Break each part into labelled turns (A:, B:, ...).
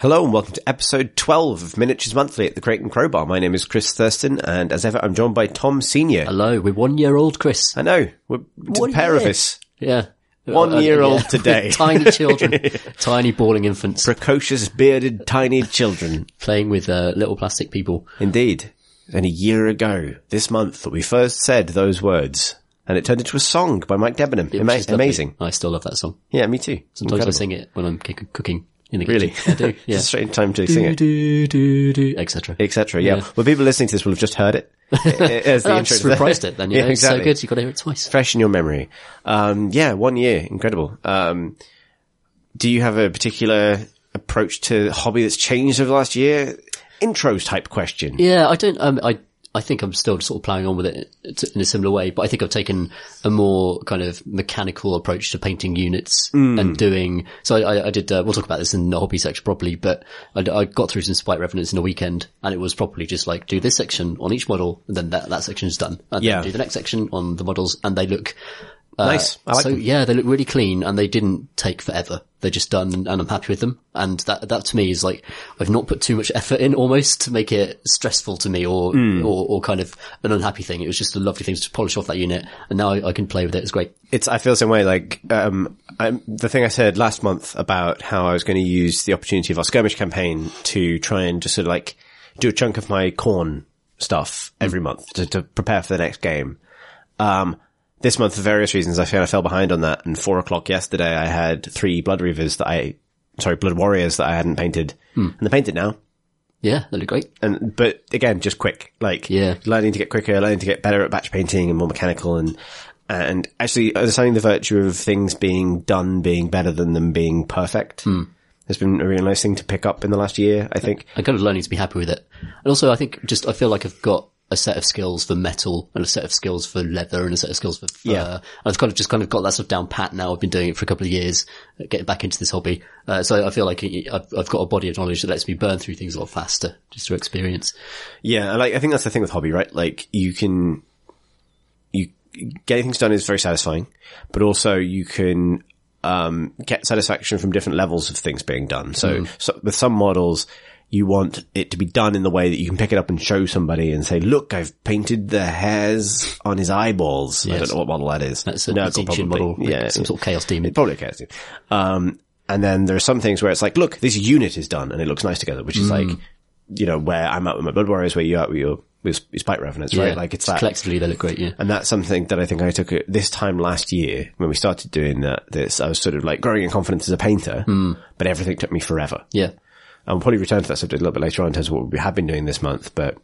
A: Hello and welcome to episode 12 of Miniatures Monthly at the Crate and Crowbar. My name is Chris Thurston and as ever I'm joined by Tom Senior.
B: Hello, we're one year old, Chris.
A: I know, we're a
B: One
A: pair of
B: year.
A: us.
B: Yeah.
A: One year old today.
B: tiny children, tiny bawling infants
A: Precocious, bearded, tiny children.
B: playing with uh, little plastic people.
A: Indeed. And a year ago, this month, that we first said those words. And it turned into a song by Mike Debenham.
B: It was
A: Ama-
B: just lovely.
A: amazing.
B: I still love that song.
A: Yeah, me too.
B: Sometimes
A: Incredible.
B: I sing it when I'm c- cooking in the
A: Really?
B: kitchen. I do.
A: It's
B: Yeah.
A: a strange time to sing
B: do,
A: it.
B: do, do, do, etc.
A: Etc. Yeah.
B: Yeah.
A: Well, people listening to this will have just heard it. As the
B: I
A: intro
B: just
A: to that.
B: reprised it then, you
A: yeah,
B: know. It's
A: exactly.
B: so good, you've got to hear it twice.
A: Fresh in your memory. Um, yeah, one year. Incredible. Um, do you have a particular approach to hobby that's changed over the last year? Intros type question.
B: Yeah, I don't. Um, I I think I'm still sort of ploughing on with it t- in a similar way, but I think I've taken a more kind of mechanical approach to painting units and doing. So I, I- I did. Uh, we'll talk about this in the hobby section properly, but I, I got through some Spite Revenants in a weekend, and it was properly just like do this section on each model, and then that that section is done, and
A: Yeah.
B: then do the next section on the models, and they look. Uh,
A: Nice. I like
B: so
A: them.
B: yeah, they look really clean and they didn't take forever. They're just done and I'm happy with them. And that, that to me is like, I've not put too much effort in almost to make it stressful to me or,
A: Hmm.
B: or, or kind of an unhappy thing. It was just a lovely thing to polish off that unit. And now I, I can play with it. It's great.
A: it's I feel the same way. Like um, I'm, the thing I said last month about how I was going to use the opportunity of our skirmish campaign to try and just sort of like do a chunk of my corn stuff every month to, to prepare for the next game. Um, this month, for various reasons, I kind of fell behind on that. And four o'clock yesterday, I had three blood reavers that I, sorry, blood warriors that I hadn't painted, and they're painted now
B: Yeah, they look great.
A: and but again, just quick, like
B: Yeah.
A: learning to get quicker, learning to get better at batch painting and more mechanical, and and actually understanding the virtue of things being done being better than them being perfect. Has been a really nice thing to pick up in the last year, I think.
B: I'm kind of learning to be happy with it. And also I think just, I feel like I've got a set of skills for metal and a set of skills for leather and a set of skills for fur.
A: Yeah.
B: And I've kind of just kind of got that stuff down pat now. I've been doing it for a couple of years, uh, getting back into this hobby. Uh, so I feel like I've, I've got a body of knowledge that lets me burn through things a lot faster just through experience.
A: Yeah, and, like I think that's the thing with hobby, right? Like you can, you getting things done is very satisfying, but also you can um, get satisfaction from different levels of things being done. So,
B: Mm-hmm.
A: so with some models, you want it to be done in the way that you can pick it up and show somebody and say, "Look, I've painted the hairs on his eyeballs." I don't
B: Yes.
A: know what model that is.
B: That's a
A: Nurgle
B: Egyptian
A: probably.
B: model, like some sort of chaos demon.
A: It probably occurs to you. Um, and then there are some things where it's like, look, this unit is done and it looks nice together, which is like, you know, where I'm at with my Blood Warriors, where you're at with your, with your Spite Revenants,
B: Yeah.
A: right? Like it's that.
B: collectively they look great. Yeah.
A: and that's something that I think I took uh, this time last year when we started doing that, this, I was sort of like growing in confidence as a painter, but everything took me forever.
B: Yeah.
A: And we'll probably return to that subject a little bit later on in terms of what we have been doing this month, but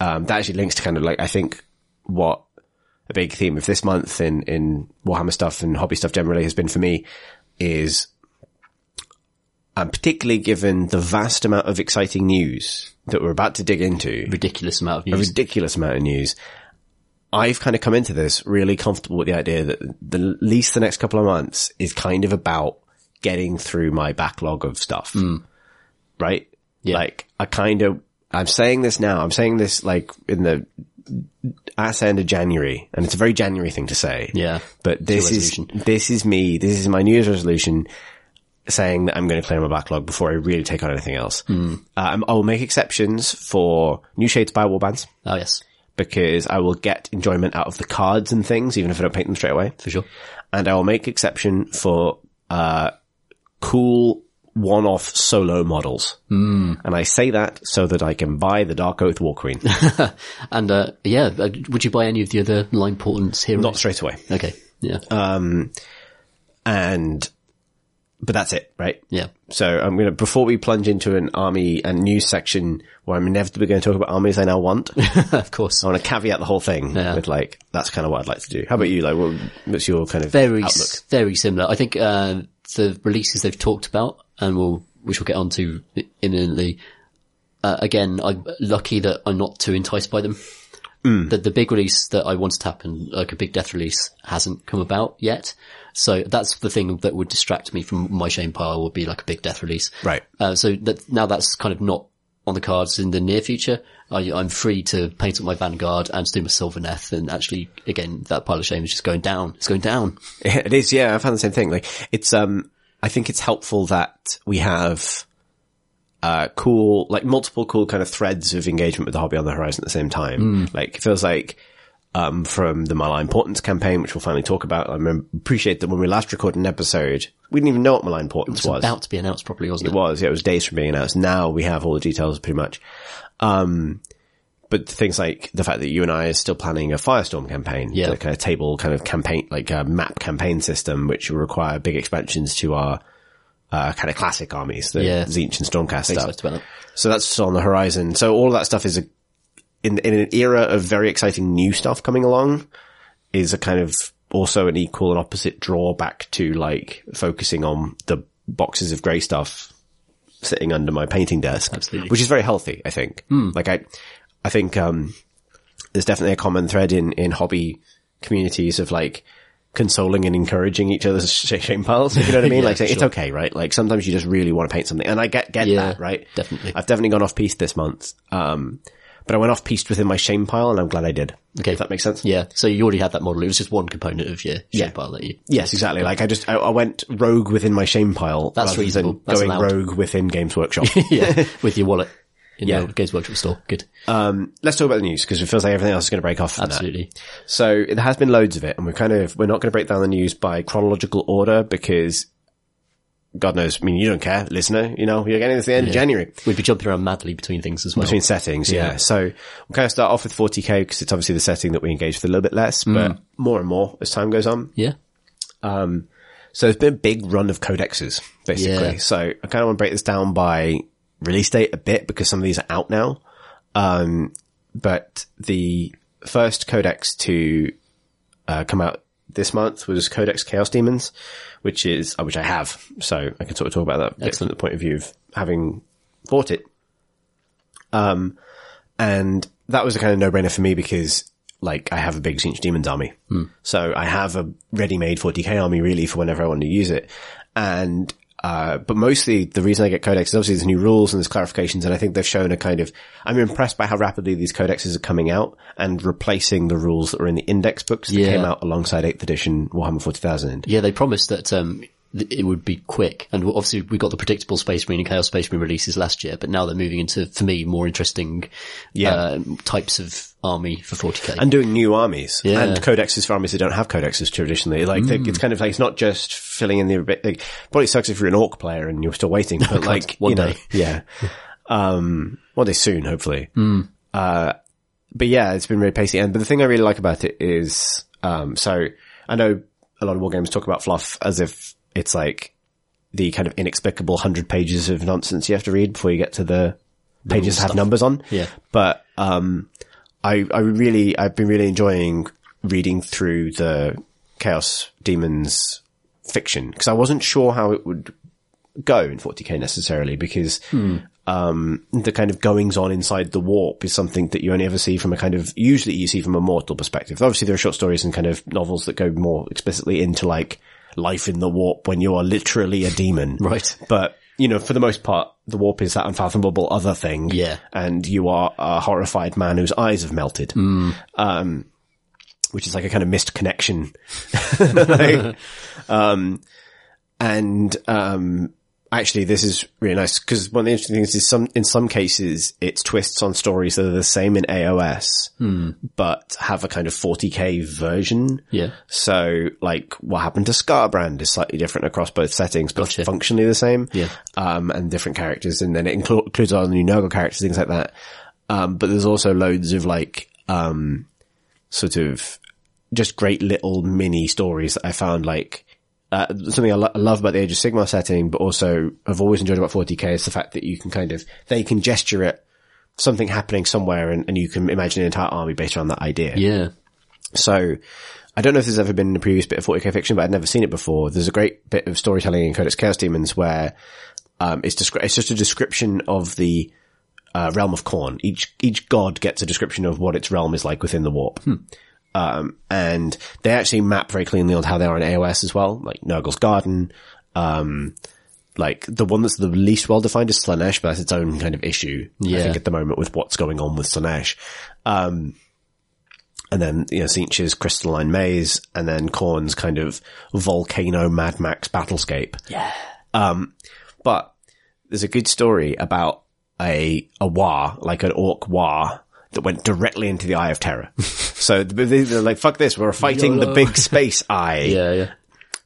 A: um, that actually links to kind of like I think what a big theme of this month in in Warhammer stuff and hobby stuff generally has been for me is um, particularly given the vast amount of exciting news that we're about to dig into,
B: Ridiculous amount of
A: a
B: news.
A: ridiculous amount of news. I've kind of come into this really comfortable with the idea that the at least the next couple of months is kind of about getting through my backlog of stuff. Right?
B: Yeah.
A: Like I kind of, I'm saying this now, I'm saying this like in the ass end of January and it's a very January thing to say.
B: Yeah.
A: But this is,
B: resolution.
A: this is me, this is my new year's resolution saying that I'm going to clear my backlog before I really take on anything else.
B: Hmm.
A: Um, I will make exceptions for New Shades by Warbands
B: Oh yes,
A: because I will get enjoyment out of the cards and things, even if I don't paint them straight away.
B: for sure.
A: And I will make exception for, uh, cool one-off solo models. Mm. And I say that so that I can buy the Dark Oath War Queen.
B: And, uh, yeah, uh, would you buy any of the other line portents here?
A: Not Uh, straight away.
B: Okay. Yeah.
A: And, but that's it, right?
B: yeah.
A: So I'm going to, before we plunge into an army and news section where I'm inevitably going to talk about armies I now want, I
B: of course.
A: want to caveat the whole thing with like, that's kind of what I'd like to do. How about you? Like, what, what's your kind of
B: very
A: outlook?
B: s- very similar. I think uh, the releases they've talked about, and we'll which we'll get onto imminently. Uh, again, I'm lucky that I'm not too enticed by them.
A: Hmm.
B: The, the big release that I wanted to happen, like a big death release, hasn't come about yet. So that's the thing that would distract me from my shame pile would be like a big death release.
A: Right.
B: Uh, so that now that's kind of not on the cards in the near future. I, I'm free to paint up my vanguard and to do my silver neth. And actually, again, that pile of shame is just going down. It's going down.
A: It is, yeah. I found the same thing. Like it's, um, I think it's helpful that we have uh, cool, like multiple cool kind of threads of engagement with the hobby on the horizon at the same time. Like it feels like, um, from the Mala Importance campaign, which we'll finally talk about. I remember, appreciate that when we last recorded an episode, we didn't even know what Mala Importance
B: It's
A: was.
B: about to be announced properly, wasn't
A: It
B: it?
A: was. Yeah, it was days from being announced. Now we have all the details pretty much. Um, but things like the fact that you and I are still planning a Firestorm campaign,
B: Yeah.
A: the kind of table kind of campaign, like a map campaign system, which will require big expansions to our, uh, kind of classic armies, the
B: Yeah.
A: Zinch and Stormcast stuff.
B: Excited about that.
A: So that's on the horizon. So all that stuff is a, in, in an era of very exciting new stuff coming along is a kind of also an equal and opposite drawback to like focusing on the boxes of grey stuff sitting under my painting desk,
B: Absolutely. Hmm.
A: which is very healthy, I think. Like I, I think, um, there's definitely a common thread in, in hobby communities of like consoling and encouraging each other's sh- shame piles. if You know what I mean?
B: Yeah,
A: like saying,
B: for
A: it's okay, right? Like sometimes you just really want to paint something and I get, get
B: Yeah,
A: that, right?
B: definitely.
A: I've definitely gone off piste this month. Um, but I went off piste within my shame pile and I'm glad I did.
B: Okay.
A: If that makes sense.
B: Yeah, so you already had that model. It was just one component of your yeah. bar that you.
A: Yes, exactly. Like I just, I, I went rogue within my shame pile.
B: That's
A: rather than
B: reasonable. That's
A: going
B: allowed.
A: rogue within Games Workshop.
B: yeah, with your wallet in
A: Yeah.
B: your Games Workshop store. Good,
A: Let's talk about the news because it feels like everything else is going to break off. From that.
B: absolutely.
A: So there has been loads of it, and we're kind of we're not going to break down the news by chronological order because God knows. I mean, you don't care, listener. You know, you're getting this at the end of January
B: We'd be jumping around madly between things as well.
A: between settings. Yeah.
B: Yeah.
A: So we'll kind of start off with 40k because it's obviously the setting that we engage with a little bit less,
B: Mm.
A: but more and more as time goes on.
B: yeah,
A: So there's been a big run of codexes basically.
B: Yeah.
A: So I kind of want to break this down by release date a bit because some of these are out now. Um, but the first codex to uh, come out this month was Codex Chaos Demons, which is uh, which I have, so I can sort of talk about that a bit from
B: Excellent.
A: the point of view of having bought it. Um, and that was a kind of no brainer for me because like I have a big Siege Demons army, so I have a ready-made 40k army really for whenever I want to use it, and. Uh, but mostly the reason I get codex is obviously there's new rules and there's clarifications and I think they've shown a kind of, I'm impressed by how rapidly these codexes are coming out and replacing the rules that were in the index books that
B: Yeah.
A: came out alongside 8th edition Warhammer 40,000.
B: yeah. They promised that um, th- it would be quick, and obviously we got the predictable Space Marine and Chaos Space Marine releases last year, but now they're moving into, for me, more interesting
A: Yeah.
B: um, types of army for 40k.
A: And doing new armies
B: Yeah. Mm.
A: and codexes for armies that don't have codexes traditionally. Like they- it's kind of like it's not just filling in the bit. Like, probably sucks if you're an orc player and you're still waiting, but like
B: one
A: you know,
B: day.
A: yeah. um, one day soon, hopefully. Uh,
B: Mm.
A: but yeah, it's been really pacey. And but the thing I really like about it is, um, so I know a lot of war games talk about fluff as if it's like the kind of inexplicable hundred pages of nonsense you have to read before you get to the pages that have numbers on.
B: Yeah.
A: But um, I I really I've been really enjoying reading through the Chaos Demons fiction because I wasn't sure how it would go in 40k necessarily because
B: Hmm.
A: um, the kind of goings on inside the warp is something that you only ever see from a kind of usually you see from a mortal perspective. Obviously, there are short stories and kind of novels that go more explicitly into like life in the warp when you are literally a demon,
B: Right.
A: But you know, for the most part, the warp is that unfathomable other thing,
B: Yeah.
A: And you are a horrified man whose eyes have melted,
B: Hmm.
A: um, which is like a kind of missed connection. Like, and um actually this is really nice because one of the interesting things is some in some cases it's twists on stories that are the same in AOS but have a kind of 40k version
B: yeah,
A: so like what happened to Scarbrand is slightly different across both settings but
B: Gotcha.
A: functionally the same
B: Yeah.
A: um and different characters and then it inclu- includes all the new Nurgle characters things like that um but there's also loads of like um sort of just great little mini stories that I found like uh, something I, lo- I love about the Age of Sigma setting, but also I've always enjoyed about 40k is the fact that you can kind of, they can gesture at something happening somewhere and, and you can imagine an entire army based around that idea.
B: yeah.
A: So I don't know if there's ever been in a previous bit of 40k fiction, but I'd never seen it before. There's a great bit of storytelling in Codex Chaos Demons where um, it's descri- it's just a description of the uh, realm of Corn. Each each god gets a description of what its realm is like within the warp. Um, and they actually map very cleanly on how they are in AOS as well, like Nurgle's Garden. Um, like the one that's the least well defined is Slanesh, but that's its own kind of issue. I
B: Yeah.
A: think at the moment with what's going on with Slanesh. Um, and then, you know, Cinch's crystalline maze and then Korn's kind of volcano Mad Max battlescape.
B: Yeah.
A: But there's a good story about a a war, like an orc war that went directly into the Eye of Terror. so they- they're like, "Fuck this! We're fighting the
B: YOLO.
A: big space eye."
B: Yeah, yeah.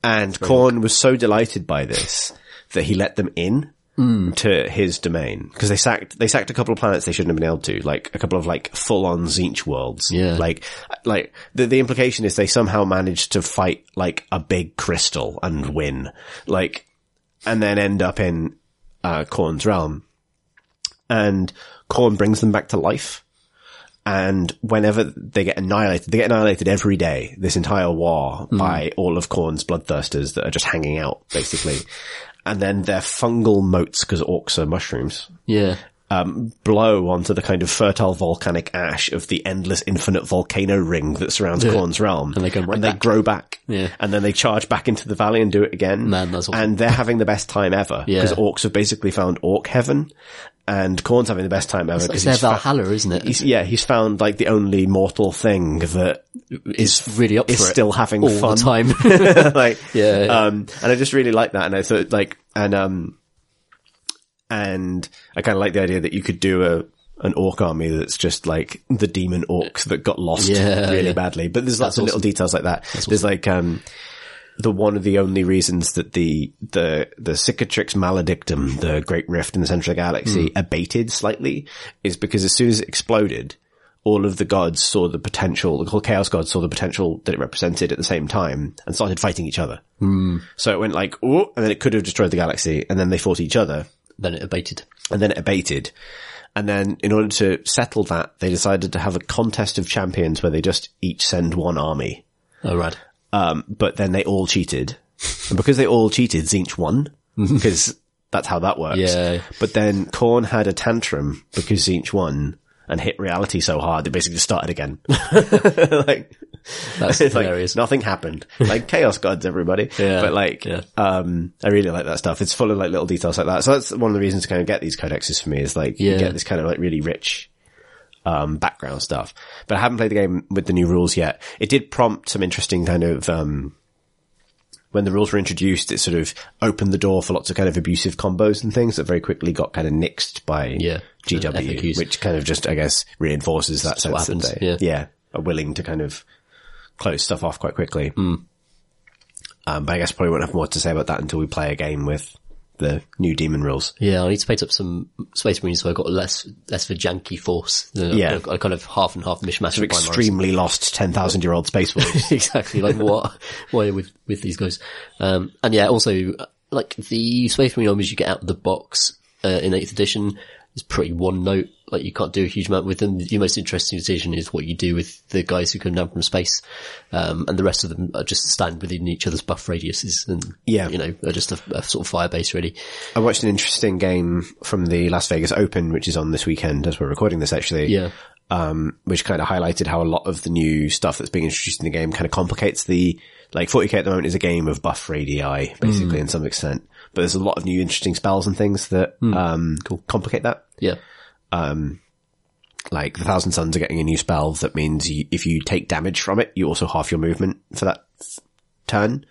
A: And Korn was so delighted by this that he let them in to his domain because they sacked they sacked a couple of planets they shouldn't have been able to, like a couple of like full on Zinch worlds.
B: Yeah.
A: like like the the implication is they somehow managed to fight like a big crystal and win, like, and then end up in uh, Korn's realm, and Korn brings them back to life. And whenever they get annihilated, they get annihilated every day, this entire war
B: Mm.
A: by all of Korn's bloodthirsters that are just hanging out, basically. and then their fungal motes, because orcs are mushrooms,
B: Yeah.
A: um, blow onto the kind of fertile volcanic ash of the endless infinite volcano ring that surrounds Korn's realm.
B: And they go right
A: and they
B: back.
A: grow back.
B: Yeah.
A: And then they charge back into the valley and do it again.
B: Man, that's awesome.
A: And they're having the best time ever.
B: Yeah.
A: Because orcs have basically found orc heaven. And Korn's having the best time ever.
B: It's
A: because
B: their
A: he's fa-
B: Valhalla, isn't it?
A: he's, yeah, he's found like the only mortal thing that
B: It's really up
A: is
B: for it
A: still having
B: all
A: fun.
B: the time.
A: like,
B: Yeah.
A: Um, and I just really like that. And I thought like, and, um, and I kind of like the idea that you could do a, an orc army that's just like the demon orcs that got lost
B: Yeah,
A: really
B: yeah.
A: badly. But there's lots of little details like that. there's like, um, the one of the only reasons that the, the, the Cicatrix maledictum, the great rift in the center of the galaxy abated slightly is because as soon as it exploded, all of the gods saw the potential, the whole chaos gods saw the potential that it represented at the same time and started fighting each other. So it went like, oh, and then it could have destroyed the galaxy and then they fought each other
B: then it abated.
A: and then it abated. And then in order to settle that, they decided to have a contest of champions where they just each send one army.
B: Oh, rad.
A: Um, but then they all cheated. And because they all cheated, Zinch won. Because that's how that works.
B: Yeah.
A: But then Korn had a tantrum because Zinch won and hit reality so hard they basically just started again. like,
B: That's
A: it's like,
B: hilarious.
A: nothing happened. Like chaos gods, everybody.
B: Yeah,
A: But like,
B: yeah.
A: um, I really like that stuff. It's full of like little details like that. So that's one of the reasons to kind of get these codexes for me is like, you
B: Yeah.
A: get this kind of like really rich, um, background stuff. But I haven't played the game with the new rules yet. It did prompt some interesting kind of, um, when the rules were introduced, it sort of opened the door for lots of kind of abusive combos and things that very quickly got kind of nixed by
B: Yeah.
A: GW,
B: FAQs.
A: which kind of just, I guess, reinforces that sense
B: what
A: that they,
B: happens,
A: are willing to kind of close stuff off quite quickly.
B: Hmm.
A: Um, but I guess probably won't have more to say about that until we play a game with the new demon rules.
B: Yeah, I need to paint up some space marines so I got less less of a janky force. Than
A: Yeah.
B: yeah, a, kind of half and half mishmash. of primaries.
A: Extremely lost 10,000 year old space wolves.
B: exactly. Like what? Why with with these guys? Um, and yeah, also uh, like the space marine armies you get out of the box uh, in eighth edition is pretty one note. Like you can't do a huge amount with them. The most interesting decision is what you do with the guys who come down from space, um, and the rest of them are just stand within each other's buff radiuses, and
A: Yeah.
B: you know, are just a, a sort of fire base really.
A: I watched an interesting game from the Las Vegas Open, which is on this weekend as we're recording this actually.
B: Yeah.
A: um, which kind of highlighted how a lot of the new stuff that's being introduced in the game kind of complicates the, like 40k at the moment is a game of buff radii, basically, in some extent. But there's a lot of new interesting spells and things that, um, complicate that.
B: Yeah.
A: Like the Thousand Suns are getting a new spell that means you, if you take damage from it, you also half your movement for that f- turn,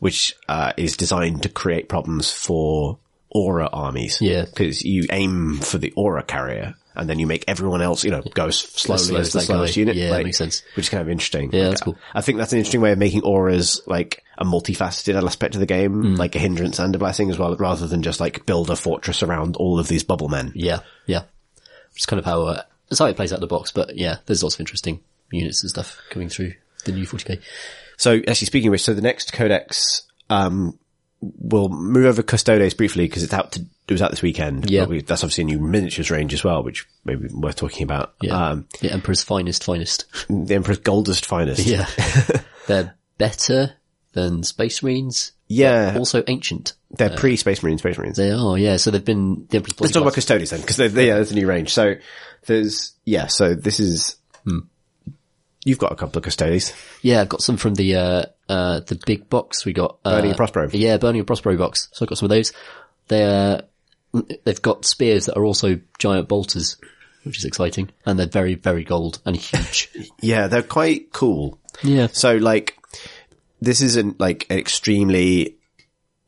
A: which, uh, is designed to create problems for aura armies.
B: Yeah.
A: Cause you aim for the aura carrier. And then you make everyone else, you know, go as slowly
B: slow
A: as
B: as
A: the
B: that guy.
A: slowest unit.
B: Yeah, that
A: like,
B: makes sense.
A: which is kind of interesting.
B: Yeah,
A: Like,
B: that's cool.
A: I think that's an interesting way of making auras like a multifaceted aspect of the game,
B: Mm.
A: like a hindrance and a blessing as well, rather than just like build a fortress around all of these bubble men.
B: Yeah, yeah. It's kind of how uh, it's how it plays out of the box, but yeah, there's lots of interesting units and stuff coming through the new 40k.
A: So actually speaking of which, so the next codex, um, we'll move over Custodes briefly because it's out to, it was out this weekend.
B: Yeah.
A: But we- that's obviously a new miniatures range as well, which maybe worth talking about.
B: Yeah,
A: Um,
B: the Emperor's finest, finest.
A: the Emperor's Goldest Finest.
B: Yeah, they're better than Space Marines.
A: Yeah.
B: Also ancient.
A: They're pre-Space Marine, Space Marines.
B: They are. Yeah, so they've been the Emperor's
A: Let's talk about
B: bodyguards.
A: custodians then, because they, they, yeah, there's a new range. So there's yeah. So this is you've got a couple of custodians.
B: Yeah, I've got some from the uh, uh, the big box we got. Uh,
A: Burning and Prospero.
B: Yeah, Burning and Prospero box. So I've got some of those. They're they've got spears that are also giant bolters, which is exciting, and they're very very gold and huge.
A: Yeah, they're quite cool.
B: yeah,
A: So like this is an like an extremely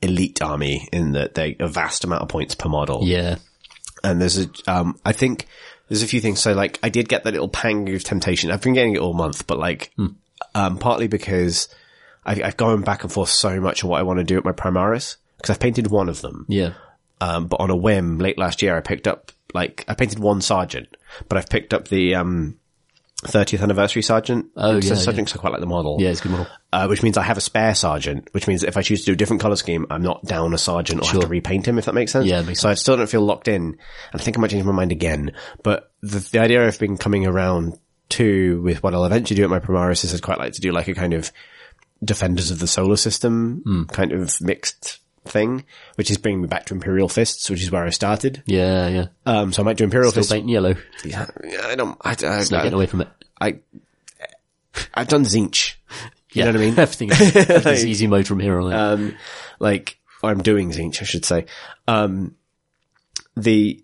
A: elite army in that they a vast amount of points per model.
B: Yeah.
A: And there's a, um, I think there's a few things. So like, I did get that little pang of temptation. I've been getting it all month, but like,
B: Hmm.
A: um, partly because I, I've gone back and forth so much on what I want to do at my Primaris because I've painted one of them.
B: Yeah.
A: Um, but on a whim late last year, I picked up like, I painted one sergeant, but I've picked up the, um, 30th anniversary sergeant.
B: Oh,
A: It's a
B: yeah,
A: Sergeant, 'cause I quite like the model.
B: Yeah, it's a good model.
A: Uh, which means I have a spare sergeant, which means that if I choose to do a different color scheme, I'm not down a sergeant or have to repaint him, if that makes sense.
B: Yeah, it makes
A: so I still don't feel locked in. I think I might change my mind again, but the, the idea I've been coming around to with what I'll eventually do at my Primaris is I'd quite like to do like a kind of defenders of the solar system
B: Hmm.
A: kind of mixed thing, which is bringing me back to Imperial Fists, which is where I started.
B: Yeah, yeah.
A: Um, so I might do Imperial
B: Still
A: Fists.
B: paint yellow.
A: Yeah, I don't, I, I,
B: Not getting away from it.
A: I, I, I've done Zinch. You
B: Yeah.
A: know what I mean?
B: Everything is everything's easy mode from here on out.
A: um, like I'm doing Zinch, I should say. Um, the,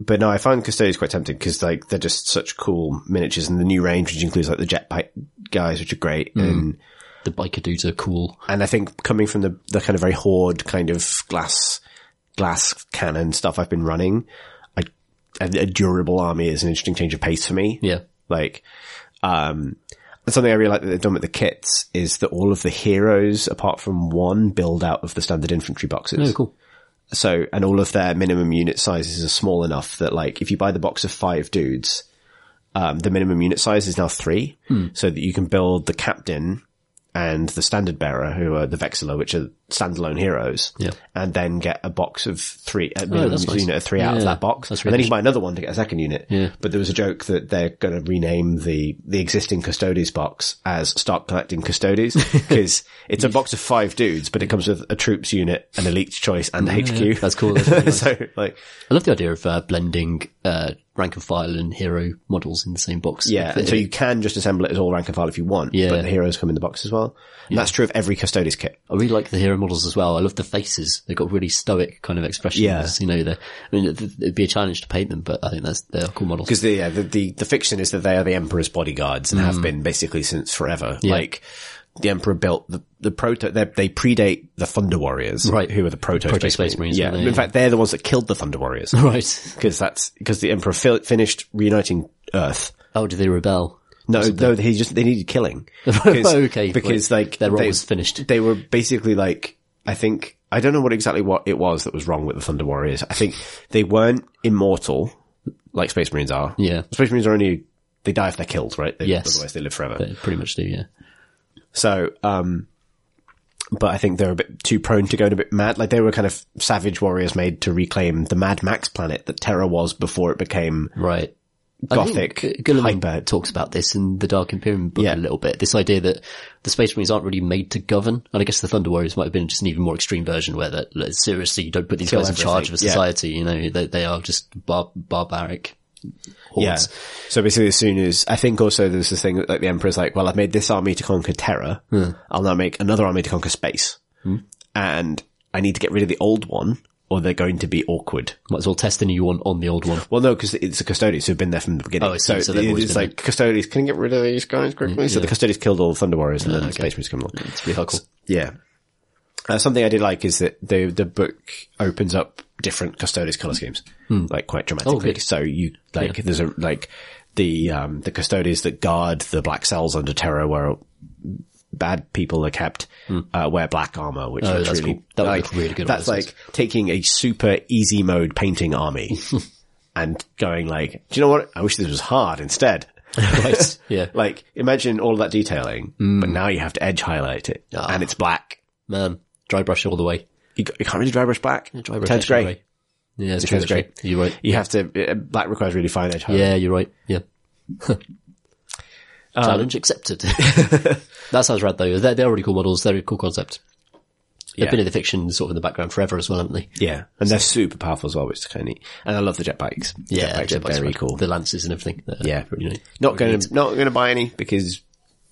A: but no, I find Custodians quite tempting because like they're just such cool miniatures and the new range, which includes like the jetpack guys, which are great. And,
B: the biker dudes are cool.
A: and I think coming from the, the kind of very horde kind of glass, glass cannon stuff I've been running, I, a, a durable army is an interesting change of pace for me.
B: Yeah.
A: Like, um, and something I really like that they've done with the kits is that all of the heroes, apart from one, build out of the standard infantry boxes.
B: Oh, cool.
A: So, and all of their minimum unit sizes are small enough that like, if you buy the box of five dudes, um, the minimum unit size is now three
B: Hmm.
A: so that you can build the captain and the standard bearer who are the Vexilla, which are standalone heroes.
B: Yeah. Oh,
A: And then get a box of three, a minimum
B: that's nice.
A: unit of three out of
B: Yeah,
A: that box.
B: that's
A: and
B: really
A: then you can buy another one to get a second unit.
B: Yeah.
A: But there was a joke that they're going to rename the, the existing custodies box as Start Collecting Custodies because it's a box of five dudes, but it comes with a troops unit, an elite choice and HQ.
B: That's cool. That's really nice.
A: so like,
B: I love the idea of uh, blending uh, rank and file and hero models in the same box.
A: Yeah,
B: Like,
A: and
B: it-
A: so you can just assemble it as all rank and file if you want.
B: Yeah.
A: but the heroes come in the box as well. And that's true of every Custodes kit.
B: I really like the hero models as well. I love the faces. They've got really stoic kind of expressions.
A: Yeah.
B: You know, they're- I mean, it- it'd be a challenge to paint them, but I think that's, they're cool models.
A: Because the, yeah, the the the fiction is that they are the emperor's bodyguards and
B: Mm.
A: have been basically since forever. Like the emperor built the the proto they, they predate the Thunder Warriors,
B: Right.
A: Who are the proto
B: Proto Space Marines,
A: Yeah,
B: aren't they?
A: in fact, they're the ones that killed the Thunder Warriors
B: Right.
A: because that's because the emperor fi- finished reuniting Earth.
B: Oh, do they rebel?
A: No, no, he just they needed killing.
B: Okay,
A: because
B: wait,
A: like
B: their role
A: they-
B: was finished.
A: They were basically like I think I don't know what exactly what it was that was wrong with the Thunder Warriors. I think they weren't immortal like Space Marines are.
B: Yeah.
A: Space Marines are only they die if they're killed, right? They,
B: Yes.
A: Otherwise, they live forever.
B: They pretty much do, yeah.
A: So, um, but I think they're a bit too prone to going a bit mad. Like they were kind of savage warriors made to reclaim the Mad Max planet that Terra was before it became
B: Right.
A: Gothic,
B: I think Gulliman
A: hyper.
B: talks about this in the Dark Imperium book
A: Yeah.
B: a little bit. This idea that the Space Marines aren't really made to govern, and I guess the Thunder Warriors might have been just an even more extreme version where that like, seriously, you don't put these
A: Kill
B: guys in charge of a
A: everything, yeah.
B: society. You know, they, they are just bar- barbaric hordes.
A: Yeah. So basically, as soon as I think also there's this thing that, like the emperor's like, well, I've made this army to conquer Terra.
B: Hmm.
A: I'll now make another army to conquer space, and I need to get rid of the old one, or they're going to be awkward.
B: Might as well test the new one on the old one.
A: Well, no, because it's the custodians who've been there from the beginning.
B: Oh, I see.
A: so
B: So they've always
A: it's
B: been Hmm.
A: like custodians can you get rid of these guys quickly. So the custodians killed all the Thunder Warriors, and
B: Ah,
A: then the Space Marines come along.
B: It's pretty hardcore.
A: Yeah. Uh, something I did like is that the the book opens up different Custodes color schemes, like quite dramatically.
B: Hmm. Oh, good.
A: so you like there's a like the um the Custodes that guard the black cells under Terra where bad people are kept uh, wear black armor, which looks
B: Hmm. Oh, that's
A: really
B: cool. That would
A: like,
B: look really good on
A: That's
B: those
A: like taking a super easy mode painting army and going like, do you know what? I wish this was hard instead.
B: Right. Yeah. Mm.
A: Like imagine all that detailing, but now you have to edge highlight it
B: Ah.
A: and it's black.
B: Man, dry brush all the way.
A: You, you can't really dry brush black.
B: Dry brush
A: turns
B: actually,
A: grey.
B: Yeah, it's
A: turns
B: turns grey. You're right.
A: You have to, uh, black requires really fine edge highlight.
B: Yeah, you're right. Yeah.
A: Um,
B: Challenge accepted. that sounds rad though. They're, they're already cool models. They're a cool concept. They've
A: Yeah.
B: been in the fiction sort of in the background forever as well, haven't they?
A: Yeah. And they're super powerful as well, which is kind of neat. And I love the jetpacks. jetpacks are
B: jetpacks
A: very
B: rad.
A: cool.
B: The lances and everything. They're
A: yeah.
B: pretty neat.
A: Not going to, not going to buy any because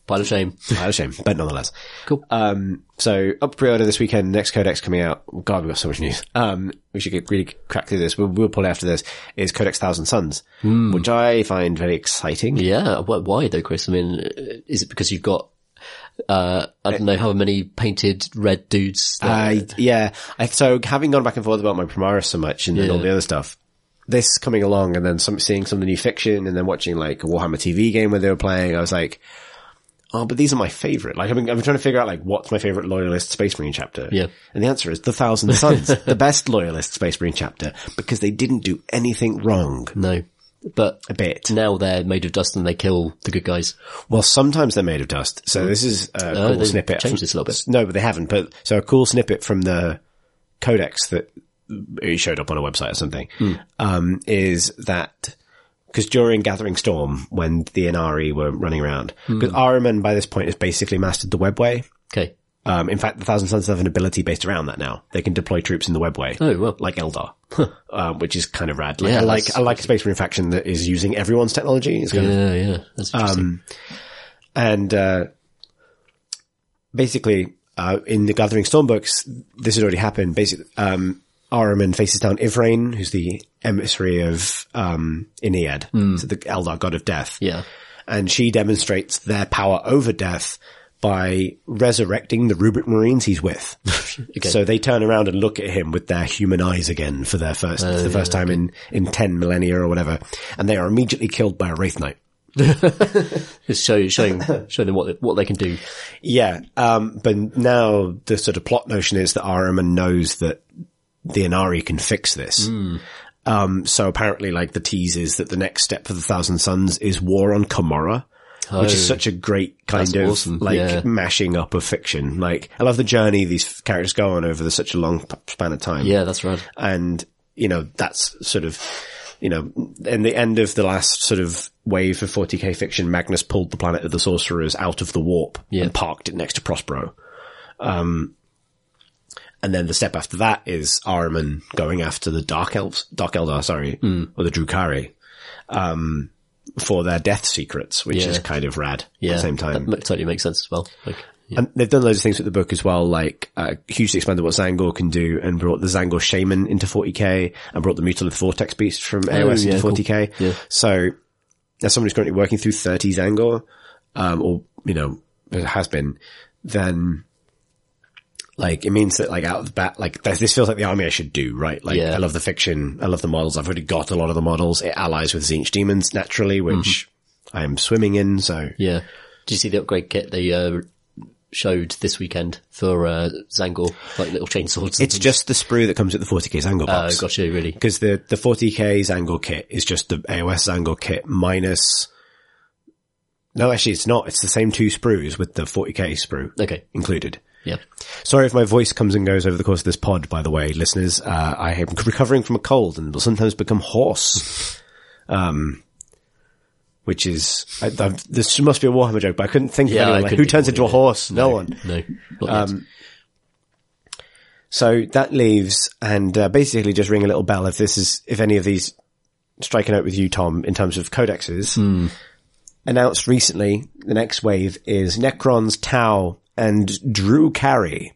B: Pile of shame. Uh,
A: I was shame, but nonetheless.
B: Cool.
A: Um, so up pre-order this weekend, next Codex coming out. God, we've got so much news. Um, we should get really crack through this. We'll, we'll pull it after this is Codex Thousand Sons, which I find very exciting.
B: yeah. wh- Why though, Chris? I mean, uh, is it because you've got uh, I don't know how many painted red dudes. that-
A: I yeah. I, so having gone back and forth about my Primaris so much and then all
B: Yeah.
A: the other stuff, this coming along and then some seeing some of the new fiction and then watching like a Warhammer TV game where they were playing, I was like, oh, but these are my favorite. Like I've been, I've been trying to figure out like what's my favorite loyalist Space Marine chapter.
B: Yeah.
A: and the answer is the Thousand Sons, the best loyalist Space Marine chapter because they didn't do anything wrong.
B: no, but
A: A bit.
B: now they're made of dust and they kill the good guys.
A: Well, sometimes they're made of dust. So this is a cool
B: Hmm. they've
A: snippet.
B: changed
A: from-
B: this a little bit.
A: No, but they haven't. But so a cool snippet from the codex that it showed up on a website or something
B: Hmm.
A: um, is that because during Gathering Storm, when the Inari were running around,
B: Hmm.
A: because Ahriman by this point has basically mastered the webway.
B: Okay.
A: Um, in fact, the Thousand Sons have an ability based around that now. They can deploy troops in the webway.
B: Oh, well.
A: Like Eldar. um, which is kind of rad. Like,
B: Yeah,
A: I like,
B: that's-
A: I like a space marine faction that is using everyone's technology. It's kind of
B: Yeah, yeah. That's
A: Um,
B: interesting.
A: and uh, basically, uh, in the Gathering Storm books, this had already happened. Basically, um, Ahriman faces down Ivrain, who's the emissary of um, Inead, so the Eldar god of death.
B: Hmm. yeah.
A: And she demonstrates their power over death by resurrecting the Rubric Marines he's with.
B: Okay.
A: So they turn around and look at him with their human eyes again for their first,
B: Oh,
A: for the first time in, in 10 millennia or whatever. And they are immediately killed by a Wraith Knight.
B: Just show, showing, showing them what, what they can do.
A: Yeah, um, but now the sort of plot notion is that Ahriman knows that the Inari can fix this.
B: Hmm.
A: Um, so apparently, like the tease is that the next step for the Thousand Sons is war on Kamara, which is such a great kind of
B: Oh. awesome,
A: like
B: yeah.
A: mashing up of fiction. Like I love the journey these f- characters go on over the, such a long p- span of time
B: Yeah, that's right.
A: and you know that's sort of you know in the end of the last sort of wave of 40k fiction magnus pulled the planet of the sorcerers out of the warp
B: Yeah.
A: and parked it next to prospero um and then the step after that is Ahriman going after the Dark Elves, Dark Eldar, sorry,
B: Hmm.
A: or the Drukari, um, for their death secrets, which
B: Yeah.
A: is kind of rad
B: Yeah.
A: at the same time.
B: That ma- totally makes sense as well. Like, yeah.
A: And they've done loads of things with the book as well, like uh, hugely expanded what Zangor can do and brought the Zangor Shaman into 40k and brought the Mutalith Vortex Beast from AOS
B: Oh, yeah,
A: into
B: cool.
A: 40k.
B: Yeah.
A: So as someone who's currently working through 30 Zangor, um, or, you know, has been, then like it means that like out of the bat, like this this feels like the army I should do, right? Like
B: Yeah.
A: I love the fiction. I love the models. I've already got a lot of the models. It allies with Zinch demons naturally, which I'm swimming in. So
B: Mm-hmm. yeah. Did you see the upgrade kit they, uh, showed this weekend for, uh, Zangor? Like little chainsaws.
A: it's just the sprue that comes with the 40k Zangor
B: uh,
A: box.
B: gotcha, really.
A: because the the 40k Zangor kit is just the AOS Zangor kit minus. No, actually, it's not. It's the same two sprues with the 40k sprue
B: Okay.
A: included.
B: Yeah.
A: Sorry if my voice comes and goes over the course of this pod. By the way, listeners, uh, I am recovering from a cold and will sometimes become hoarse. Um, which is I, I've, this must be a Warhammer joke, but I couldn't think of
B: Yeah, I
A: anyone. Like, who
B: couldn't
A: turns
B: think
A: into
B: of
A: a
B: it.
A: horse? No, one.
B: No. Not
A: Um,
B: yet.
A: So that leaves, and uh, basically just ring a little bell if this is if any of these strike a note with you, Tom, in terms of codexes. Announced recently, the next wave is Necrons, Tau, and Drew Carey.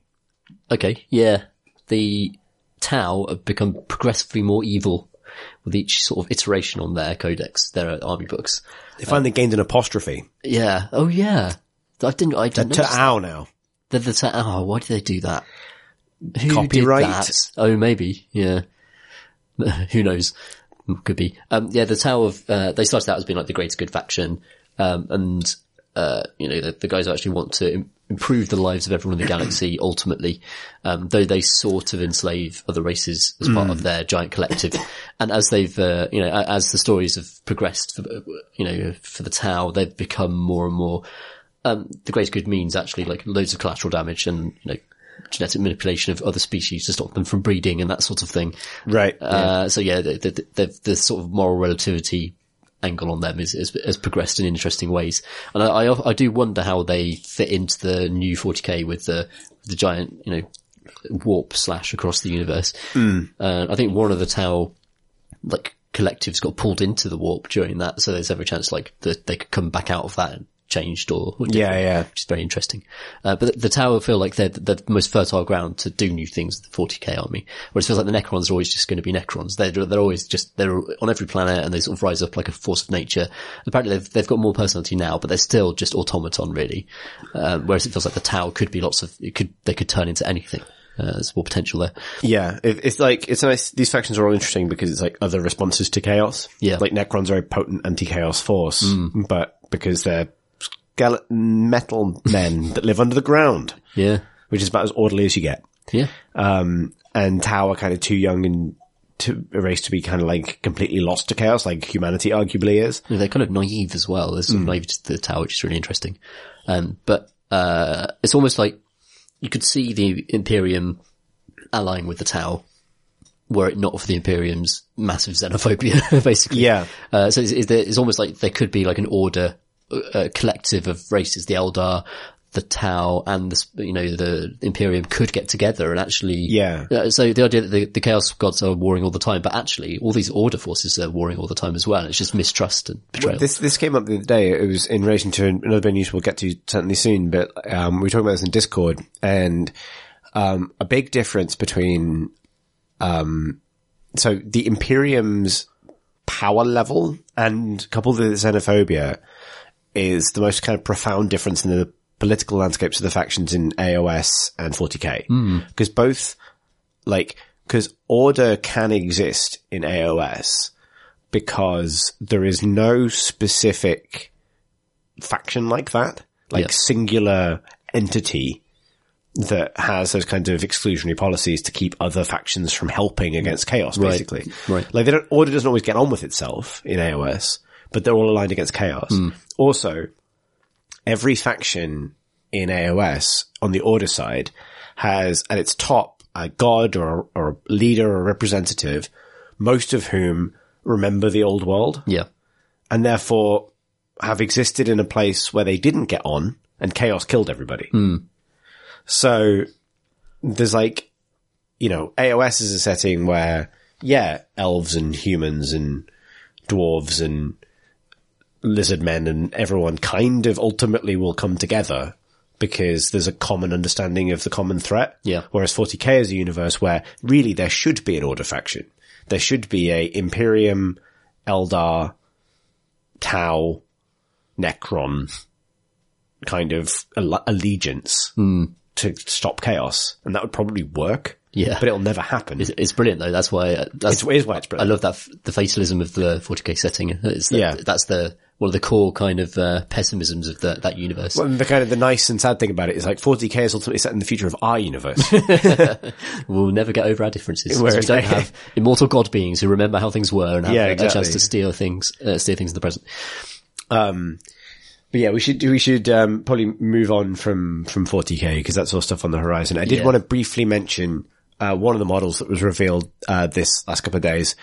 B: Okay, yeah. The Tau have become progressively more evil with each sort of iteration on their codex, their army books.
A: They finally gained an apostrophe Uh,
B: Yeah. Oh, yeah. I didn't. I didn't.
A: to
B: notice that.
A: Ow now.
B: They're the Tau. Oh, why did they do that? Who
A: Copyright?
B: Did that? Oh, maybe. Yeah. Who knows? Could be. Um, yeah, the Tau of uh, they started out as being like the greatest good faction, um, and uh, you know the, the guys who actually want to Im- improve the lives of everyone in the galaxy ultimately, um, though they sort of enslave other races as part of their giant collective. and as they've uh, you know a- as the stories have progressed, for, you know for the Tau, they've become more and more. Um, the greatest good means actually like loads of collateral damage and you know genetic manipulation of other species to stop them from breeding and that sort of thing.
A: Right.
B: Uh, so yeah, the, the, the, the sort of moral relativity angle on them is, is, has progressed in interesting ways. And I, I, I do wonder how they fit into the new 40k with the, the giant, you know, warp slash across the universe. Uh, I think one of the Tau, like, collectives got pulled into the warp during that. So there's every chance, like, that they could come back out of that and changed or,
A: Yeah,
B: or different,
A: yeah.
B: which is very interesting. Uh, but the, the tower feel like they're the, the most fertile ground to do new things with the 40k army, whereas it feels like the Necrons are always just going to be Necrons. They're they're always just they're on every planet and they sort of rise up like a force of nature. Apparently they've they've got more personality now, but they're still just automaton really. Um, whereas it feels like the tower could be lots of it could they could turn into anything. Uh, there's more potential there.
A: Yeah, it, it's like it's nice. These factions are all interesting because it's like other responses to chaos.
B: Yeah.
A: like Necrons are a potent anti-chaos force, but because they're skeleton metal men that live under the ground,
B: Yeah,
A: which is about as orderly as you get.
B: yeah,
A: Um, and Tau are kind of too young and to a race to be kind of like completely lost to chaos, like humanity arguably is.
B: You know, they're kind of naive as well. There's
A: Hmm.
B: some naive to the tower, which is really interesting. Um, but uh, it's almost like you could see the Imperium allying with the Tau, were it not for the Imperium's massive xenophobia, basically.
A: Yeah.
B: Uh, so it's, it's, there- it's almost like there could be like an order, uh, a collective of races, the Eldar, the Tau, and the sp- you know the Imperium could get together and actually.
A: Yeah.
B: Uh, so the idea that the, the Chaos Gods are warring all the time, but actually all these Order forces are warring all the time as well. It's just mistrust and betrayal.
A: This this came up the other day. It was in relation to another bit of news we'll get to certainly soon, but um, we were talking about this in Discord, and um, a big difference between um, so the Imperium's power level and coupled with xenophobia is the most kind of profound difference in the political landscapes of the factions in AOS and 40k because both like because order can exist in AOS because there is no specific faction like that, like
B: Yeah.
A: singular entity that has those kinds of exclusionary policies to keep other factions from helping against chaos, basically.
B: right.
A: Like they don't, order doesn't always get on with itself in AOS, but they're all aligned against chaos.
B: Hmm.
A: Also, every faction in AOS on the order side has at its top a god or, or a leader or representative, most of whom remember the old world
B: yeah.
A: and therefore have existed in a place where they didn't get on and chaos killed everybody. So there's like, you know, AOS is a setting where, yeah, elves and humans and dwarves and lizard men and everyone kind of ultimately will come together because there's a common understanding of the common threat.
B: Yeah.
A: Whereas 40k is a universe where really there should be an order faction. There should be a Imperium, Eldar, Tau, Necron kind of al- allegiance
B: Hmm.
A: to stop chaos. And that would probably work.
B: Yeah.
A: But it'll never happen. It's,
B: It's, it's brilliant though. That's why, uh, that's,
A: it is why it's
B: I
A: brilliant.
B: love that, f- the fatalism of the 40k setting. It's the,
A: Yeah.
B: That's the, one of the core kind of, uh, pessimisms of the, that universe.
A: Well, and the kind of the nice and sad thing about it is like 40k is ultimately set in the future of our universe.
B: We'll never get over our differences. 'cause
A: Where-
B: we don't have immortal god beings who remember how things were and have
A: Yeah,
B: a- a chance
A: exactly.
B: to steal things, uh, steer things in the present.
A: But yeah, we should we should um, probably move on from from 40k because that's all stuff on the horizon. I did
B: Yeah.
A: want to briefly mention uh, one of the models that was revealed uh, this last couple of days,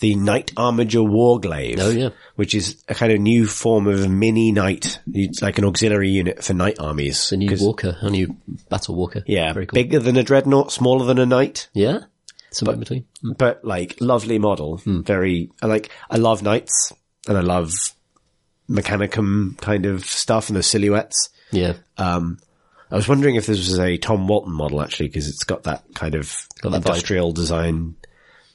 A: the Knight Armiger Warglaive.
B: Oh, yeah.
A: which is a kind of new form of mini knight, It's like an auxiliary unit for knight armies.
B: The new walker, a new battle walker.
A: yeah,
B: Very cool.
A: bigger than a dreadnought, smaller than a knight,
B: Yeah. Somewhere in between.
A: but like lovely model.
B: Hmm.
A: Very I like I love knights and I love mechanicum kind of stuff and the silhouettes.
B: Yeah.
A: I was wondering if this was a Tom Walton model actually, because it's got that kind of
B: Got that vibe.
A: industrial design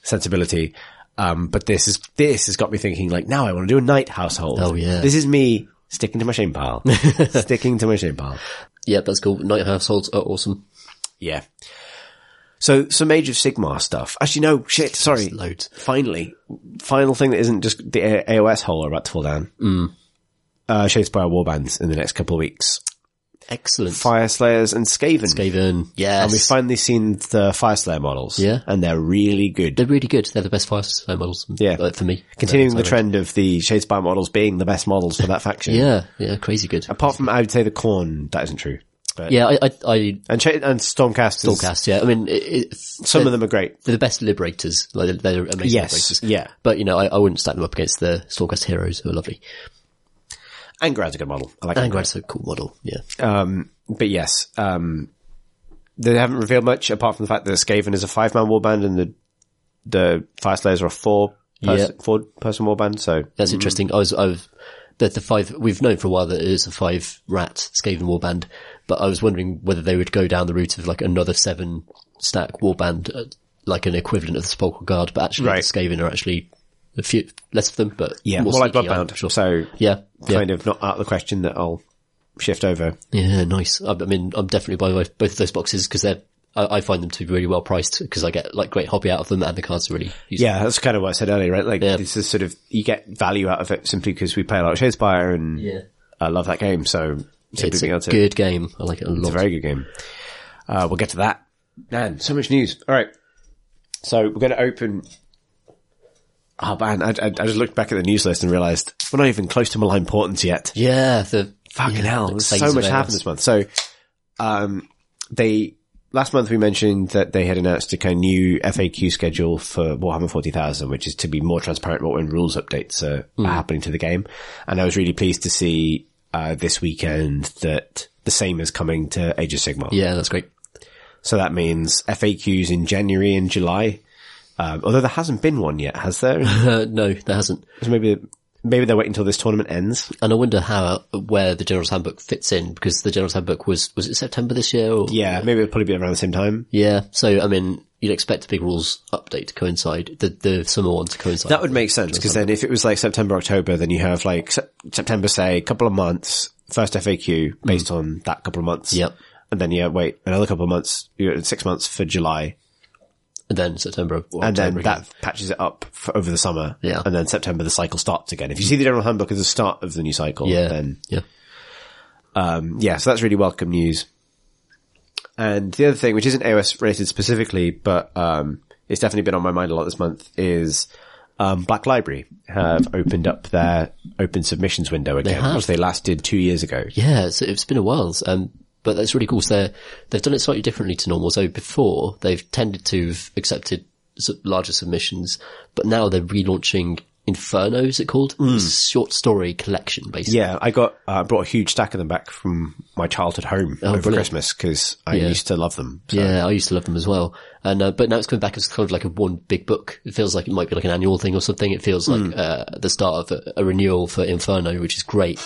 A: sensibility. Um, but this is this has got me thinking like now I want to do a night household.
B: Oh, yeah.
A: this is me sticking to my shame pile, sticking to my shame pile.
B: yeah, that's cool. Night households are awesome.
A: Yeah. So some Age of Sigmar stuff. Actually, no shit. Sorry.
B: Loads.
A: Finally, final thing that isn't just the A- AOS hole are about to fall down.
B: Mm.
A: Uh, Shadespire warbands in the next couple of weeks.
B: Excellent.
A: Fire Slayers and Skaven.
B: Skaven. Yes.
A: And we've finally seen the Fire Slayer models.
B: Yeah.
A: And they're really good.
B: They're really good. They're the best fire slow models.
A: Yeah.
B: uh, for me.
A: Continuing
B: Uh,
A: the trend of the Shadespire models being the best models for that faction.
B: Yeah, yeah, crazy good.
A: Apart from, I would say the Corn, that isn't true. But,
B: Yeah, I, I, I
A: And, Sh- and Stormcast. is-
B: forecast. Yeah, I mean, it, it,
A: Some of them are great.
B: they're the best liberators. Like they're, they're amazing
A: Yes.
B: liberators.
A: Yeah.
B: But you know, I, I wouldn't stack them up against the Stormcast heroes who are lovely.
A: Angrad's a good model. I like Angrad.
B: Angrad's a cool model. Yeah,
A: But yes, um, they haven't revealed much apart from the fact that Skaven is a five man warband and the, the Fire Slayers are a four person,
B: Yeah.
A: four person warband. So Mm-hmm.
B: that's interesting. I was, I was, the, the five, we've known for a while that it is a five rat Skaven warband, but I was wondering whether they would go down the route of like another seven stack warband, uh, like an equivalent of the Sepulchral Guard, but actually
A: Right.
B: the Skaven are actually a few, less of them, but
A: Yeah,
B: more
A: more, like
B: sneaky, I'm
A: Bloodbound. So
B: Yeah. yeah.
A: kind of not out of the question that I'll shift over.
B: Yeah, nice. I, I mean, I'm definitely buying both both of those boxes because they're, I, I find them to be really well priced because I get like great hobby out of them and the cards are really useful.
A: Yeah, that's kind of what I said earlier, right? Like
B: Yeah.
A: this is sort of you get value out of it simply because we play a lot of Shadespire and
B: Yeah.
A: I love that game. So simply
B: It's
A: being
B: a
A: able to,
B: good game. I like it a lot.
A: it's a very good game. Uh, we'll get to that. Man, so much news. All right, so we're going to open. Oh man, I, I, I just looked back at the news list and realized we're not even close to Malign Importance yet.
B: yeah, the
A: Fucking
B: yeah,
A: hell.
B: like
A: There's
B: Saints
A: so
B: of
A: much
B: Eros.
A: happened this month. So, um, they, last month we mentioned that they had announced a kind of new FAQ schedule for Warhammer 40,000, which is to be more transparent about when rules updates are, are happening to the game. And I was really pleased to see, uh, this weekend that the same is coming to Age of Sigmar.
B: Yeah, that's great.
A: So that means FAQs in January and July. Um, although there hasn't been one yet, has there?
B: Uh, no, there hasn't.
A: So maybe, maybe they're waiting until this tournament ends.
B: And I wonder how uh, where the General's Handbook fits in because the General's Handbook was was it September this year? Or?
A: Yeah, maybe it'll probably be around the same time.
B: yeah. So I mean, you'd expect the big rules update to coincide, the the summer one to coincide.
A: That would make sense because then if it was like September, October, then you have like sep- September, say, couple of months, first FAQ based on that couple of months.
B: Mm-hmm. Yep.
A: And then yeah, wait another couple of months, you know, six months for July,
B: and then September or
A: and then
B: October again.
A: that patches it up for over the summer.
B: Yeah.
A: And then September, the cycle starts again. If you see the general handbook as the start of the new cycle,
B: yeah,
A: then
B: yeah,
A: yeah, so that's really welcome news. And the other thing, which isn't AOS related specifically, but um, it's definitely been on my mind a lot this month, is um, Black Library have opened up their open submissions window again,
B: have.
A: which they last did two years ago.
B: yeah. So it's been a while, um, but that's really cool. So they're- they've done it slightly differently to normal. So before they've tended to have accepted su- larger submissions, but now they're relaunching Inferno. Is it called?
A: Hmm.
B: It's a short story collection, basically.
A: Yeah, I got uh, brought a huge stack of them back from my childhood home over
B: Oh, brilliant.
A: Christmas because I
B: Yeah.
A: used to love them. So.
B: Yeah, I used to love them as well. And uh, but now it's coming back as kind of like a one big book. It feels like it might be like an annual thing or something. It feels like
A: Hmm.
B: uh, the start of a, a renewal for Inferno, which is great.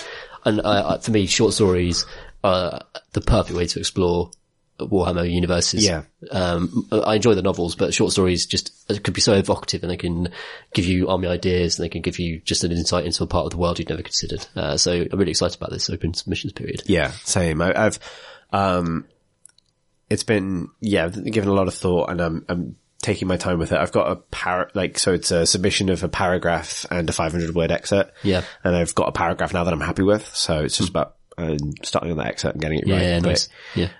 B: And uh, uh, for me, short stories are the perfect way to explore Warhammer universes.
A: Yeah.
B: Um, I enjoy the novels, but short stories just it could be so evocative and they can give you army ideas and they can give you just an insight into a part of the world you'd never considered. Uh, so I'm really excited about this open submissions period.
A: Yeah, same. I, I've, um, it's been, yeah, I've given a lot of thought and I'm, I'm taking my time with it. I've got a par, like, so it's a submission of a paragraph and a 500 word excerpt.
B: Yeah.
A: And I've got a paragraph now that I'm happy with. So it's just about um, starting on that excerpt and getting it right.
B: yeah,
A: But
B: nice. Yeah.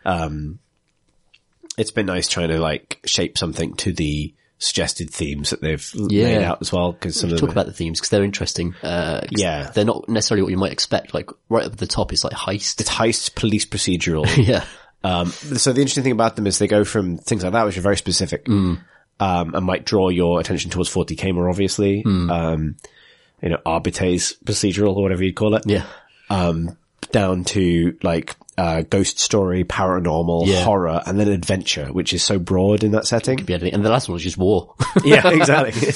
A: it's been nice trying to like shape something to the suggested themes that they've l-
B: Yeah.
A: laid out as well. Cause some of
B: talk
A: them,
B: about the themes because they're interesting. Uh, 'cause
A: Yeah.
B: they're not necessarily what you might expect. Like right up at the top, it's like heist.
A: it's heists, police procedural.
B: yeah,
A: Um, so the interesting thing about them is they go from things like that, which are very specific,
B: Mm.
A: um, and might draw your attention towards 40k more obviously,
B: Mm.
A: um, you know, arbitres procedural or whatever you'd call it,
B: yeah,
A: down to like, uh, ghost story, paranormal,
B: Yeah.
A: horror, and then adventure, which is so broad in that setting.
B: be anything. And the last one was just war.
A: yeah, exactly.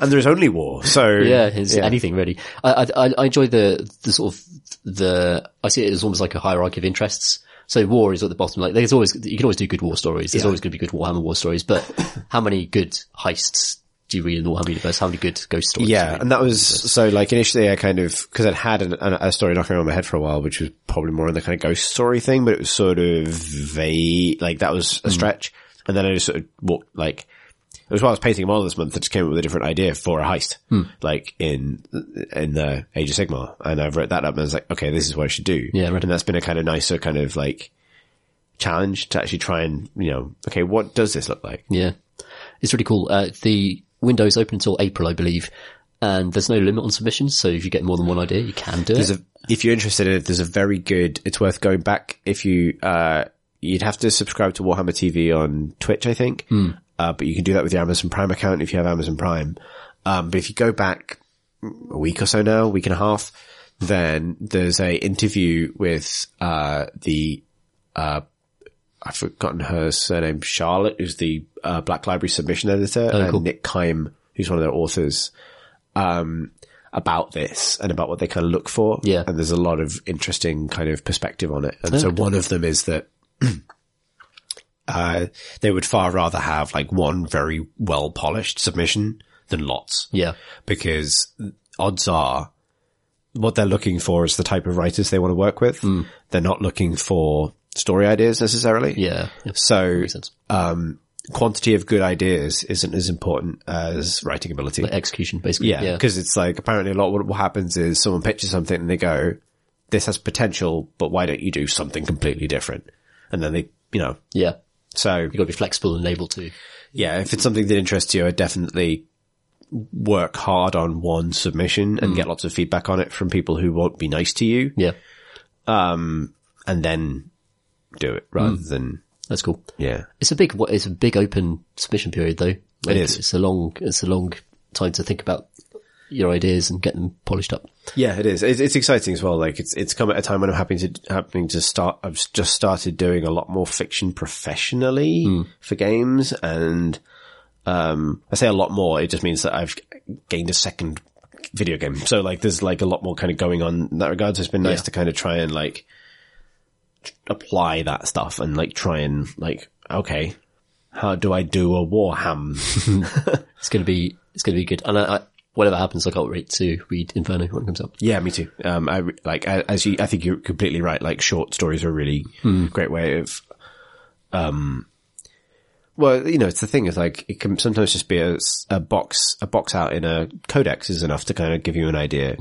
A: and there's only war. So
B: yeah, it's anything really. I, I I enjoy the the sort of the I see it as almost like a hierarchy of interests. So war is at the bottom. Like there's always you can always do good war stories. There's always going to be good Warhammer war stories. But how many good heists do you read in the Warhammer universe? How many good ghost stories? do you
A: Yeah,
B: read?
A: and that was so like initially I kind of because I'd had an, an, a story knocking around my head for a while, which was probably more in the kind of ghost story thing, but it was sort of vague. Like that was
B: Hmm.
A: a stretch, and then I just sort of walked like. It was while I was painting a model this month. I just came up with a different idea for a heist,
B: Hmm.
A: like in in the Age of Sigma, and I've wrote that up and I was like, okay, this is what I should do.
B: Yeah, right.
A: and that's been a kind of nicer kind of like challenge to actually try and you know, okay, what does this look like?
B: Yeah. It's really cool. Uh, the window is open until April, I believe, and there's no limit on submissions. So if you get more than one idea, you can do it.
A: there's a, if you're interested in it, there's a very good, it's worth going back if you, uh, you'd have to subscribe to Warhammer TV on Twitch, I think. Uh, but you can do that with your Amazon Prime account if you have Amazon Prime. Um, but if you go back a week or so now, week and a half, then there's a interview with, uh, the, uh, I've forgotten her surname, Charlotte, who's the, uh, Black Library submission editor and
B: cool.
A: Nick Keim, who's one of their authors about this and about what they kind of look for.
B: Yeah.
A: And there's a lot of interesting kind of perspective on it. And so one of them is that uh, they would far rather have like one very well polished submission than lots
B: Yeah.
A: because odds are what they're looking for is the type of writers they want to work with.
B: Hmm.
A: They're not looking for story ideas necessarily.
B: Yeah. yeah.
A: So,
B: Makes sense.
A: um, quantity of good ideas isn't as important as writing ability.
B: Execution, basically.
A: Yeah,
B: Yeah.
A: because it's like apparently a lot. What, what happens is someone pitches something and they go, "This has potential, but why don't you do something completely different?" And then they, you know,
B: yeah.
A: so
B: You've got to be flexible and able to.
A: yeah, if it's something that interests you, I definitely work hard on one submission and get lots of feedback on it from people who won't be nice to you,
B: Yeah.
A: and then do it rather than
B: That's cool.
A: yeah.
B: It's a big, what- it's a big open submission period though. Like,
A: is.
B: It's a long, it's a long time to think about your ideas and get them polished up.
A: Yeah, it is. It's, it's exciting as well. Like it's it's come at a time when I'm happening to happening to start. I've s- just started doing a lot more fiction professionally for games, and um, I say a lot more. It just means that I've gained a second video game. So like, there's like a lot more kind of going on in that regard. So it's been nice
B: Yeah.
A: to kind of try and like t- apply that stuff and like try and like okay, how do I do a Warham?
B: It's going to be, it's going to be good. And I, I whatever happens, I can't wait to read Inferno when it comes out.
A: Yeah, me too. Um, I re- like I- as you. I think you're completely right. Like short stories are a really great way of, um, well, you know, it's the thing is like it can sometimes just be a, s- a box a box out in a codex is enough to kind of give you an idea.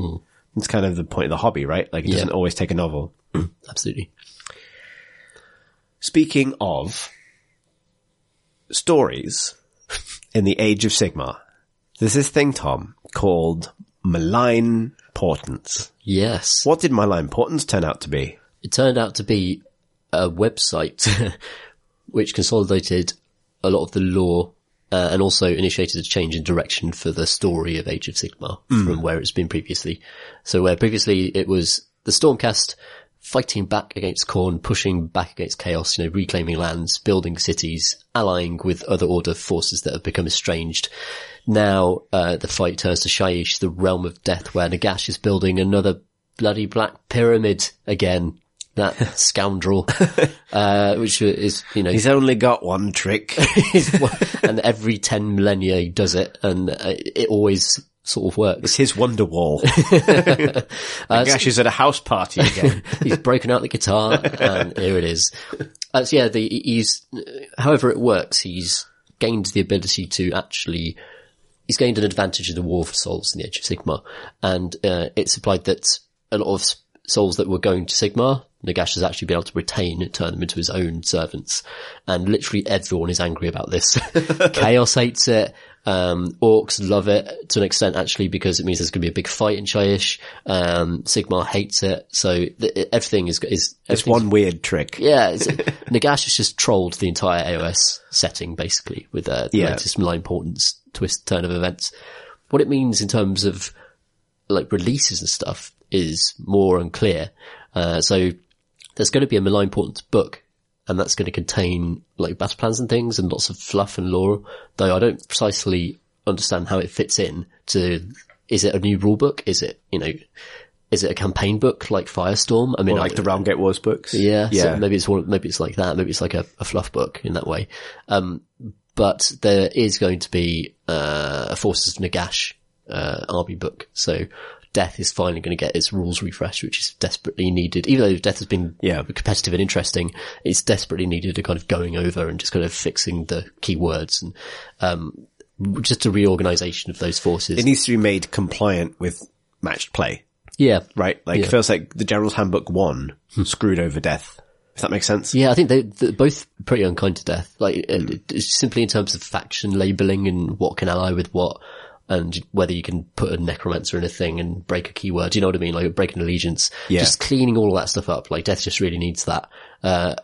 A: It's kind of the point of the hobby, right? Like it doesn't always take a novel.
B: Absolutely.
A: Speaking of stories in the Age of Sigma, there's this thing, Tom, called malign portents.
B: Yes.
A: What did malign portents turn out to be?
B: it turned out to be a website which consolidated a lot of the lore uh, and also initiated a change in direction for the story of Age of Sigma from where it's been previously. So where previously it was the Stormcast fighting back against Korn, pushing back against chaos, you know, reclaiming lands, building cities, allying with other order forces that have become estranged. Now, uh, the fight turns to Shaiish, the realm of death where Nagash is building another bloody black pyramid again. That scoundrel, uh, which is, you know,
A: He's only got one trick.
B: and every 10 millennia he does it and uh, it always sort of works.
A: It's his wonder wall. Gash is at a house party again.
B: He's broken out the guitar and here it is. Uh, so yeah, the, he's, however it works, he's gained the ability to actually, he's gained an advantage in the war for souls in the Age of Sigma. And, uh, it's implied that a lot of s- souls that were going to Sigma, Nagash has actually been able to retain and turn them into his own servants. And literally everyone is angry about this. Chaos hates it. Um, orcs love it to an extent actually because it means there's going to be a big fight in Chaiish. Um, Sigmar hates it. So th- everything is, is,
A: It's one weird trick.
B: yeah, it's, Nagash has just trolled the entire AOS setting basically with uh, the
A: Yeah.
B: latest malign importance twist turn of events. What it means in terms of like releases and stuff is more unclear. Uh, so there's going to be a malign importance book and that's going to contain like battle plans and things and lots of fluff and lore, though I don't precisely understand how it fits in to, is it a new rule book? Is it, you know, is it a campaign book like Firestorm? I mean,
A: Or like
B: I-
A: the Realm Gate Wars books.
B: yeah,
A: Yeah.
B: yeah. So maybe it's one, maybe it's like that. Maybe it's like a, a fluff book in that way. Um, but there is going to be uh, a Forces of Nagash uh, army book. So Death is finally going to get its rules refreshed, which is desperately needed. Even though Death has been
A: Yeah.
B: competitive and interesting, it's desperately needed a kind of going over and just kind of fixing the key words and um, just a reorganization of those forces.
A: It needs to be made compliant with matched play,
B: yeah,
A: right? Like it
B: Yeah.
A: feels like the General's Handbook 1 screwed over death. If that makes sense.
B: Yeah, I think they, they're both pretty unkind to death. Like, uh, it's simply in terms of faction labeling and what can ally with what, and whether you can put a necromancer in a thing and break a keyword. You know what I mean? Like, break an allegiance.
A: Yeah.
B: Just cleaning all that stuff up. Like, death just really needs that. Uh,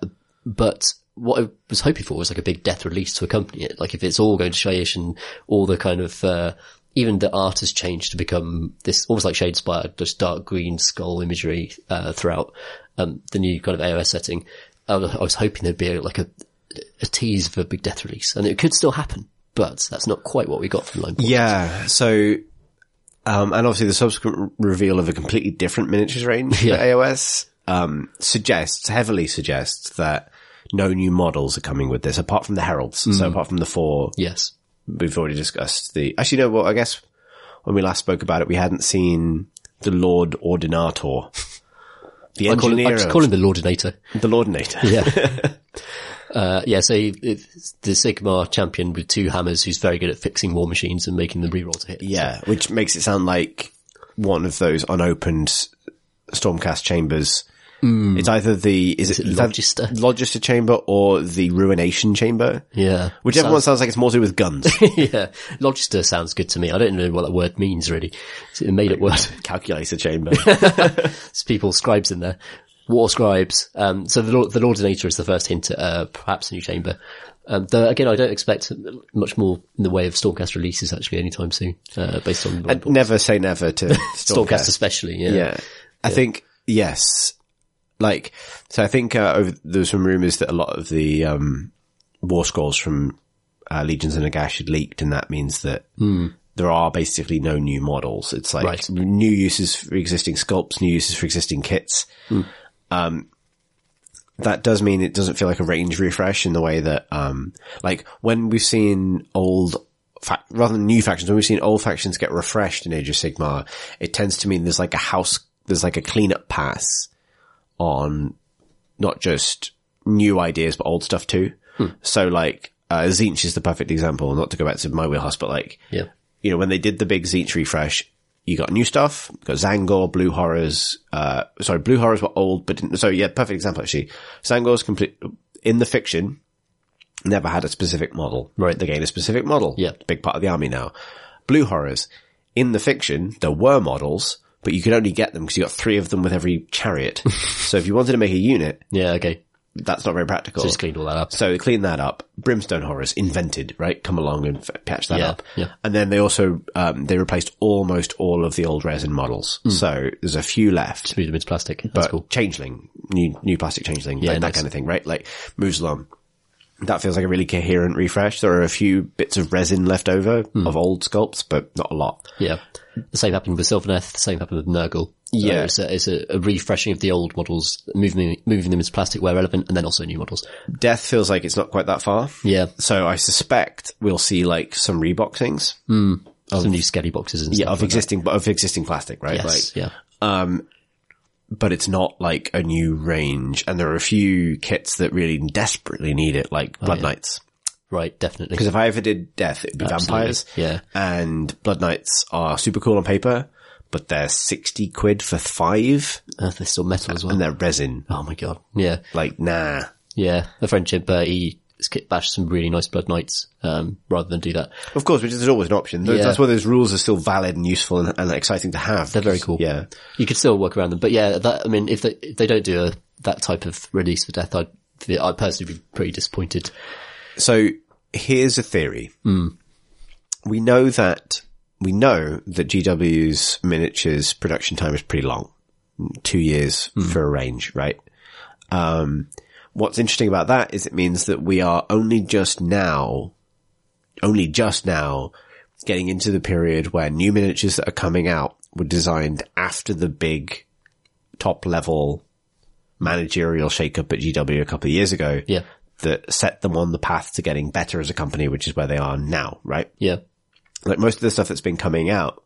B: but what I was hoping for was like a big death release to accompany it. Like, if it's all going to Shayish and all the kind of, uh, even the art has changed to become this almost like Shadespire, just dark green skull imagery uh, throughout um, the new kind of AOS setting. I was, I was hoping there'd be like a, a tease of a big death release, and it could still happen, but that's not quite what we got from Line.
A: Yeah. So Um, and obviously the subsequent r- reveal of a completely different miniatures range
B: Yeah.
A: for AOS, um, suggests, heavily suggests that no new models are coming with this apart from the Heralds. So
B: Hmm.
A: apart from the four
B: Yes.
A: we've already discussed the, actually no, well, I guess when we last spoke about it, we hadn't seen the Lord Ordinator. The
B: I call, him- I
A: engineer,
B: just
A: of
B: call him the Laudinator.
A: the Lordinator.
B: Yeah. uh, yeah, so it's the Sigma champion with two hammers who's very good at fixing war machines and making them reroll to hit.
A: Yeah, which makes it sound like one of those unopened s- Stormcast chambers. It's either the is,
B: Hmm. it
A: is that
B: Logister?
A: Logister chamber or the Ruination chamber,
B: Yeah.
A: whichever one sounds like it's more to do with guns,
B: yeah. Logister sounds good to me. I don't know what that word means really. It's a made up word.
A: calculator chamber.
B: It's people, scribes in there. War scribes. Um, so the, Lord- the Lordinator is the first hint at, uh, perhaps a new chamber. Um, though again, I don't expect much more in the way of Stormcast releases actually anytime soon, uh, based on
A: I'd never say never to Stormcast.
B: Stormcast especially.
A: Yeah, I think yes. Like, so I think uh, over, there were some rumors that a lot of the um, war scrolls from uh, Legions and Nagash had leaked, and that means that there are basically no new models. It's like
B: Right.
A: new uses for existing sculpts, new uses for existing kits. Um, that does mean it doesn't feel like a range refresh in the way that, um, like when we've seen old, fac- rather than new factions, when we've seen old factions get refreshed in Age of Sigmar, it tends to mean there's like a house, there's like a cleanup pass on not just new ideas, but old stuff too. So like, uh, Zinch is the perfect example, not to go back to my wheelhouse, but like,
B: Yeah.
A: you know, when they did the big Zeech refresh, you got new stuff, you got Zangor, Blue Horrors, uh, sorry, Blue Horrors were old, but didn't, so yeah, perfect example actually. Zangor's complete, in the fiction, never had a specific model.
B: Right.
A: They gained a specific model.
B: Yeah.
A: Big part of the army now. Blue Horrors, in the fiction, there were models, but you could only get them because you got three of them with every chariot. so if you wanted to make a unit,
B: Yeah. Okay.
A: that's not very practical.
B: Just cleaned all that up.
A: So they clean that up. Brimstone Horrors invented, right? Come along and f- patch that
B: Yeah,
A: up.
B: yeah.
A: And then they also, um, they replaced almost all of the old resin models. So there's a few left,
B: Smooth them into plastic. Mm. That's
A: but
B: cool.
A: changeling, new, new plastic changeling, like that
B: nice.
A: kind of thing, right? Like moves along. That feels like a really coherent refresh. There are a few bits of resin left over
B: Mm.
A: of old sculpts, but not a lot.
B: Yeah. The same happened with Sylvaneth, the same happened with Nurgle.
A: Yeah.
B: Uh, it's a, it's a, a refreshing of the old models, moving, moving them into plastic where relevant, and then also new models.
A: Death feels like it's not quite that far.
B: Yeah.
A: So I suspect we'll see like some reboxings
B: Some new skelly boxes and
A: Oh. yeah,
B: stuff.
A: of existing, but of existing plastic, right?
B: Yes,
A: Like,
B: yeah.
A: but it's not like a new range. And there are a few kits that really desperately need it, like
B: Oh,
A: Blood Knights.
B: Right, definitely.
A: Because if I ever did Death, it would be vampires.
B: yeah.
A: And Blood Knights are super cool on paper, but they're 60 quid for five
B: Uh, they're still metal as well.
A: and they're resin.
B: oh my god. Yeah.
A: Like, nah.
B: Yeah. A friendship, uh, he skip bashed some really nice blood knights, um, rather than do that.
A: Of course, which is always an option. Th-
B: Yeah.
A: That's why those rules are still valid and useful and, and exciting to have.
B: They're very cool.
A: Yeah.
B: You could still work around them. But yeah, that, I mean, if they, if they don't do a, that type of release for death, I'd, I'd personally be pretty disappointed.
A: So here's a theory. We know that we know that GW's miniatures production time is pretty long, two years for a range, right? Um, what's interesting about that is it means that we are only just now, only just now getting into the period where new miniatures that are coming out were designed after the big top level managerial shakeup at GW a couple of years ago
B: Yeah.
A: that set them on the path to getting better as a company, which is where they are now, right?
B: Yeah.
A: Like most of the stuff that's been coming out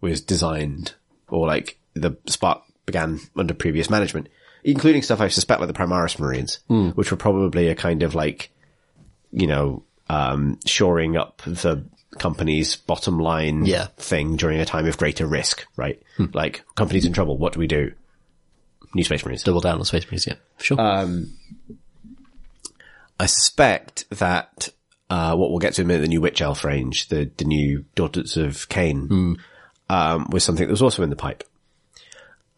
A: was designed or like the spark began under previous management, including stuff I suspect like the Primaris Marines, which were probably a kind of like, you know, um, shoring up the company's bottom line
B: Yeah.
A: thing during a time of greater risk, right? Like companies in trouble. What do we do? New Space Marines.
B: Double down on Space Marines, yeah. Sure.
A: Uh, I suspect that uh, what we'll get to in a minute, the new Witch Elf range, the the new Daughters of Cain, um, was something that was also in the pipe.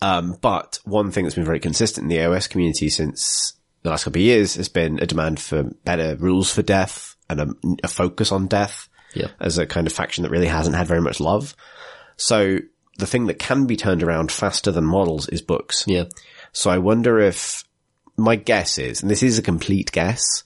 A: Um, but one thing that's been very consistent in the AOS community since the last couple of years has been a demand for better rules for death and a, a focus on death
B: Yeah.
A: as a kind of faction that really hasn't had very much love. So the thing that can be turned around faster than models is books.
B: yeah.
A: So I wonder if my guess is, and this is a complete guess,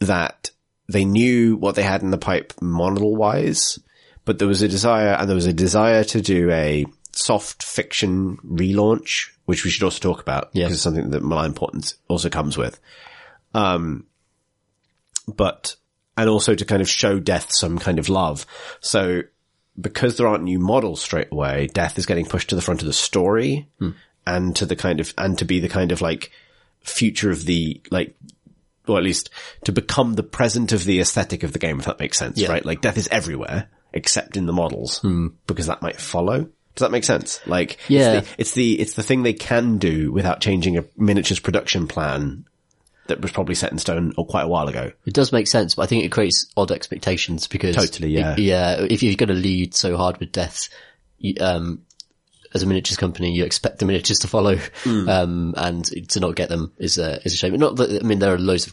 A: that they knew what they had in the pipe model wise, but there was a desire and there was a desire to do a soft fiction relaunch, which we should also talk about
B: Yeah.
A: because it's something that Malign Importance also comes with. Um, but, and also to kind of show death some kind of love. So because there aren't new models straight away, death is getting pushed to the front of the story
B: Hmm.
A: and to the kind of, and to be the kind of like future of the, like, or at least to become the present of the aesthetic of the game, if that makes sense,
B: Yeah. Hmm.
A: right? Like death is everywhere except in the models because that might follow. Does that make sense? Like,
B: Yeah.
A: it's the, it's the, it's the thing they can do without changing a miniatures production plan that was probably set in stone or quite a while ago.
B: It does make sense, but I think it creates odd expectations because
A: Totally, yeah.
B: yeah. If you're going to lead so hard with death, you, um, as a miniatures company, you expect the miniatures to follow,
A: Mm.
B: um, and to not get them is a is a shame. Not that I mean there are loads of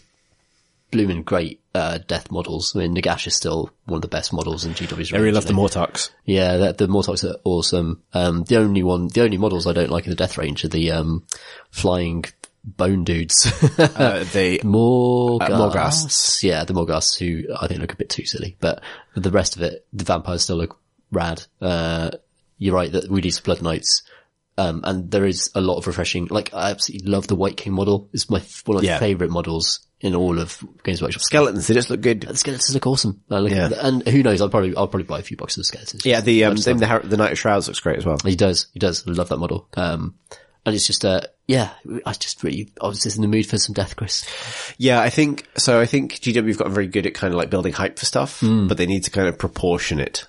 B: blooming great uh, death models. I mean Nagash is still one of the best models in GW's.
A: I really
B: range,
A: love the
B: you know.
A: Mortux.
B: Yeah, that, the Mortars are awesome. Um, the only one, the only models I don't like in the death range are the um, flying bone dudes.
A: Uh, they,
B: Morgas.
A: Uh, Morgas.
B: Yeah, the Morgas, who I think look a bit too silly, but the rest of it, the vampires still look rad. Uh, you're right that we need some Blood Knights. Um, and there is a lot of refreshing, like I absolutely love the White King model. It's my, one of my
A: Yeah.
B: favorite models in all of Games Workshop.
A: skeletons, they just look good.
B: The skeletons look awesome. I look-
A: Yeah.
B: And who knows, I'll probably, I'll probably buy a few boxes of skeletons.
A: Yeah, the um, same, the, Har- the Knight of Shrouds looks great as well.
B: He does. He does. I love that model. Um, and it's just, uh, yeah, I just really, I was just in the mood for some death, Chris.
A: Yeah, I think so. I think GW have gotten very good at kind of like building hype for stuff, but they need to kind of proportion it.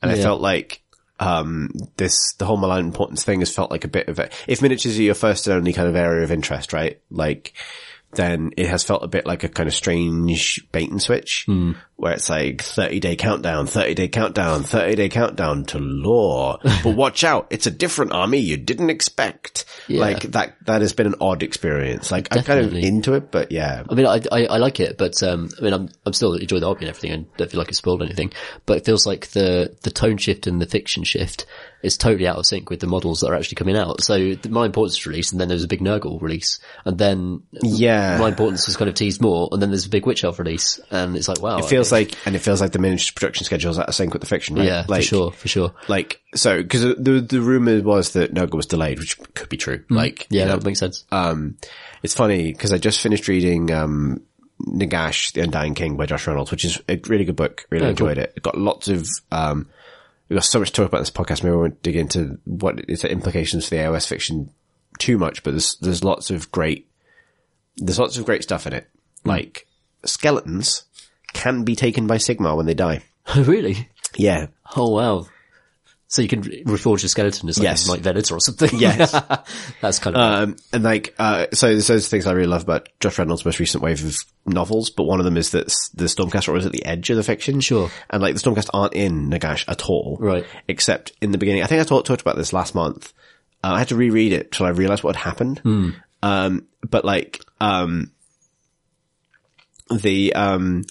A: And I
B: Hmm. Yeah.
A: felt like um this the whole Milan importance thing has felt like a bit of a if miniatures are your first and only kind of area of interest, right? Like then it has felt a bit like a kind of strange bait and switch
B: Hmm.
A: where it's like 30 day countdown, 30 day countdown, 30 day countdown to lore. but watch out. It's a different army you didn't expect.
B: Yeah.
A: Like that, that has been an odd experience. Like I'm kind of
B: Definitely.
A: into it, but yeah,
B: I mean, I, I, I like it, but, um, I mean, I'm, I'm still enjoying the hobby and everything and don't feel like it's spoiled anything, but it feels like the, the tone shift and the fiction shift is totally out of sync with the models that are actually coming out. So the My Importance release and then there was a big Nurgle release and then
A: Yeah.
B: My Importance was kind of teased more and then there's a big Witch Elf release and it's like, wow.
A: It feels like, and it feels like the miniatures production schedule is out of sync with the fiction, right?
B: yeah,
A: like,
B: for sure, for sure.
A: Like, so, cause the, the rumor was that Nurgle was delayed, which could be true. Like,
B: Mm. Yeah,
A: you know,
B: that makes sense.
A: um, it's funny because I just finished reading, um, Nagash, The Undying King by Josh Reynolds, which is a really good book. Really enjoyed it. It got lots of, um, we got so much to talk about in this podcast. Maybe we won't dig into what its implications for the AOS fiction too much, but there's, there's lots of great, there's lots of great stuff in it. Like, skeletons can be taken by Sigma when they die.
B: really?
A: Yeah.
B: Oh wow. So you can re- reforge your skeleton as like,
A: Yes.
B: like Venator or something.
A: Yes.
B: That's kind of,
A: Um, and like, uh, so there's those things I really love about Josh Reynolds' most recent wave of novels, but one of them is that s- the Stormcast are always at the edge of the fiction.
B: Sure.
A: And like, the Stormcast aren't in Nagash at all.
B: Right.
A: Except in the beginning. I think I talked, talked about this last month. Uh, I had to reread it till I realized what had happened.
B: Hmm.
A: Um, but like, um, the, um,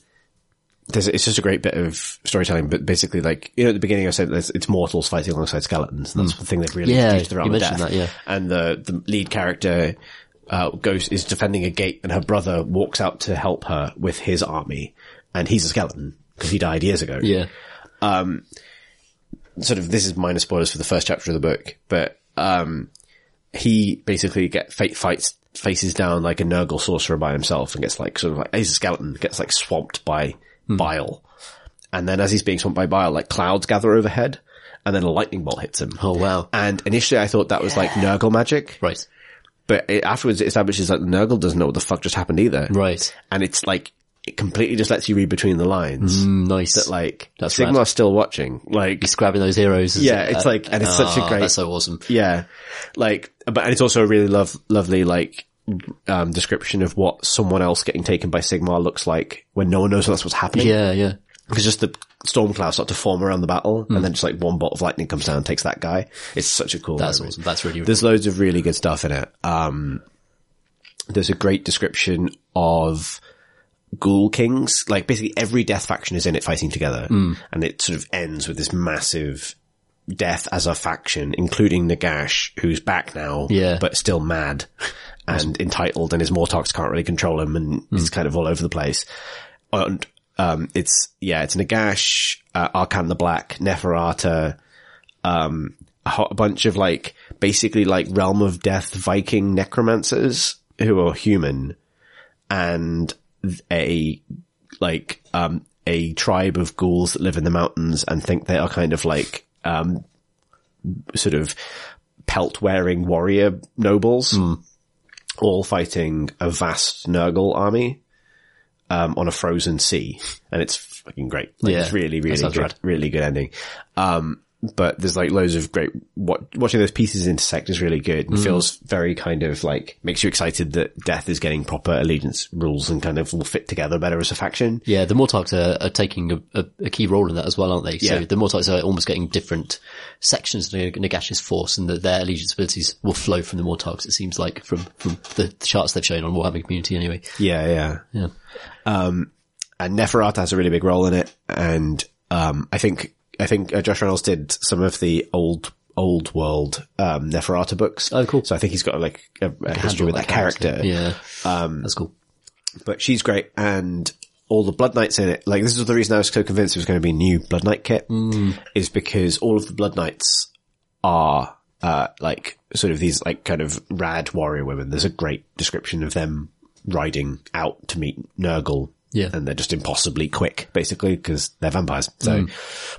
A: there's, it's just a great bit of storytelling, but basically, like you know, at the beginning I said there's- it's mortals fighting alongside skeletons, and that's the thing they've really
B: Hmm. Yeah,
A: introduced to the realm
B: you
A: of
B: mentioned
A: death.
B: that, yeah.
A: And the the lead character uh, goes is defending a gate, and her brother walks out to help her with his army, and he's a skeleton because he died years ago
B: yeah.
A: sort of this is minor spoilers for the first chapter of the book, but um, he basically get fa- fights faces down like a Nurgle sorcerer by himself and gets like sort of like he's a skeleton gets like swamped by bile, and then as he's being swamped by bile, like clouds gather overhead, and then a lightning bolt hits him.
B: Oh wow.
A: And initially, I thought that was like Nurgle magic,
B: Right.
A: but it, afterwards, it establishes that Nurgle doesn't know what the fuck just happened either,
B: Right.
A: and it's like it completely just lets you read between the lines.
B: Mm, nice.
A: Like
B: That's
A: Sigma's still watching. Like
B: He's grabbing those heroes. isn't
A: Yeah,
B: it?
A: it's like- and it's such a
B: Ah,
A: great-
B: That's so awesome.
A: Yeah. Like, but and it's also a really love, lovely, like, um, description of what someone else getting taken by Sigmar looks like when no one knows that's what's happening.
B: Yeah, yeah.
A: Because just the storm clouds start to form around the battle
B: Mm.
A: and then just like one bolt of lightning comes down and takes that guy. It's such a cool
B: That's
A: moment.
B: awesome. That's really.
A: There's loads of really good stuff in it. Um, there's a great description of ghoul kings. Like basically every death faction is in it fighting together. And it sort of ends with this massive death as a faction, including Nagash, who's back now,
B: Yeah.
A: but still mad and entitled and his Mortox can't really control him and he's kind of all over the place. And Um, it's, yeah, it's Nagash, uh, Arkan the Black, Neferata, um, a, ho- a bunch of like, basically like Realm of Death Viking necromancers who are human and a, like, um, a tribe of ghouls that live in the mountains and think they are kind of like, um, sort of pelt wearing warrior nobles
B: Hmm.
A: all fighting a vast Nurgle army um, on a frozen sea, and it's fucking great. Like,
B: Yeah,
A: it's really,
B: that
A: really
B: sounds
A: good,
B: rad.
A: really good ending. Um, but there's like loads of great wa- watching those pieces intersect is really good
B: Hmm.
A: and feels very kind of like makes you excited that death is getting proper allegiance rules and kind of will fit together better as a faction.
B: Yeah, the Mortarks are, are taking a, a, a key role in that as well, aren't they? So
A: Yeah.
B: the Mortarks are almost getting different sections of Nag- Nagash's force and that their allegiance abilities will flow from the Mortarks, it seems like, from, from the charts they've shown on Warhammer Community anyway.
A: Yeah, yeah. Um,
B: Yeah.
A: and Neferata has a really big role in it. And um, I think I think uh, Josh Reynolds did some of the old old world um, Neferata books.
B: Oh, cool.
A: So I think he's got like a, a history
B: Handle
A: with that character. Um,
B: Yeah. That's cool.
A: But she's great, and all the Blood Knights in it. Like this is the reason I was so convinced it was going to be a new Blood Knight kit,
B: Mm.
A: is because all of the Blood Knights are. Uh, like sort of these like kind of rad warrior women. There's a great description of them riding out to meet Nurgle
B: Yeah.
A: and they're just impossibly quick, basically, because they're vampires. So,
B: Mm.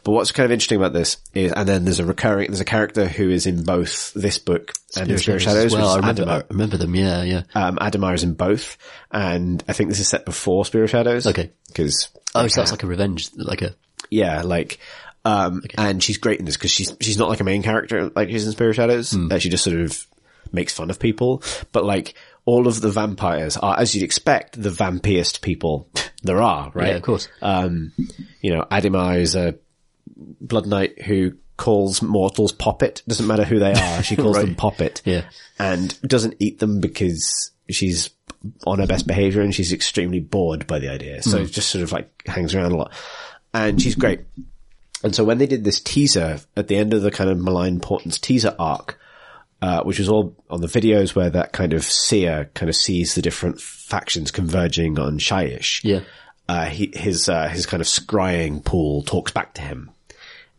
A: but what's kind of interesting about this is, and then there's a recurring, there's a character who is in both this book and in Spirit
B: As
A: Shadows,
B: well, I
A: which is
B: remember, I
A: Adamar.
B: remember them. Yeah, yeah.
A: Um, Adamar is in both, and I think this is set before Spirit Shadows.
B: Okay.
A: Because,
B: Oh, so that's like a revenge, like a,
A: yeah, like, um, and she's great in this because she's, she's not like a main character like she's in Spirit Shadows,
B: Hmm.
A: that she just sort of makes fun of people, but like, all of the vampires are, as you'd expect, the vampiest people there are, right?
B: yeah, of course.
A: you know, Adima is a blood knight who calls mortals poppet. Doesn't matter who they are, she calls them poppet.
B: Yeah.
A: And doesn't eat them because she's on her best behavior and she's extremely bored by the idea. So just sort of like hangs around a lot. And she's great. And so when they did this teaser at the end of the kind of malign importance teaser arc, uh, which was all on the videos where that kind of seer kind of sees the different factions converging on Shyish
B: yeah.
A: uh, he, his uh, his kind of scrying pool talks back to him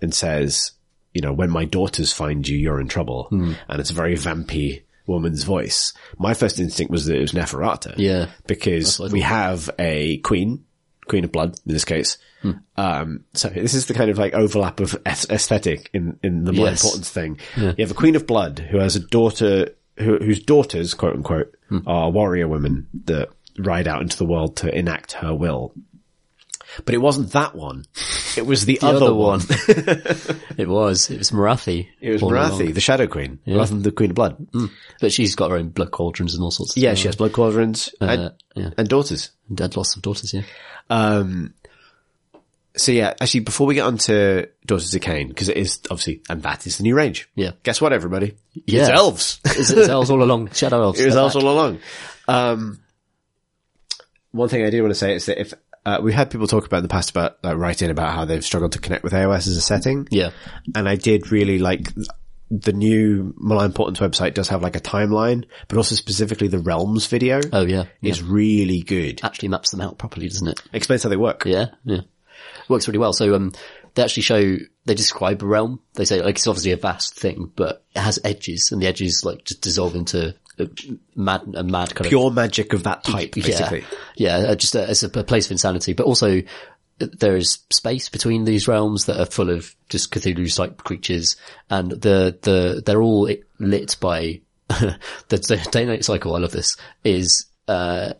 A: and says, you know, when my daughters find you, you're in trouble.
B: Hmm.
A: And it's a very vampy woman's voice. My first instinct was that it was Neferata.
B: Yeah.
A: Because we have a queen, queen of blood in this case.
B: Hmm.
A: Um, so this is the kind of like overlap of aes- aesthetic in, in the more
B: Yes.
A: importance thing. You have a queen of blood who has a daughter, who, whose daughters, quote unquote,
B: Hmm.
A: are warrior women that ride out into the world to enact her will. But it wasn't that one. It was the,
B: The
A: other,
B: other
A: one.
B: one. it was. It was Marathi.
A: It was
B: all along.
A: Marathi, the Shadow Queen, rather than the Queen of Blood.
B: But she's got her own blood cauldrons and all sorts of
A: Yeah,
B: stuff.
A: she has blood cauldrons and,
B: yeah.
A: and daughters. Um,
B: And had lots of daughters, yeah.
A: So yeah, actually, before we get on to Daughters of Cain, because it is obviously, and that is the new range.
B: Yeah.
A: Guess what, everybody?
B: Yeah.
A: It's elves.
B: It's, it's elves all along. Shadow elves.
A: It was
B: They're
A: us
B: back.
A: all along. Um, one thing I do want to say is that if uh, we've had people talk about in the past about like, write in about how they've struggled to connect with AOS as a setting,
B: Yeah.
A: and I did really like th- the new Malign Importance website does have like a timeline, but also specifically the realms video
B: Oh yeah. It
A: is really good.
B: actually maps them out properly, doesn't it?
A: Explains how they work.
B: Yeah. Yeah. Works really well. So, um, they actually show, they describe a realm. They say, like, it's obviously a vast thing, but it has edges and the edges, like, just dissolve into a mad, a mad kind of
A: Pure magic of that type, basically.
B: Yeah, yeah uh, just a, it's a, a place of insanity, but also uh, there is space between these realms that are full of just Cthulhu-type creatures, and the the they're all i- lit by the, the day-night cycle. I love this. Is uh,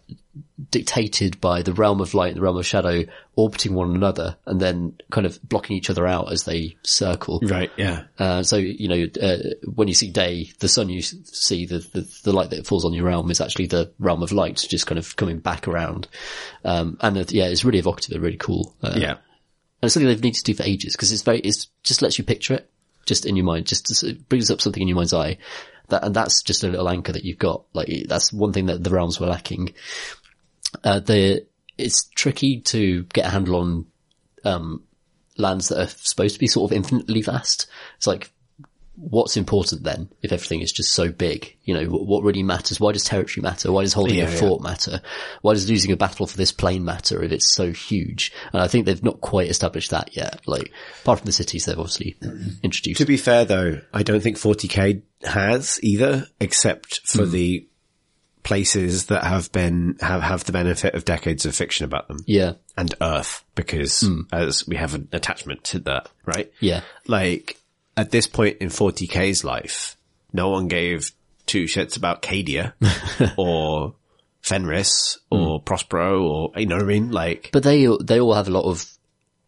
B: dictated by the realm of light and the realm of shadow orbiting one another, and then kind of blocking each other out as they circle.
A: Right, yeah.
B: Uh, so you know, uh, when you see day, the sun you s- see, the, the the light that falls on your realm is actually the realm of light, just kind of coming back around. Um, and it, yeah, it's really evocative and really cool. Uh,
A: Yeah.
B: and it's something they've needed to do for ages because it's very, it's just lets you picture it just in your mind, just to s- it brings up something in your mind's eye. That, and that's just a little anchor that you've got. Like that's one thing that the realms were lacking. Uh, the, it's tricky to get a handle on, um, lands that are supposed to be sort of infinitely vast. It's like what's important then if everything is just so big? You know, wh- what really matters? Why does territory matter? Why does holding
A: Yeah,
B: a
A: yeah.
B: fort matter? Why does losing a battle for this plane matter if it's so huge? And I think they've not quite established that yet. Like, apart from the cities they've obviously introduced.
A: To be fair though, I don't think 40k has either, except for
B: Hmm.
A: the places that have been, have, have the benefit of decades of fiction about them.
B: yeah. Hmm.
A: And Earth, because as we have an attachment to that, right?
B: Yeah.
A: Like, at this point in 40k's life, no one gave two shits about Cadia or Fenris
B: Hmm.
A: or Prospero or, you know what I mean? Like,
B: But they, they all have a lot of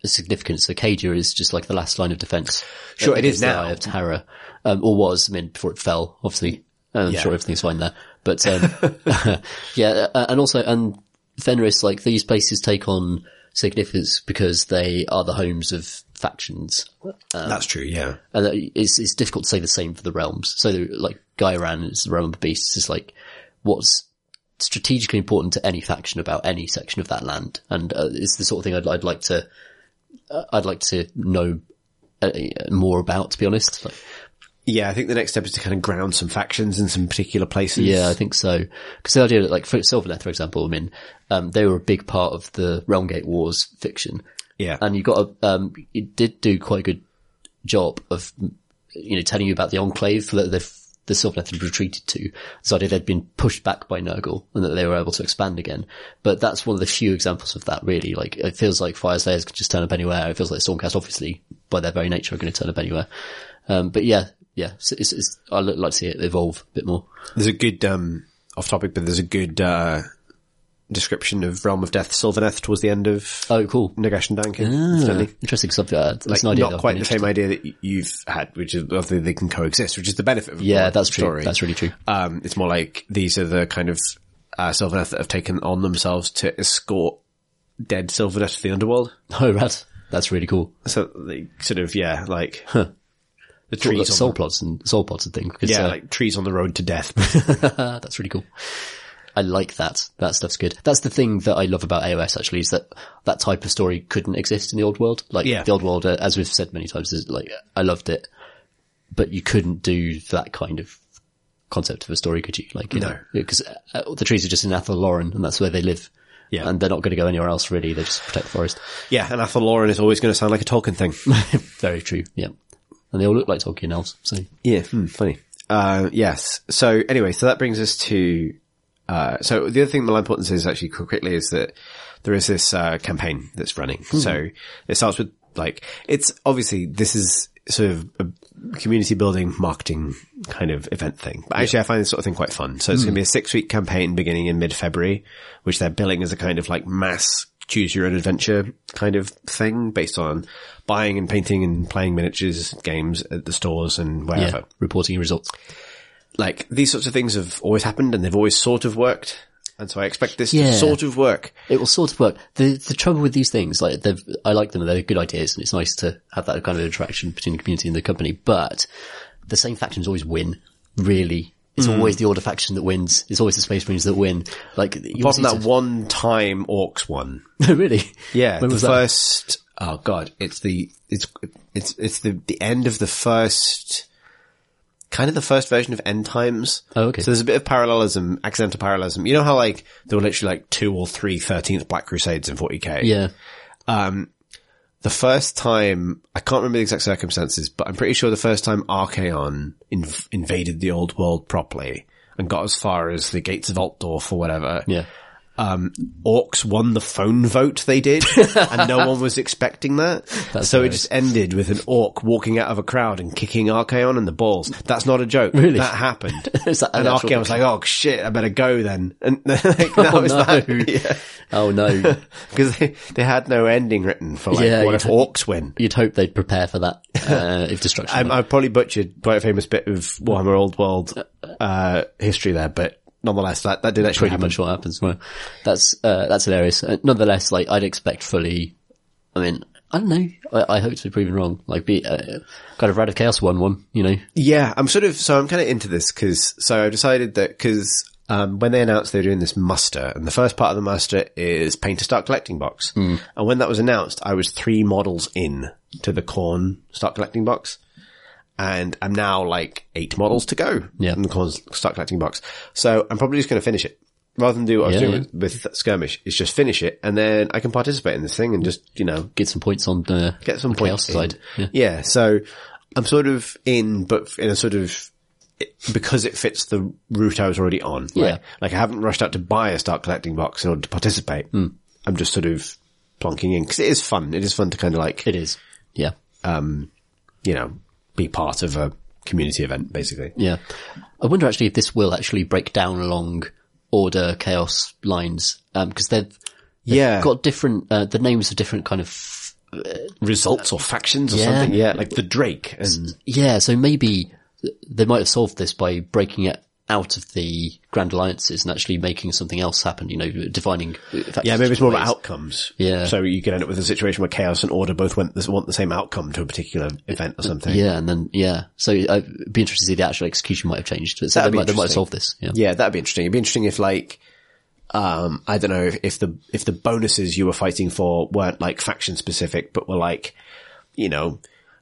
B: significance. Acadia is just like the last line of defense.
A: Sure, it is
B: Against the
A: now.
B: Eye of Terror. Um, or was, I mean, before it fell, obviously. And I'm
A: Yeah.
B: sure everything's fine there. But, um, yeah, uh, and also, and Fenris, like these places take on significance because they are the homes of factions.
A: that's true, yeah.
B: And that- it's, it's difficult to say the same for the realms. So like Gairan is the realm of beasts is like what's strategically important to any faction about any section of that land. And uh, it's the sort of thing I'd, I'd like to, uh, I'd like to know uh, more about, to be honest. Like,
A: Yeah, I think the next step is to kind of ground some factions in some particular places.
B: yeah, I think so. Cause the idea that like for Silverneth, for example, I mean, um, they were a big part of the Realmgate Wars fiction.
A: Yeah.
B: and you got a um, it did do quite a good job of you know telling you about the enclave that the the Sylvaneth had retreated to. So that they'd been pushed back by Nurgle and that they were able to expand again. But that's one of the few examples of that really. Like it feels like fire slayers can just turn up anywhere. It feels like Stormcast obviously by their very nature are going to turn up anywhere. Um, but yeah, yeah, it's, it's, it's, I'd like to see it evolve a bit more.
A: There's a good, um, off topic, but there's a good, uh, description of Realm of Death Sylvaneth towards the end of
B: Oh, cool.
A: Nagash and Dankin.
B: Ah,
A: incidentally.
B: interesting subject. Uh, That's
A: Like,
B: an idea that
A: not
B: I've
A: quite
B: been
A: the same idea that y- you've had, which is obviously they can coexist, which is the benefit of a
B: Yeah,
A: broad
B: that's true.
A: story.
B: That's really true.
A: Um, it's more like these are the kind of uh, Sylvaneth that have taken on themselves to escort dead Sylvaneth to the underworld.
B: Oh, right. That's really cool.
A: So they sort of yeah, like the
B: Well, like
A: trees, on
B: soul plots and soul plots and things. 'cause,
A: the, yeah,
B: uh,
A: like trees on the road to death.
B: uh, that's really cool. I like that. That stuff's good. That's the thing that I love about AOS actually is that that type of story couldn't exist in the old world. Like
A: Yeah.
B: the old world, uh, as we've said many times, is like I loved it, but you couldn't do that kind of concept of a story, could you? Like you
A: No.
B: know, because uh, the trees are just in Athaloran and that's where they live.
A: Yeah.
B: and they're not going to go anywhere else really. They just protect the forest.
A: yeah, and Athaloran is always going to sound like a Tolkien thing.
B: Very true. Yeah, and they all look like Tolkien elves. So
A: Yeah, hmm, funny. Uh, yes. So anyway, so that brings us to, uh, so the other thing Milan Portland says actually qu- quickly is that there is this, uh, campaign that's running. So it starts with like, it's obviously this is sort of a community building marketing kind of event thing, but actually I find this sort of thing quite fun. So it's going to be a six week campaign beginning in mid February, which they're billing as a kind of like mass choose your own adventure kind of thing based on buying and painting and playing miniatures games at the stores and
B: yeah,
A: wherever
B: reporting results.
A: like these sorts of things have always happened and they've always sort of worked. And so I expect this
B: Yeah.
A: to sort of work.
B: It will sort of work. The the trouble with these things, like they've, I like them, they're good ideas, and it's nice to have that kind of interaction between the community and the company. But the same factions always win. Really, it's
A: Hmm.
B: always the order faction that wins. It's always the Space Marines that win. Like you
A: Apart
B: also
A: from that one time orcs one.
B: to- really,
A: Yeah.
B: When
A: the
B: was that?
A: first, oh God, it's the, it's, it's, it's the, the end of the first, kind of the first version of end times.
B: Oh, okay.
A: So there's a bit of parallelism, accidental parallelism. You know how like there were literally like two or three 13th Black Crusades in 40k.
B: yeah,
A: the first time, I can't remember the exact circumstances, but I'm pretty sure the first time Archaon inv- invaded the old world properly and got as far as the gates of Altdorf or whatever,
B: yeah.
A: orcs won the phone vote they did and no one was expecting that. so it
B: hilarious.
A: just ended with an orc walking out of a crowd and kicking Archaon in the balls. That's not a joke.
B: Really?
A: That happened.
B: Is that
A: and
B: an actual- Oh,
A: Archaon was like, oh shit, I better go then. And like, that was
B: no.
A: that. Yeah.
B: Oh no,
A: Because they, they had no ending written for like,
B: Yeah,
A: what
B: you
A: if
B: don't-
A: orcs win?
B: you'd hope they'd prepare for that. Uh, if destruction,
A: Um, I've probably butchered quite a famous bit of Warhammer Old World uh, history there, but nonetheless, that, that did actually
B: pretty
A: happen.
B: much what happens. Well, that's uh, that's hilarious. Uh, nonetheless, like I'd expect fully. I mean, I don't know. I, I hope to be proven wrong. Like, be uh, kind of Rad of Chaos one one. You know,
A: Yeah, I'm sort of, so I'm kind of into this because, so I decided that because um, when they announced they were doing this muster, and the first part of the muster is paint a start collecting box.
B: Hmm.
A: And when that was announced, I was three models in to the corn start collecting box. and I'm now like eight models to go
B: Yeah.
A: in the corn start collecting box. So I'm probably just going to finish it rather than do what I was
B: Yeah,
A: doing
B: yeah.
A: With, with skirmish. Is just finish it and then I can participate in this thing and just you know
B: Get some points on the
A: get some
B: the
A: points.
B: chaos
A: in.
B: side. Yeah.
A: So I'm sort of in, but in a sort of it- because it fits the route I was already on. Like-
B: Yeah.
A: Like, I haven't rushed out to buy a start collecting box in order to participate.
B: Hmm.
A: I'm just sort of plonking in because it is fun. It is fun to kind of like,
B: It is. Yeah.
A: you know, be part of a community event basically.
B: Yeah. I wonder actually if this will actually break down along order chaos lines. Um, cause they've
A: Yeah.
B: got different, uh, the names of different kind of
A: results or Uh, factions or
B: Yeah.
A: something. Yeah. Like the Drake and
B: Yeah, so maybe th- they might have solved this by breaking it out of the Grand Alliances and actually making something else happen, you know, defining.
A: yeah, maybe it's more about outcomes.
B: Yeah.
A: So you could end up with a situation where chaos and order both went, want the same outcome to a particular event or something.
B: Yeah, and then, yeah. So I'd be interested to see the actual execution might have changed. But so they
A: That'd be
B: might, they might have
A: interesting.
B: solved this. Yeah.
A: Yeah, that'd be interesting. It'd be interesting if like, um, I don't know if, if the if the bonuses you were fighting for weren't like faction specific, but were like, you know,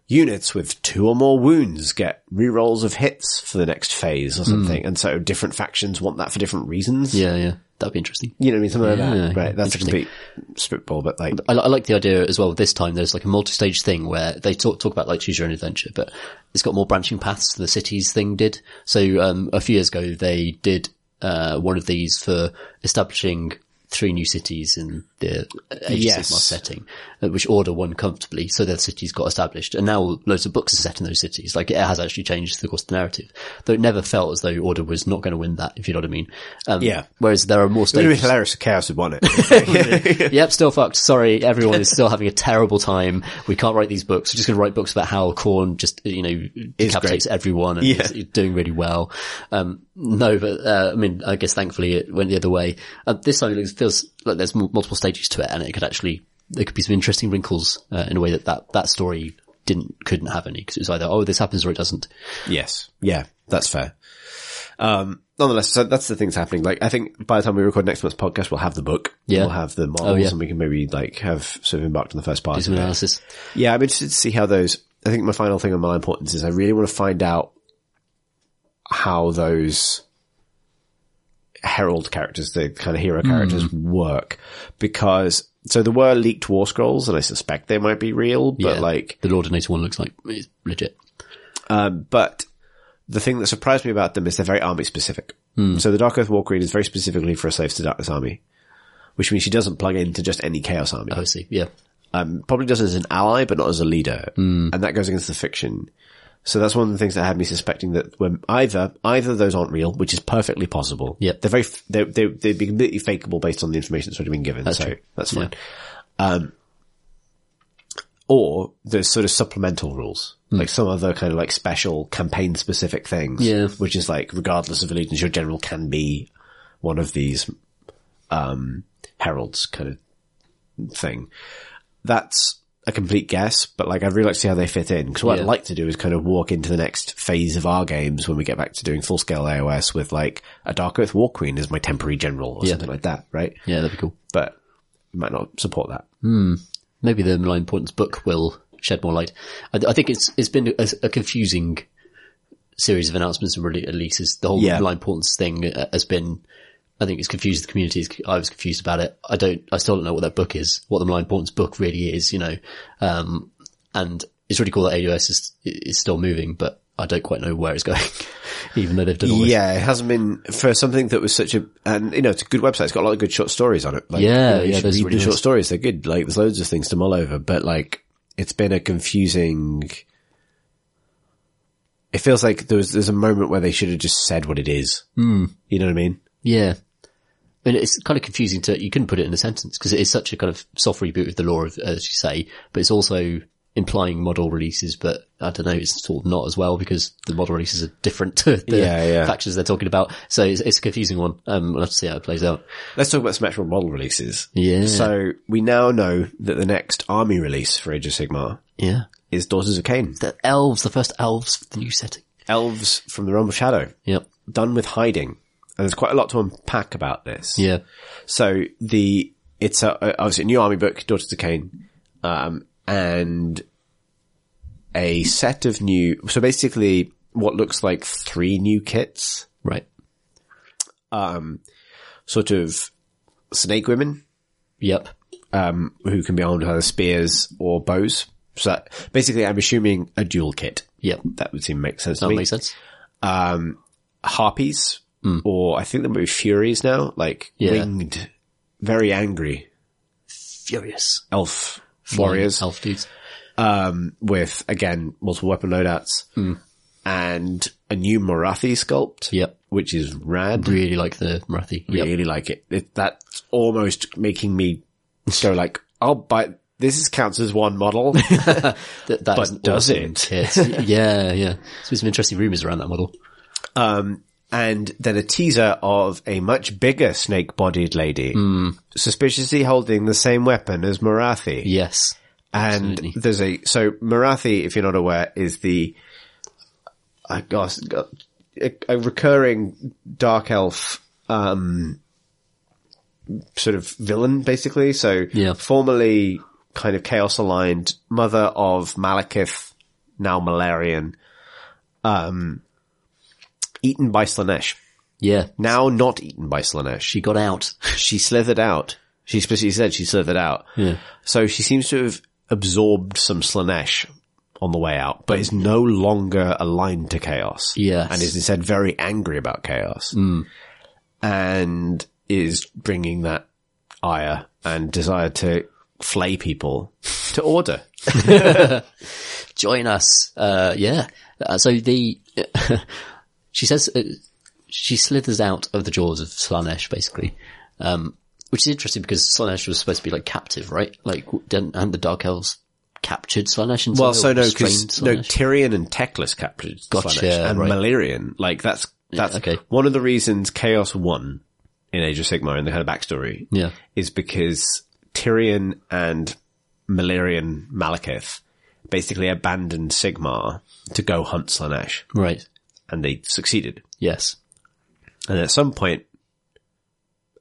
A: units with two or more wounds get rerolls of hits for the next phase or something, and so different factions want that for different reasons.
B: Hmm. Yeah, yeah. That'd be interesting.
A: You know what I mean? Something like
B: Yeah,
A: that. Right. That's a
B: interesting.
A: complete spitball, but like,
B: I, li- I like the idea as well. This time there's like a multi-stage thing where they talk talk about like choose your own adventure, but it's got more branching paths than the cities thing did. So um, a few years ago they did uh, one of these for establishing three new cities in the Age of
A: Yes.
B: Sigmar setting, uh, which Order won comfortably. So their cities got established, and now loads of books are set in those cities. Like it has actually changed the course of the narrative, though it never felt as though Order was not going to win that. If you know what I mean? Um,
A: Yeah.
B: Whereas there are more
A: it'd be
B: stages.
A: hilarious if chaos had won it.
B: Yep, still fucked. Sorry, everyone is still having a terrible time. We can't write these books. We're just going to write books about how corn just, you know, decapitates everyone and
A: Yeah.
B: is doing really well. Um, no, but, uh, I mean, I guess thankfully it went the other way. Uh, this time it looks- feels like there's mul- multiple stages to it and it could actually, there could be some interesting wrinkles, uh, in a way that that, that story didn't, couldn't have any because it was either, oh, this happens or it doesn't.
A: Yes. Yeah, that's fair. Um, nonetheless, so that's the things happening. Like, I think by the time we record next month's podcast, we'll have the book.
B: Yeah. Oh,
A: We'll have the models
B: yeah.
A: and we can maybe like have sort of embarked on the first part.
B: Some
A: Of it.
B: analysis.
A: Yeah, I'm interested to see how those, I think my final thing on my importance is I really want to find out how those herald characters, the kind of
B: Hmm.
A: hero characters work because so there were leaked war scrolls and I suspect they might be real, but
B: Yeah.
A: like
B: The Lord of Nature one looks like it's legit.
A: but the thing that surprised me about them is they're very army specific. So the Dark Earth War Queen is very specifically for a Slaves to Darkness army, which means she doesn't plug into just any Chaos army.
B: Oh, I see. Yeah.
A: Um, probably does as an ally, but not as a leader,
B: Hmm.
A: and that goes against the fiction. So that's one of the things that had me suspecting that when either either of those aren't real, which is perfectly possible.
B: Yep.
A: they're very f- they they they'd be completely fakeable based on the information that's already been given. so
B: true.
A: that's fine. Um, or there's sort of supplemental rules,
B: Hmm.
A: like some other kind of like special campaign specific things.
B: Yeah.
A: which is like regardless of allegiance, your general can be one of these um heralds kind of thing that's a complete guess, but like I'd really like to see how they fit in. Cause what
B: Yeah.
A: I'd like to do is kind of walk into the next phase of our games when we get back to doing full scale AOS with like a Dark Earth War Queen as my temporary general or something like that, right?
B: Yeah, that'd be cool.
A: But we might not support that.
B: maybe the Malign Importance book will shed more light. I, I think it's it's been a, a confusing series of announcements and rele- releases. The whole
A: Yeah.
B: Malign Importance thing uh, has been. I think it's confused the community. It's- I was confused about it. I don't. I still don't know what that book is. What the Malign Importance book really is, you know. Um, and it's really cool that AOS is is still moving, but I don't quite know where it's going, even though they've done all this.
A: Yeah, it hasn't been for something that was such a, and you know, it's a good website. It's got a lot of good short stories on it. Like,
B: Yeah,
A: you know, you
B: yeah,
A: should
B: those
A: read
B: really
A: the short
B: nice.
A: stories. They're good. Like, there's loads of things to mull over, but like, it's been a confusing. It feels like there was, there's a moment where they should have just said what it is.
B: Hmm.
A: You know what I mean?
B: Yeah. I mean, it's kind of confusing to, you couldn't put it in a sentence because it is such a kind of soft reboot of the law of, as you say, but it's also implying model releases, but I don't know, it's sort of not as well because the model releases are different to the
A: Yeah, yeah.
B: factions they're talking about. So it's, it's a confusing one. Um, we'll have to see how it plays out.
A: Let's talk about some actual model releases.
B: Yeah.
A: So we now know that the next army release for Age of Sigmar
B: Yeah.
A: is Daughters of Cain.
B: The elves, the first elves for the new setting.
A: Elves from the Realm of Shadow,
B: Yep.
A: done with hiding. And there's quite a lot to unpack about this.
B: Yeah.
A: So the, it's a, a- obviously a new army book, Daughters of Cain, um, and a set of new, so basically what looks like three new kits,
B: Right.
A: sort of snake women,
B: Yep.
A: um, who can be armed with either spears or bows. So that, basically I'm assuming a dual kit.
B: Yep.
A: That would seem to make sense
B: That
A: to me.
B: makes sense. Hmm.
A: Harpies, or I think there might be furies now, like
B: Yeah.
A: winged, very angry
B: Furious.
A: elf warriors.
B: Elf dudes.
A: um, with again multiple weapon loadouts and a new Marathi sculpt,
B: Yep.
A: which is rad.
B: Really like the Marathi. Yep.
A: Really like it. it. That's almost making me go like, I'll buy. This is counts as one model.
B: That, that
A: But
B: is an
A: does
B: awesome
A: it?
B: kit. yeah, yeah. There's been some interesting rumors around that model.
A: and then a teaser of a much bigger snake-bodied lady, suspiciously holding the same weapon as Marathi.
B: Yes.
A: And there's a so Marathi, if you're not aware, is the I gosh, got a, a recurring dark elf um sort of villain basically. So
B: Yeah.
A: formerly kind of chaos aligned mother of Malekith, now Malarian, um eaten by Slanesh.
B: Yeah.
A: Now not eaten by Slanesh
B: She got out.
A: she slithered out. She specifically said she slithered out.
B: Yeah.
A: So she seems to have absorbed some Slanesh on the way out, but is no longer aligned to chaos.
B: Yes. Mm.
A: And is instead very angry about chaos. And is bringing that ire and desire to flay people to order.
B: Join us. Uh, yeah. Uh, so the, she says, uh, she slithers out of the jaws of Slanesh, basically. Um, which is interesting because Slanesh was supposed to be like captive, right? Like, w- didn't, and the Dark Elves captured Slanesh and
A: Well, so no,
B: restrained
A: because no
B: Slanesh?
A: Tyrion and Teclis captured
B: Gotcha,
A: Slanesh and
B: right.
A: Malerion. Like that's that's
B: okay.
A: one of the reasons Chaos won in Age of Sigmar and they had a backstory.
B: Yeah.
A: is because Tyrion and Malerion Malekith basically abandoned Sigmar to go hunt Slanesh,
B: Right.
A: and they succeeded.
B: Yes.
A: And at some point,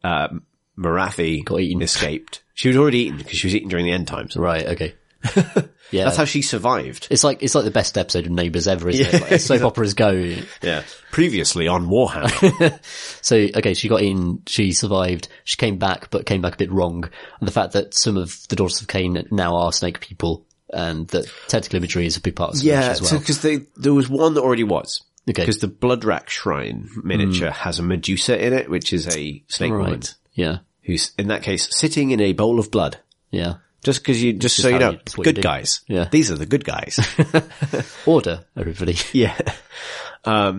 A: um, Marathi
B: Got eaten.
A: escaped. She was already eaten because she was eaten during the end times.
B: Right. Okay. Yeah.
A: That's how she survived.
B: it's like, it's like the best episode of Neighbours ever, isn't it? Like, soap operas go.
A: Yeah. Previously on Warhammer.
B: So, okay, she got in, she survived, she came back, but came back a bit wrong. And the fact that some of the daughters of Cain now are snake people, and that tentacle imagery is a big part of yeah,
A: yeah.
B: as well.
A: because there was one that already was.
B: Okay.
A: Because the Bloodrack Shrine miniature has a Medusa in it, which is a snake woman
B: right. Yeah.
A: who's, in that case, sitting in a bowl of blood.
B: Yeah.
A: Just because you, just so
B: how
A: you know,
B: you- it's what you
A: good
B: do.
A: guys.
B: Yeah.
A: These are the good guys.
B: Order, everybody.
A: yeah. Um,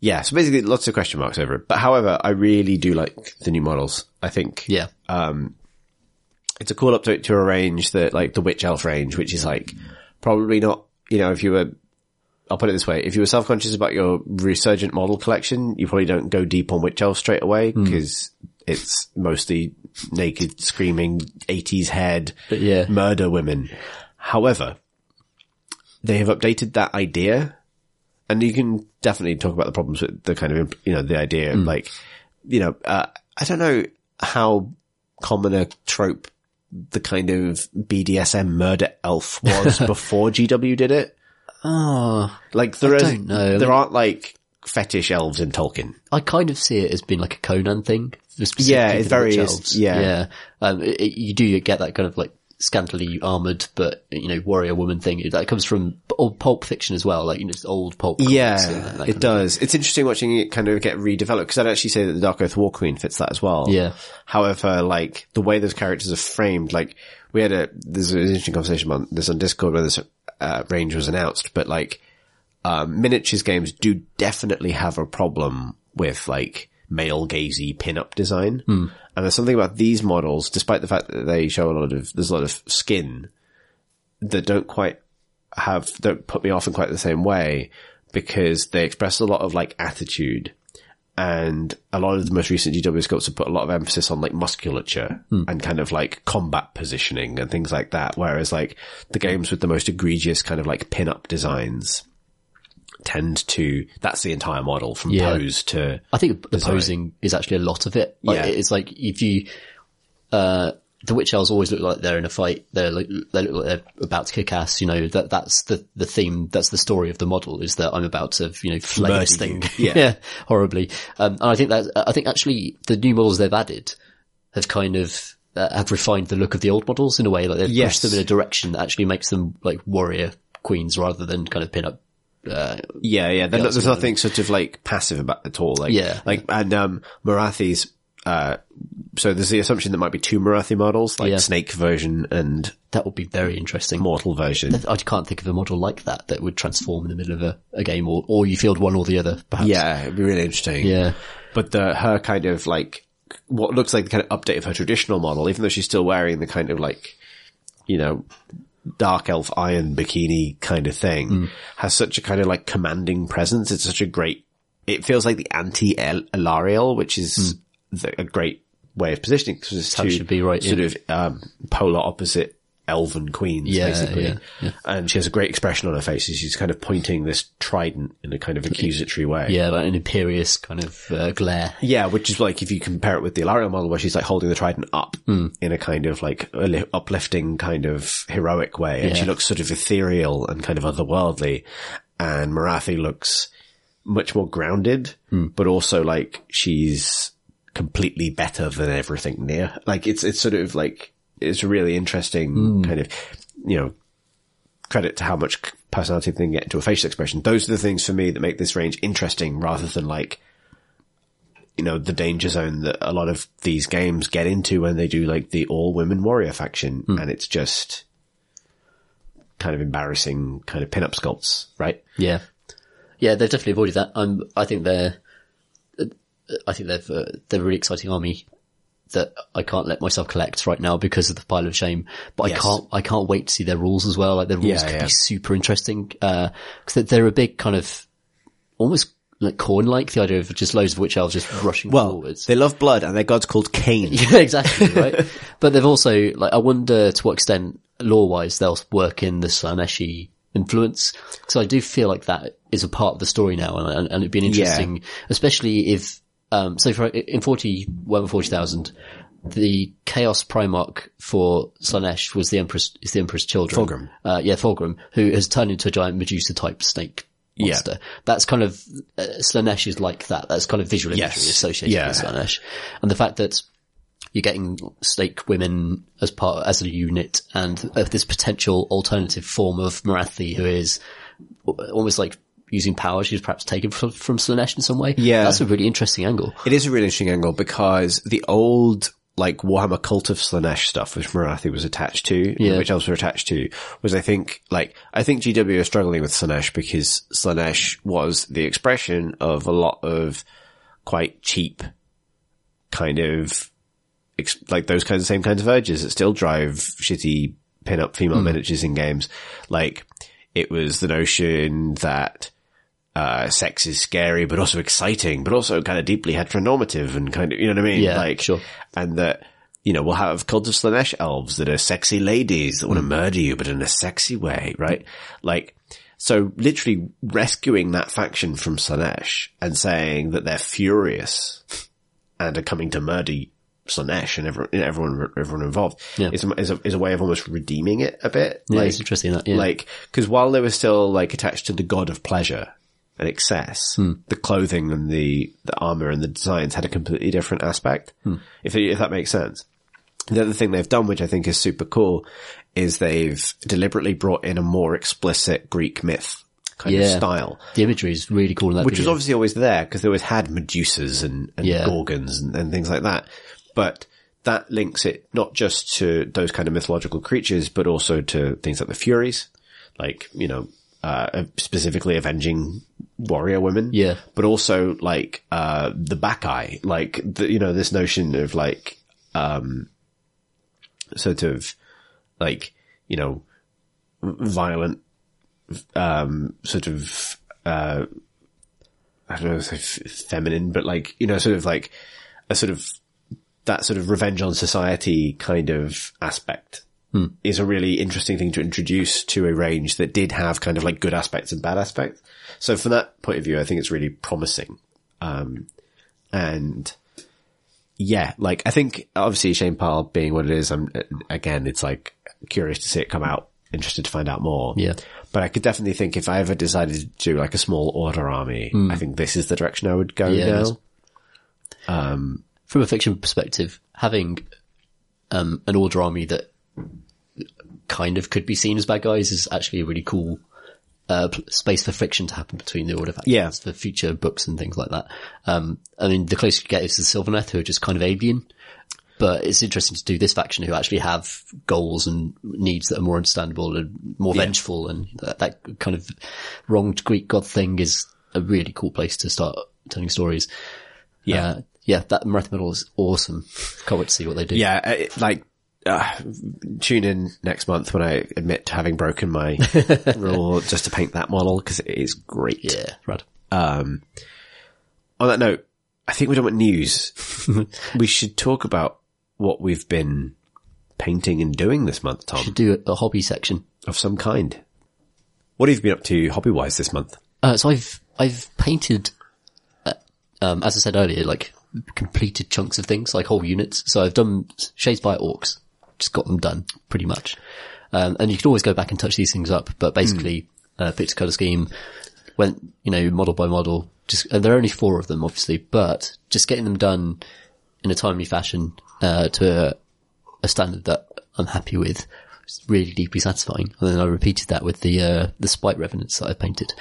A: yeah. So basically lots of question marks over it. But however, I really do like the new models. I think
B: yeah.
A: it's a cool update to a range that like the witch elf range, which is like probably not, you know, if you were, I'll put it this way. If you were self-conscious about your resurgent model collection, you probably don't go deep on witch elf straight away
B: Hmm.
A: because it's mostly naked, screaming 80s head
B: Yeah.
A: murder women. However, they have updated that idea and you can definitely talk about the problems with the kind of, imp- you know, the idea
B: Mm.
A: of like, you know, uh, I don't know how common a trope the kind of BDSM murder elf was before GW did it.
B: Oh,
A: Like there is,
B: don't know.
A: there aren't like fetish elves in Tolkien.
B: I kind of see it as being like a Conan thing. specifically
A: Yeah, it
B: the
A: very
B: Witch
A: is-
B: Elves.
A: yeah.
B: Yeah. Um, it- it- you do get that kind of like scantily armored, but, you know, warrior woman thing. That comes from old pulp fiction as well. Like, you know, it's old pulp. comics and that- that kind
A: it does. It's interesting watching it kind of get redeveloped because I'd actually say that the Dark Earth War Queen fits that as well.
B: Yeah.
A: However, like the way those characters are framed, like we had a there's an interesting conversation on this on Discord when this uh, range was announced, but like um, miniatures games do definitely have a problem with like male gazy pin-up design, and there's something about these models, despite the fact that they show a lot of there's a lot of skin that don't quite have don't put me off in quite the same way because they express a lot of like attitude and a lot of the most recent GW scopes have put a lot of emphasis on like musculature and kind of like combat positioning and things like that. Whereas like the games with the most egregious kind of like pin up designs tend to, that's the entire model from
B: Yeah.
A: pose to
B: I think the posing is actually a lot of it. Like,
A: Yeah.
B: It's like if you, uh, the witch elves always look like they're in a fight. They're like, they look like they're about to kick ass. You know that that's the the theme. That's the story of the model is that I'm about to you know flay
A: Murder
B: this
A: you.
B: thing.
A: Yeah.
B: horribly. Um, and I think that I think actually the new models they've added have kind of uh, have refined the look of the old models in a way. Like they've
A: Yes.
B: pushed them in a direction that actually makes them like warrior queens rather than kind of pin up. Uh,
A: Yeah, yeah. There-
B: that's
A: there's
B: good.
A: nothing sort of like passive about at all. Like,
B: Yeah.
A: like and um, Marathi's. Uh, so there's the assumption there might be two Marathi models, like
B: Yeah.
A: Snake version and
B: that would be very interesting.
A: Mortal version.
B: I can't think of a model like that that would transform in the middle of a, a game, or, or you field one or the other, perhaps.
A: Yeah, it'd be really interesting.
B: Yeah.
A: but the her kind of like what looks like the kind of update of her traditional model, even though she's still wearing the kind of like you know dark elf iron bikini kind of thing,
B: Mm.
A: has such a kind of like commanding presence. It's such a great. It feels like the anti Elariel, which is
B: Mm.
A: the, a great way of positioning because it's two
B: should be right,
A: sort
B: yeah.
A: of um, polar opposite elven queens
B: Yeah,
A: basically
B: yeah,
A: and she has a great expression on her face as she's kind of pointing this trident in a kind of accusatory way
B: Yeah, like an imperious kind of uh, glare.
A: yeah, which is like if you compare it with the Ilario model where she's like holding the trident up in a kind of like li- uplifting kind of heroic way and she
B: Yeah.
A: looks sort of ethereal and kind of otherworldly and Marathi looks much more grounded, but also like she's completely better than everything near. Like it's, it's sort of like, it's a really interesting kind of, you know, credit to how much c- personality they can get into a facial expression. Those are the things for me that make this range interesting rather than like, you know, the danger zone that a lot of these games get into when they do like the all women warrior faction and it's just kind of embarrassing kind of pin-up sculpts, right?
B: Yeah. Yeah, they've definitely avoided that. Um, I think they're, uh, I think they've, uh, they're a really exciting army that I can't let myself collect right now because of the pile of shame. But
A: Yes.
B: I can't, I can't wait to see their rules as well. Like their rules
A: Yeah,
B: could
A: yeah.
B: be super interesting. Uh, cause they're- they're a big kind of almost like corn like the idea of just loads of witch elves just rushing forwards.
A: they love blood and their god's called Cain.
B: Yeah, exactly, right? but they've also, like, I wonder to what extent, law-wise, they'll work in the Slaneshi influence. Because I do feel like that is a part of the story now, and, and- and it'd be an interesting, especially if, um, so for, in 40, well, over 40,000, the Chaos Primarch for Slanesh was the Empress, is the Empress' children.
A: Fulgrim.
B: Uh, yeah, Fulgrim, who has turned into a giant Medusa-type snake.
A: Yeah.
B: Monster. That's kind of, uh, Slanesh is like that. That's kind of visual imagery
A: Yes.
B: associated
A: Yeah.
B: with Slanesh. And the fact that you're getting snake women as part as a unit and uh, this potential alternative form of Marathi who is w- almost like using power she's perhaps taken from, from Slanesh in some way.
A: Yeah.
B: That's a really interesting angle.
A: It is a really interesting angle because the old like Warhammer Cult of Slanesh stuff, which Marathi was attached to,
B: Yeah.
A: which elves were attached to, was I think like I think GW is struggling with Slanesh because Slanesh was the expression of a lot of quite cheap kind of ex- like those kinds of same kinds of urges that still drive shitty pin-up female
B: Hmm.
A: miniatures in games. Like it was the notion that uh, sex is scary, but also exciting, but also kind of deeply heteronormative and kind of, you know what I mean?
B: Yeah,
A: like,
B: sure.
A: and that, you know, we'll have cult of Slanesh elves that are sexy ladies that want to
B: Hmm.
A: murder you, but in a sexy way, right? Like, so literally rescuing that faction from Slanesh and saying that they're furious and are coming to murder Slanesh and everyone, everyone, everyone involved
B: Yeah.
A: is, a- is, a, is a way of almost redeeming it a bit.
B: Yeah,
A: like,
B: it's interesting that, yeah.
A: like, cause while they were still like attached to the god of pleasure and excess,
B: Hmm.
A: the clothing and the, the armor and the designs had a completely different aspect.
B: Hmm.
A: If, if that makes sense. The other thing they've done, which I think is super cool, is they've deliberately brought in a more explicit Greek myth kind of
B: Yeah.
A: style
B: the imagery is really cool in that
A: which was
B: video.
A: obviously always there because they always had Medusas and, and
B: Yeah.
A: Gorgons and, and things like that. But that links it not just to those kind of mythological creatures, but also to things like the Furies, like, you know, uh, specifically avenging warrior women.
B: Yeah.
A: But also like, uh, the Bacchae, like, the, you know, this notion of like, um, sort of like, you know, violent, um, sort of, uh, I don't know, if f- feminine, but like, you know, sort of like a sort of that sort of revenge on society kind of aspect
B: Hmm.
A: is a really interesting thing to introduce to a range that did have kind of like good aspects and bad aspects. So from that point of view, I think it's really promising. Um, and yeah, like I think obviously Shane Parr being what it is, I'm again, it's like curious to see it come out, interested to find out more.
B: Yeah.
A: But I could definitely think if I ever decided to do like a small order army, I think this is the direction I would go
B: Hmm. Yeah,
A: now.
B: it's- From a fiction perspective, having um, an order army that kind of could be seen as bad guys is actually a really cool uh, pl- space for friction to happen between the order factions
A: Yeah.
B: for future books and things like that. Um, I mean, the closest you get is the Sylvaneth, who are just kind of alien. But it's interesting to do this faction who actually have goals and needs that are more understandable and more vengeful, and that, that kind of wronged Greek god thing is a really cool place to start telling stories.
A: Yeah.
B: Uh, yeah, that Marathon Middle is awesome. Can't wait to see what they do.
A: yeah, I- like uh, tune in next month when I admit to having broken my rule just to paint that model because it is great.
B: Yeah, rad.
A: On that note, I think we don't want news. we should talk about what we've been painting and doing this month, Tom.
B: Should do a, a hobby section.
A: of some kind. What have you been up to hobby wise this month?
B: Uh, so I've, I've painted, uh, um, as I said earlier, like completed chunks of things, like whole units. So I've done Shades by Orcs, just got them done pretty much. Um, and you can always go back and touch these things up, but basically, uh, fixed color scheme went, you know, model by model, just, and there are only four of them, obviously, but just getting them done in a timely fashion, uh, to a, a standard that I'm happy with. It's really deeply satisfying. And then I repeated that with the, uh, the spite revenants that I painted.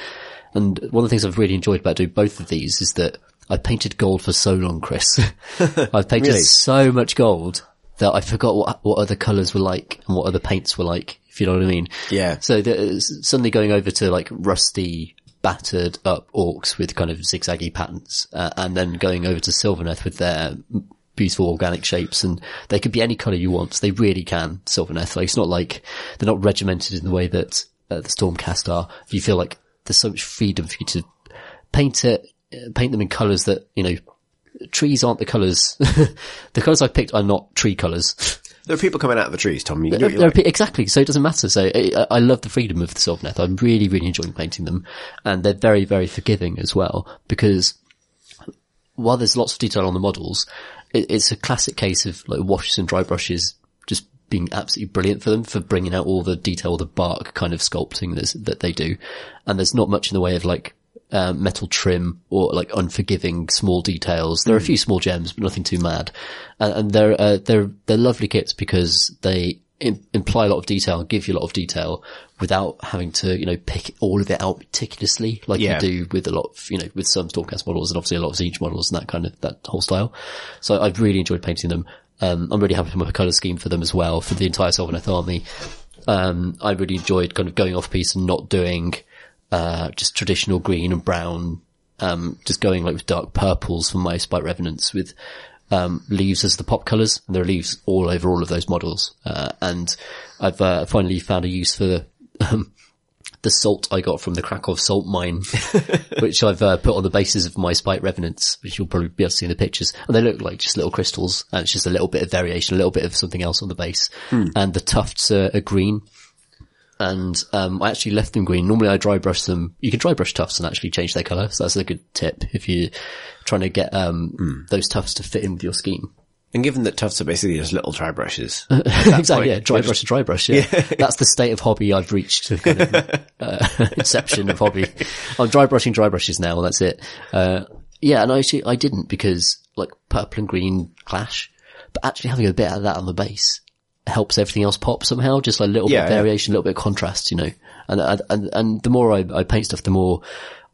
B: And one of the things I've really enjoyed about doing both of these is that I painted gold for so long, Chris. I've painted
A: Really?
B: so much gold that I forgot what, what other colors were like and what other paints were like, if you know what I mean.
A: Yeah.
B: So there's suddenly going over to like rusty, battered up orcs with kind of zigzaggy patterns, uh, and then going over to Sylvaneth with their beautiful organic shapes, and they could be any color you want. They really can, Sylvaneth. Like it's not like they're not regimented in the way that uh, the Stormcast are. You feel like there's so much freedom for you to paint it, uh, paint them in colors that you know. Trees aren't the colors. the colors I picked are not tree colors.
A: There are people coming out of the trees, Tom. You can do
B: There-
A: what you
B: there are
A: like.
B: pe- Exactly. So it doesn't matter. So eh, I, I love the freedom of the Sylvaneth. I'm really, really enjoying painting them. And they're very, very forgiving as well because while there's lots of detail on the models, it, it's a classic case of like washes and dry brushes just being absolutely brilliant for them for bringing out all the detail, the bark kind of sculpting that's, that they do. And there's not much in the way of like, uh, metal trim or like unforgiving small details. There are a few small gems, but nothing too mad. And, and they're, uh, they're, they're lovely kits because they im- imply a lot of detail and give you a lot of detail without having to, you know, pick all of it out meticulously like
A: Yeah.
B: you do with a lot of, you know, with some Stormcast models and obviously a lot of Siege models and that kind of, that whole style. So I've really enjoyed painting them. Um, I'm really happy with my colour scheme for them as well, for the entire Sylvaneth army. Um, I really enjoyed kind of going off piece and not doing, uh, just traditional green and brown, um, just going like with dark purples for my Spite Revenants with, um, leaves as the pop colors and there are leaves all over all of those models. Uh, and I've, uh, finally found a use for, um, the salt I got from the Krakow salt mine, which I've uh, put on the basis of my spite revenants, which you'll probably be able to see in the pictures. And they look like just little crystals, and it's just a little bit of variation, a little bit of something else on the base. And the tufts are, are green, and um, I actually left them green. Normally, I dry brush them. You can dry brush tufts and actually change their color, so that's a good tip if you're trying to get um, those tufts to fit in with your scheme.
A: And given that tufts are basically just little dry brushes,
B: exactly.
A: point.
B: Yeah, dry brush to dry brush. Yeah, that's the state of hobby I've reached. The kind of uh, inception of hobby. I'm dry brushing dry brushes now. That's it. Uh, yeah, and I actually I didn't because like purple and green clash, but actually having a bit of that on the base helps everything else pop somehow. Just a little
A: Yeah,
B: bit of
A: yeah.
B: variation, a little bit of contrast, you know. And and and, and the more I, I paint stuff, the more.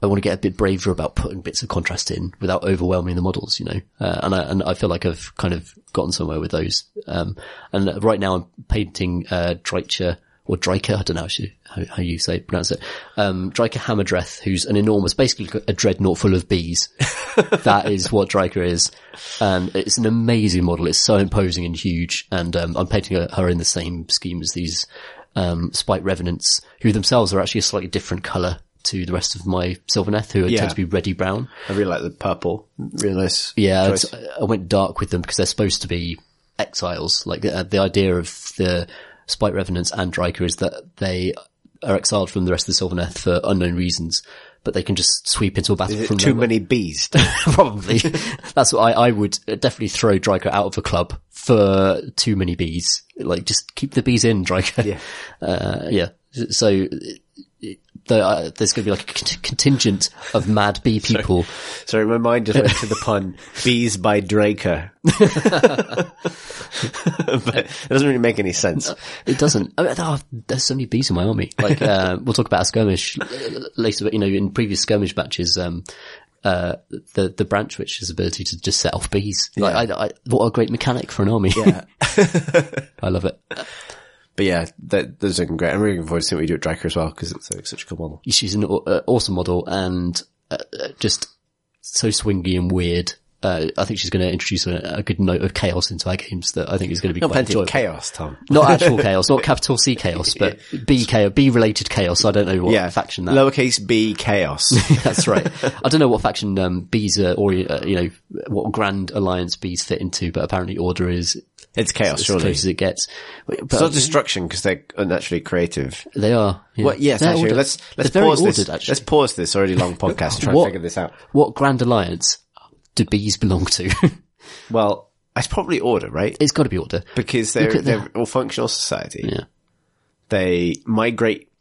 B: I want to get a bit braver about putting bits of contrast in without overwhelming the models, you know. Uh, and I and I feel like I've kind of gotten somewhere with those. Um, and right now I'm painting uh, Dreicher or Dreiker, I don't know how, she, how, how you say pronounce it. Um, Dreiker Hammerdreth, who's an enormous, basically a dreadnought full of bees. that is what Dreiker is, and it's an amazing model. It's so imposing and huge, and um, I'm painting her- her in the same scheme as these um, Spite Revenants, who themselves are actually a slightly different color to the rest of my Sylvaneth, who
A: Yeah.
B: tend to be reddy brown.
A: I really like the purple. Really nice.
B: Yeah,
A: choice.
B: it's- I went dark with them because they're supposed to be exiles. Like the, uh, the idea of the Spite Revenants and Dryker is that they are exiled from the rest of the Sylvaneth for unknown reasons. but they can just sweep into a battle
A: Is
B: from
A: it too
B: nowhere.
A: many bees?
B: Probably. That's what I, I would uh, definitely throw Dryko out of the club for too many bees. Like, just keep the bees in, Dryko.
A: Yeah.
B: Uh, yeah. So, it- it- there uh, there's going to be like a cont- contingent of mad bee people.
A: Sorry, my mind just went to the pun "bees by Draker," but it doesn't really make any sense.
B: It doesn't. I mean, there are- there's so many bees in my army. Like, uh, we'll talk about a skirmish later, but you know, in previous skirmish batches, um, uh, the, the branch witch's ability to just set off bees. Like, I, I, what a great mechanic for an army. Yeah. I love it.
A: But yeah, that, those are looking great. I'm really looking forward to seeing what you do at Draker as well because it's uh, such a cool model.
B: she's an au- uh, awesome model and uh, uh, just so swingy and weird. Uh, I think she's going to introduce a, a good note of chaos into our games that I think is going to be
A: Got
B: quite
A: plenty
B: enjoyable.
A: of chaos, Tom.
B: not actual chaos, not capital C chaos, but B chaos, B related chaos. I don't know what
A: Yeah,
B: faction that.
A: lowercase b chaos.
B: That's right. I don't know what faction um, bees are, or uh, you know what grand alliance bees fit into, but apparently order is
A: it's chaos,
B: as
A: Oh, surely.
B: close
A: It's
B: as it gets. But
A: not destruction because they're unnaturally creative.
B: they are. Yeah.
A: What? Yes,
B: They're
A: actually,
B: ordered-
A: let's let's
B: they're very
A: pause this.
B: ordered, actually.
A: Let's pause this already long podcast and try and
B: What?
A: figure this out.
B: What grand alliance do bees belong to?
A: Well, it's probably order, right?
B: it's got to be order.
A: because they're
B: at
A: they're all functional society.
B: Yeah.
A: They migrate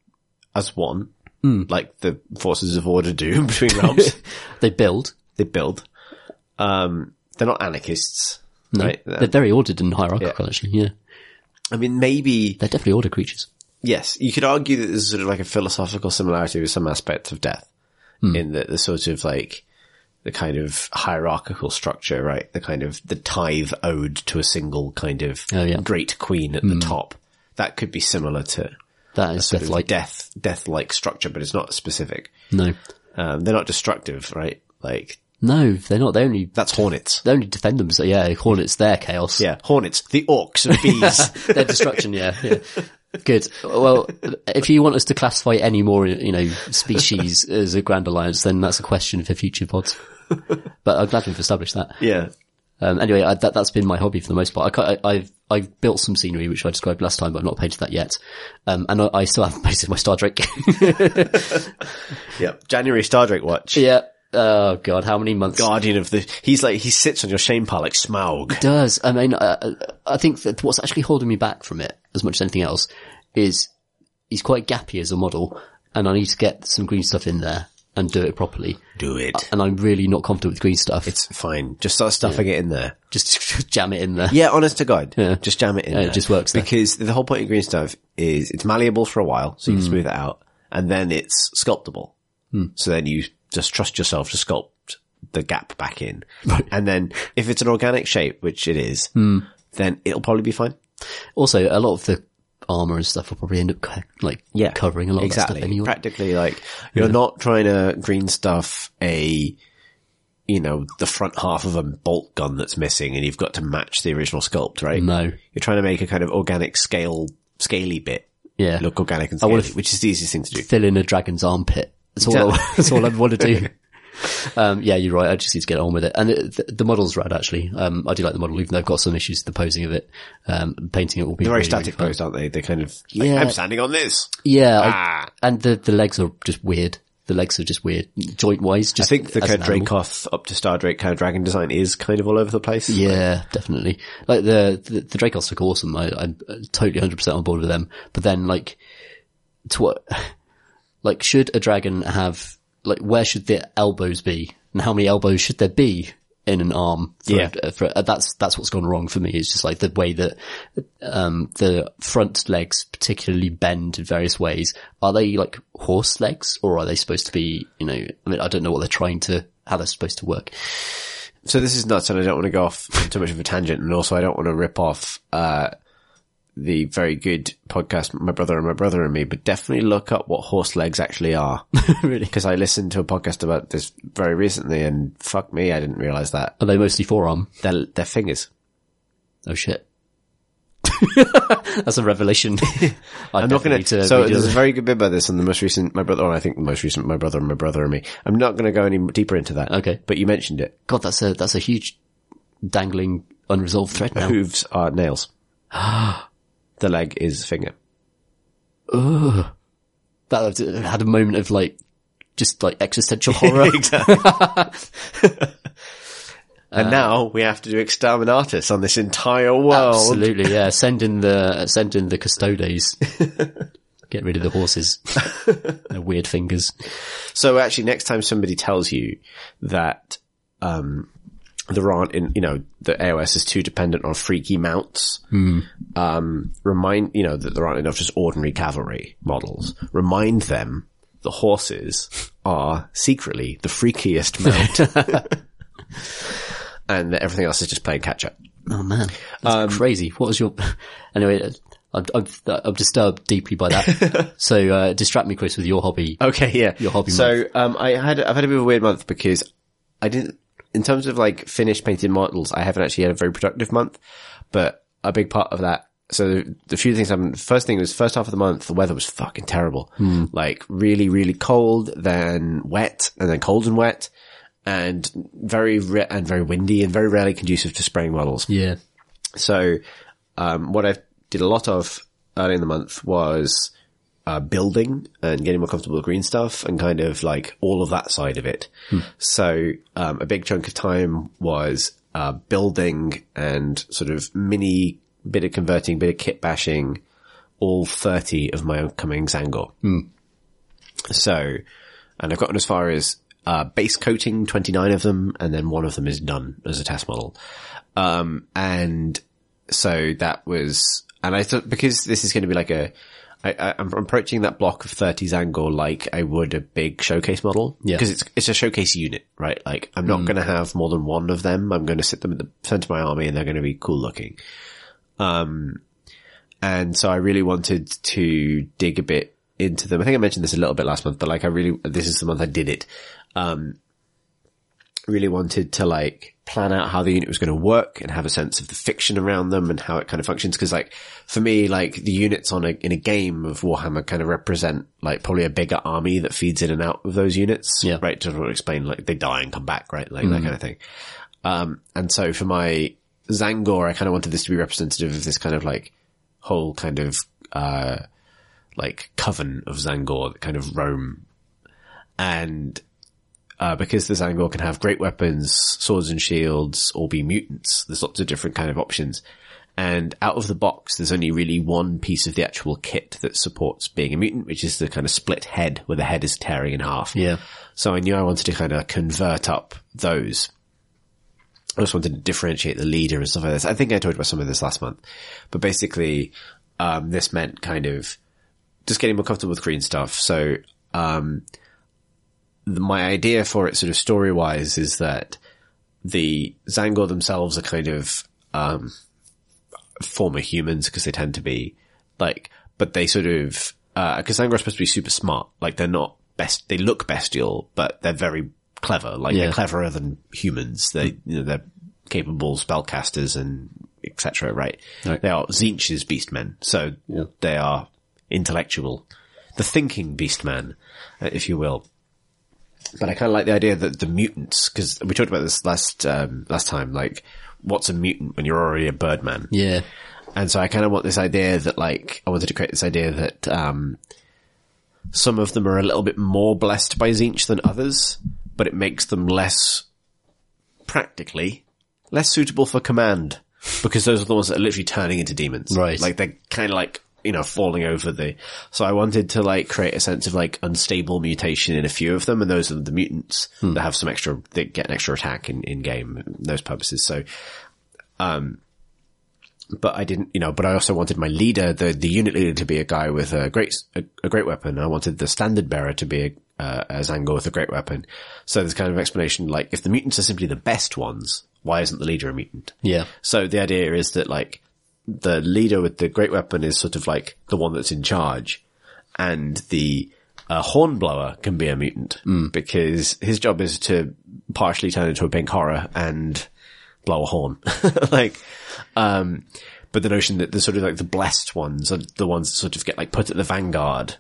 A: as one,
B: Hmm.
A: like the forces of order do between realms.
B: They build.
A: they build. Um, they're not anarchists,
B: No,
A: right?
B: they're very ordered and hierarchical, actually. Yeah,
A: I mean, maybe
B: they're definitely order creatures.
A: yes, you could argue that there's sort of like a philosophical similarity with some aspects of death,
B: Hmm.
A: in that the sort of like the kind of hierarchical structure, right? The kind of the tithe owed to a single kind of
B: Oh, yeah. Hmm.
A: great queen at the top. That could be similar to
B: That is
A: sort of
B: death-like.
A: death death like structure, but it's not specific.
B: no,
A: Um, they're not destructive, right? Like
B: no, they're not. They only
A: that's hornets.
B: they only defend themselves. Yeah, hornets. Their chaos.
A: Yeah, hornets, the orcs of bees.
B: their destruction. Yeah, yeah. Good. Well, if you want us to classify any more, you know, species as a grand alliance, then that's a question for future pods. But I'm glad we've established that.
A: yeah,
B: Um, anyway, I, that, that's been my hobby for the most part. I, ca- I, I've, I've built some scenery, which I described last time, but I've not painted that yet. Um, and I, I still haven't painted my Star Trek game.
A: yeah. January Star Trek watch.
B: Yeah. Oh god, how many months?
A: Guardian of the. He's like he sits on your shame pile like Smaug.
B: Does I mean? Uh, I think that what's actually holding me back from it, as much as anything else, is he's quite gappy as a model, and I need to get some green stuff in there and do it properly.
A: Do it.
B: And I'm really not confident with green stuff.
A: It's fine. Just start stuffing it in there.
B: just jam it in there.
A: Yeah, honest to God. Just jam it in.
B: it
A: there.
B: just works there.
A: because the whole point of green stuff is it's malleable for a while, so you
B: Hmm.
A: can smooth it out, and then it's sculptable. So then you just trust yourself to sculpt the gap back in, and then if it's an organic shape, which it is,
B: Hmm.
A: then it'll probably be fine.
B: Also, a lot of the armor and stuff will probably end up co- like covering a lot
A: exactly.
B: of that stuff anyway.
A: Practically, like you're not trying to green stuff a. You know, the front half of a bolt gun that's missing and you've got to match the original sculpt, right?
B: No,
A: You're trying to make a kind of organic scale, scaly bit
B: yeah,
A: look organic and
B: I
A: scaly,
B: would've-
A: which is the easiest thing to do.
B: fill in a dragon's armpit. That's all. I,
A: Exactly.
B: that's all I want to do. Um, yeah, you're right. I just need to get on with it. And it, the, the model's rad, actually. Um, I do like the model, even though I've got some issues with the posing of it. Um, painting it will be
A: They're very
B: really,
A: static
B: really fun.
A: posed, aren't they? They're kind of like,
B: Yeah.
A: I'm standing on this.
B: Yeah, I-
A: Ah.
B: and the the legs are just weird. The legs are just weird, joint wise.
A: I
B: Just
A: think the
B: as
A: kind
B: an
A: of
B: animal.
A: Dracoth up to Star Drake kind of dragon design is kind of all over the place.
B: Yeah, definitely. Like the the, the Dracos look awesome. I, I'm totally 100 percent on board with them. But then, like, to what? Like, should a dragon have like where should the elbows be, and how many elbows should there be in an arm? For,
A: Yeah.
B: uh, for, uh, that's that's what's gone wrong for me. It's just like the way that um the front legs particularly bend in various ways. Are they like horse legs, or are they supposed to be? You know, I mean, I don't know what they're trying to how they're supposed to work.
A: So this is nuts and I don't want to go off on too much of a tangent and also I don't want to rip off, uh, the very good podcast, My Brother and My Brother and Me, but definitely look up what horse legs actually are.
B: really.
A: Because I listened to a podcast about this very recently and fuck me, I didn't realize that.
B: Are they mostly forearm?
A: They're, they're fingers.
B: Oh shit. That's a revelation. I
A: I'm not going to.
B: to
A: So
B: redo
A: there's a
B: that.
A: very good bit about this on the most recent, my brother, or I think the most recent, my brother and my brother and me. I'm not going to go any deeper into that.
B: Okay.
A: But you mentioned it.
B: God, that's a that's a huge dangling unresolved thread now.
A: Hooves are nails. the leg is finger.
B: That had a moment of like just like existential horror.
A: exactly. and now we have to do exterminatus on this entire world.
B: Absolutely, yeah. Send in the send in the custodes. Get rid of the horses. Their weird fingers.
A: So actually, next time somebody tells you that um, there aren't, in, you know, the AOS is too dependent on freaky mounts, um, remind you know that there aren't enough just ordinary cavalry models. Remind them the horses are secretly the freakiest mount, and that everything else is just playing catch up.
B: Oh man, that's
A: Um,
B: crazy. What was your anyway? uh, I'm, I'm I'm disturbed deeply by that. so uh, distract me, Chris, with your hobby.
A: Okay, yeah.
B: Your hobby
A: So um, I had I've had a bit of a weird month because I didn't. In terms of like finished painted models, I haven't actually had a very productive month, but a big part of that. So the few things happened. First thing was first half of the month, the weather was fucking terrible.
B: Hmm.
A: Like really, really cold, then wet, and then cold and wet, and very re- and very windy, and very rarely conducive to spraying models.
B: Yeah,
A: So, um, what I did a lot of early in the month was uh, building and getting more comfortable with green stuff and kind of like all of that side of it. So, um, a big chunk of time was uh, building and sort of mini bit of converting, bit of kit bashing, all 30 of my upcoming Zangor. So, and I've gotten as far as uh, base coating 29 of them, and then one of them is done as a test model. Um, and so that was, and I thought because this is going to be like a, I, I, I'm approaching that block of 30s angle like I would a big showcase model.
B: Yeah.
A: Because it's, it's a showcase unit, right? Like I'm not going to have more than one of them. I'm going to sit them at the center of my army and they're going to be cool looking. Um, And so I really wanted to dig a bit into them. I think I mentioned this a little bit last month, but like I really, this is the month I did it. Um, really wanted to like plan out how the unit was going to work and have a sense of the fiction around them and how it kind of functions. Cause like for me, like the units on a, in a game of Warhammer kind of represent like probably a bigger army that feeds in and out of those units.
B: Yeah.
A: Right. To sort of explain like they die and come back, right? Like that kind of thing. Um, and so for my Zangor, I kind of wanted this to be representative of this kind of like whole kind of, uh, like coven of Zangor that kind of roam. And, uh, because the Zangor can have great weapons, swords and shields, or be mutants, there's lots of different kind of options. And out of the box, there's only really one piece of the actual kit that supports being a mutant, which is the kind of split head where the head is tearing in half.
B: yeah.
A: So I knew I wanted to kind of convert up those. I just wanted to differentiate the leader and stuff like this. I think I talked about some of this last month, but basically, um, this meant kind of just getting more comfortable with green stuff. So, um, th- my idea for it sort of story wise is that the Zangor themselves are kind of, um, former humans because they tend to be like, but they sort of, uh, cause Zangor are supposed to be super smart. Like they're not best, they look bestial, but they're very clever. Like
B: Yeah.
A: they're cleverer than humans. They, you know, they're capable spellcasters and etc. Right?
B: Right.
A: They are Zinch's beastmen. So they are intellectual, the thinking beastman, uh, if you will but I kind of like the idea that the mutants, because we talked about this last um, last time, like what's a mutant when you're already a birdman?
B: Yeah.
A: And so I kind of want this idea that like I wanted to create this idea that um, some of them are a little bit more blessed by Zinch than others, but it makes them less practically less suitable for command because those are the ones that are literally turning into demons.
B: Right.
A: Like they're kind of like, you know, falling over the, so I wanted to like create a sense of like unstable mutation in a few of them. And those are the mutants that have some extra, they get an extra attack in, in game, those purposes. So, um, but I didn't, you know, but I also wanted my leader, the, the unit leader to be a guy with a great, a, a great weapon. I wanted the standard bearer to be a, uh, a Zangor with a great weapon. So there's kind of explanation, like if the mutants are simply the best ones, why isn't the leader a mutant?
B: Yeah.
A: So the idea is that like the leader with the great weapon is sort of like the one that's in charge and the uh, hornblower can be a mutant because his job is to partially turn into a pink horror and blow a horn. like, um, but the notion that the sort of like the blessed ones are the ones that sort of get like put at the vanguard,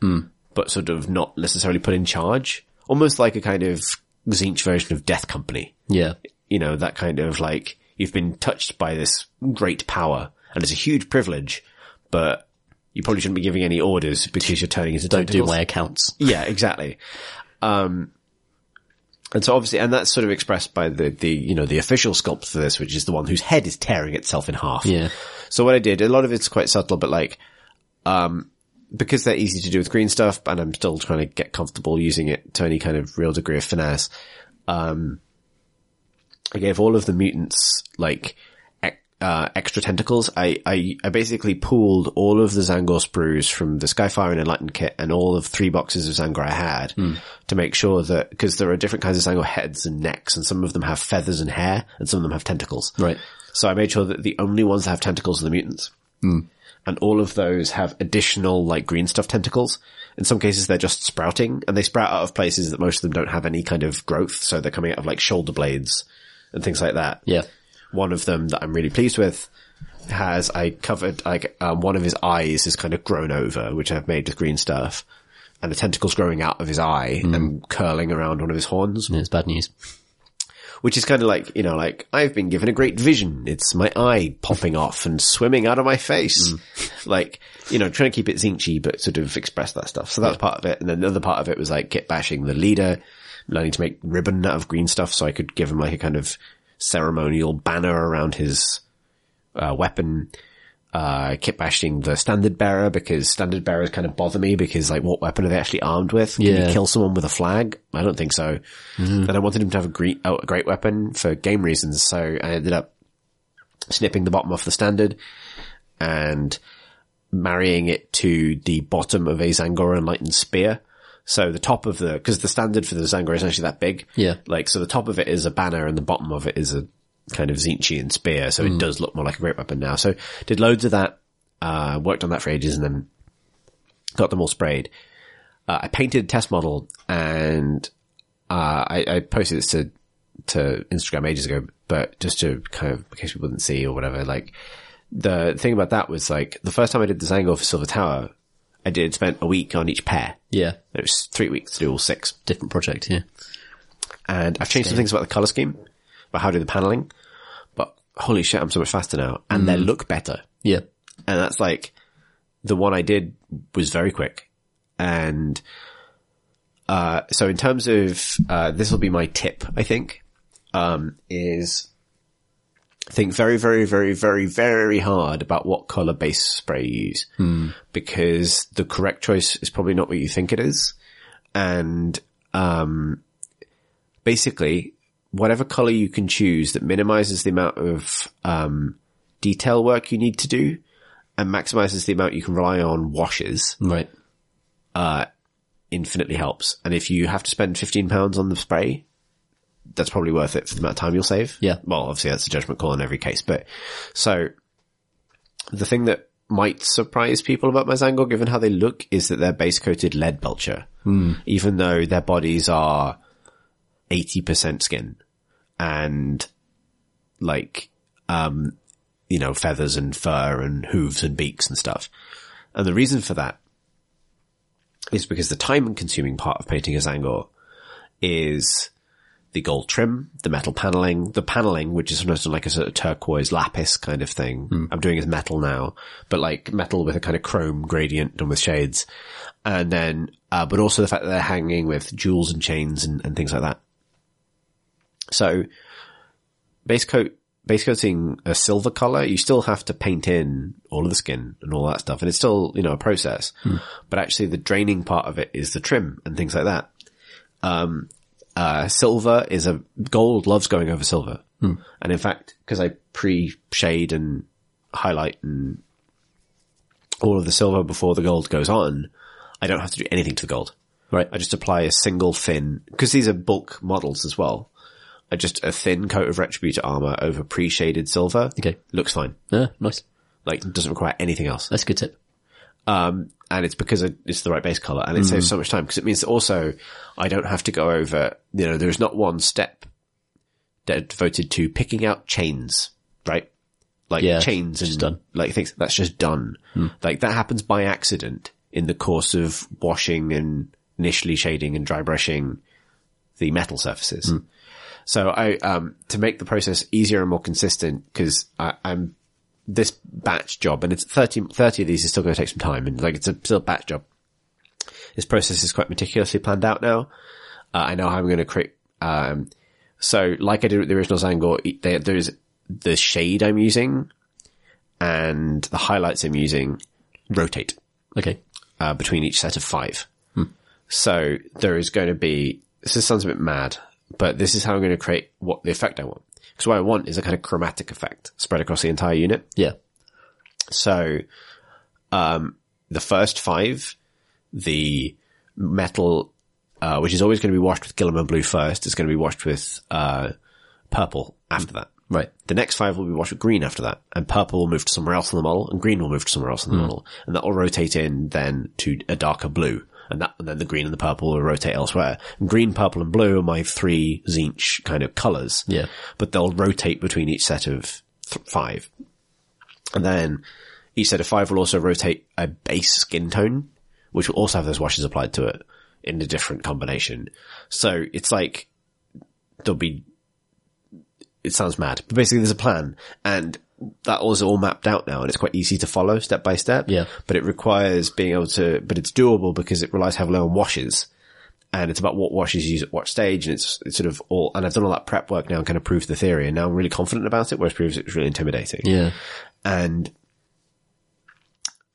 A: but sort of not necessarily put in charge, almost like a kind of Zinch version of Death Company
B: Yeah.
A: you know, that kind of like, you've been touched by this great power and it's a huge privilege, but you probably shouldn't be giving any orders because you're turning into
B: Don't do
A: tentacles.
B: my accounts.
A: Yeah, exactly. Um, And so obviously, and that's sort of expressed by the, the, you know, the official sculpt for this, which is the one whose head is tearing itself in half.
B: Yeah.
A: So what I did, a lot of it's quite subtle, but like, um, because they're easy to do with green stuff, and I'm still trying to get comfortable using it to any kind of real degree of finesse, um, I gave all of the mutants, like, ec- uh, extra tentacles. I, I, I basically pulled all of the Zangor sprues from the Skyfire and Enlightened kit and all of three boxes of Zangor I had to make sure that, cause there are different kinds of Zangor heads and necks and some of them have feathers and hair and some of them have tentacles.
B: Right.
A: So I made sure that the only ones that have tentacles are the mutants. And all of those have additional like green stuff tentacles. In some cases they're just sprouting and they sprout out of places that most of them don't have any kind of growth. So they're coming out of like shoulder blades and things like that.
B: Yeah.
A: One of them that I'm really pleased with has I covered like um, one of his eyes is kind of grown over, which I've made with green stuff. And the tentacles growing out of his eye and curling around one of his horns
B: Yeah, it's bad news.
A: which is kind of like, you know, like I've been given a great vision. It's my eye popping off and swimming out of my face. Like, you know, trying to keep it zinchy, but sort of express that stuff. So that was part of it. And then another part of it was like kit bashing the leader, learning to make ribbon out of green stuff. So I could give him like a kind of ceremonial banner around his uh, weapon. Uh, kit bashing the standard bearer because standard bearers kind of bother me because like what weapon are they actually armed with? Can
B: Yeah.
A: you kill someone with a flag? I don't think so. And I wanted him to have a great, a great weapon for game reasons. So I ended up snipping the bottom off the standard and marrying it to the bottom of a Zangor Enlightened Spear. So the top of the, because the standard for the Zangor is actually that big.
B: Yeah.
A: Like, so the top of it is a banner and the bottom of it is a kind of Zinchian spear. So it does look more like a great weapon now. So did loads of that, uh, worked on that for ages and then got them all sprayed. Uh, I painted a test model and, uh, I, I posted this to, to Instagram ages ago, but just to kind of, in case people didn't see or whatever, like, the thing about that was like the first time I did the Zangor for Silver Tower, I did spent a week on each pair.
B: Yeah.
A: It was three weeks to do all six,
B: Different project. Yeah.
A: and I've changed some things about the color scheme, about how to do the paneling. But holy shit, I'm so much faster now, and they look better.
B: Yeah.
A: And that's like the one I did was very quick. And uh, so in terms of uh, this will be my tip, I think, um, is think very, very, very, very, very hard about what color base spray you use because the correct choice is probably not what you think it is. And um, basically whatever color you can choose that minimizes the amount of um, detail work you need to do and maximizes the amount you can rely on washes
B: Right.
A: infinitely helps. And if you have to spend fifteen pounds on the spray, that's probably worth it for the amount of time you'll save.
B: Yeah.
A: Well, obviously that's a judgment call in every case, but so the thing that might surprise people about my Zangor, given how they look, is that they're base coated lead belcher, even though their bodies are eighty percent skin and like um you know feathers and fur and hooves and beaks and stuff. And the reason for that is because the time consuming part of painting a Zangor is the gold trim, the metal paneling, the paneling, which is sometimes done like a sort of turquoise lapis kind of thing. I'm doing as metal now, but like metal with a kind of chrome gradient done with shades. And then, uh, but also the fact that they're hanging with jewels and chains and, and things like that. So base coat, base coating a silver color, you still have to paint in all of the skin and all that stuff. And it's still, you know, a process, but actually the draining part of it is the trim and things like that. Um, uh, silver is a gold loves going over silver. And in fact, cause I pre shade and highlight and all of the silver before the gold goes on, I don't have to do anything to the gold.
B: Right.
A: I just apply a single thin, because these are bulk models as well. I just a thin coat of retributor armor over pre-shaded silver.
B: Okay.
A: looks fine.
B: Yeah. Nice.
A: Like doesn't require anything else.
B: That's a good tip.
A: Um, And it's because it- it's the right base color, and it saves
B: Mm-hmm.
A: so much time because it means also I don't have to go over. You know, there is not one step de- devoted to picking out chains, right? Like
B: Yeah,
A: chains
B: just
A: and
B: done. Hmm.
A: like things that's just done. Like that happens by accident in the course of washing and initially shading and dry brushing the metal surfaces.
B: Hmm.
A: So I, um, to make the process easier and more consistent, cause I, I'm this batch job and it's 30, 30 of these is still going to take some time and like it's a still batch job. This process is quite meticulously planned out now. Uh, I know how I'm going to create. Um, so like I did with the original Zangor, e- there, there's the shade I'm using and the highlights I'm using rotate
B: Okay.
A: uh, between each set of five. So there is going to be, this sounds a bit mad, but this is how I'm going to create what the effect I want. Because what I want is a kind of chromatic effect spread across the entire unit.
B: Yeah.
A: So, um, the first five, the metal, uh, which is always going to be washed with Gilliman blue first, is going to be washed with, uh, purple after that.
B: Right.
A: The next five will be washed with green after that, and purple will move to somewhere else in the model, and green will move to somewhere else in the
B: Hmm.
A: model, and that will rotate in then to a darker blue, and that, and then the green and the purple will rotate elsewhere. And green, purple, and blue are my three Zinch kind of colors.
B: Yeah.
A: But they'll rotate between each set of th- five. And then each set of five will also rotate a base skin tone, which will also have those washes applied to it in a different combination. So it's like there'll be, it sounds mad, but basically there's a plan and that was all mapped out now and it's quite easy to follow step by step.
B: Yeah.
A: But it requires being able to, but it's doable because it relies heavily on washes and it's about what washes you use at what stage and it's, it's sort of all, and I've done all that prep work now and kind of proved the theory and now I'm really confident about it, whereas previously it was really intimidating
B: Yeah.
A: and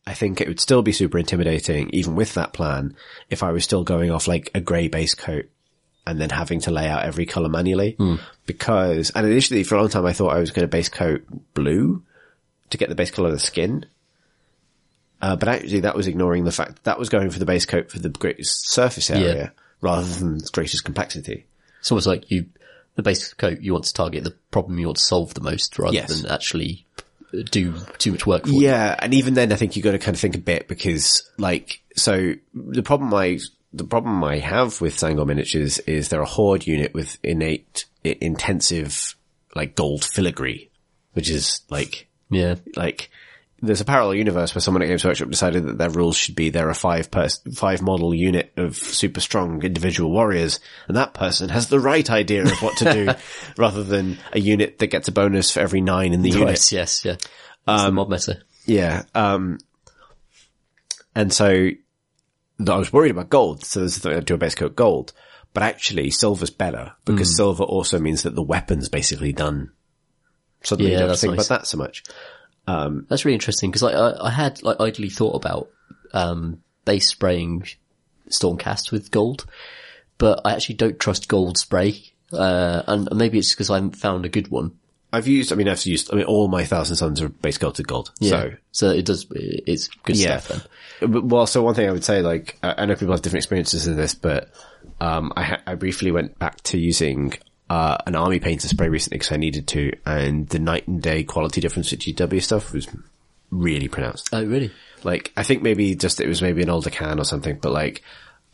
A: I think it would still be super intimidating, even with that plan, if I was still going off like a grey base coat and then having to lay out every colour manually. Because, and initially for a long time I thought I was going to base coat blue to get the base colour of the skin. Uh, but actually that was ignoring the fact that, that was going for the base coat for the greatest surface area
B: Yeah.
A: rather than the greatest complexity.
B: It's almost like you, the basic coat, you want to target the problem you want to solve the most rather
A: Yes.
B: than actually do too much work for it.
A: Yeah, and even then, I think you've got to kind of think a bit because, like, so the problem I the problem I have with Sangor miniatures is they're a horde unit with innate i- intensive like gold filigree, which is like
B: Yeah.
A: like there's a parallel universe where someone at Games Workshop decided that their rules should be they're a five person, five model unit of super strong individual warriors, and that person has the right idea of what to do, rather than a unit that gets a bonus for every nine in the unit.
B: Yes, yes, yeah. It's the
A: Um,
B: mob meta.
A: Yeah. Um, and so th- I was worried about gold. So there's the, do a base coat gold, but actually silver's better because
B: Hmm.
A: silver also means that the weapon's basically done. Suddenly
B: Yeah,
A: you don't have
B: that's
A: to think
B: nice.
A: about that so much.
B: That's really interesting because I, I I had like idly thought about um base spraying Stormcast with gold, but I actually don't trust gold spray. Uh, and maybe it's because I haven't found a good one.
A: I've used, I mean, I've used, I mean, all my thousand suns are base coated gold. So
B: so it does. It's good
A: yeah.
B: stuff. Then.
A: But- Well, so one thing I would say, like, I I know people have different experiences in this, but, um, I, ha- I briefly went back to using, uh, an army painter spray recently because I needed to, and the night and day quality difference with GW stuff was really pronounced.
B: Oh, really?
A: Like, I think maybe just it was maybe an older can or something, but like,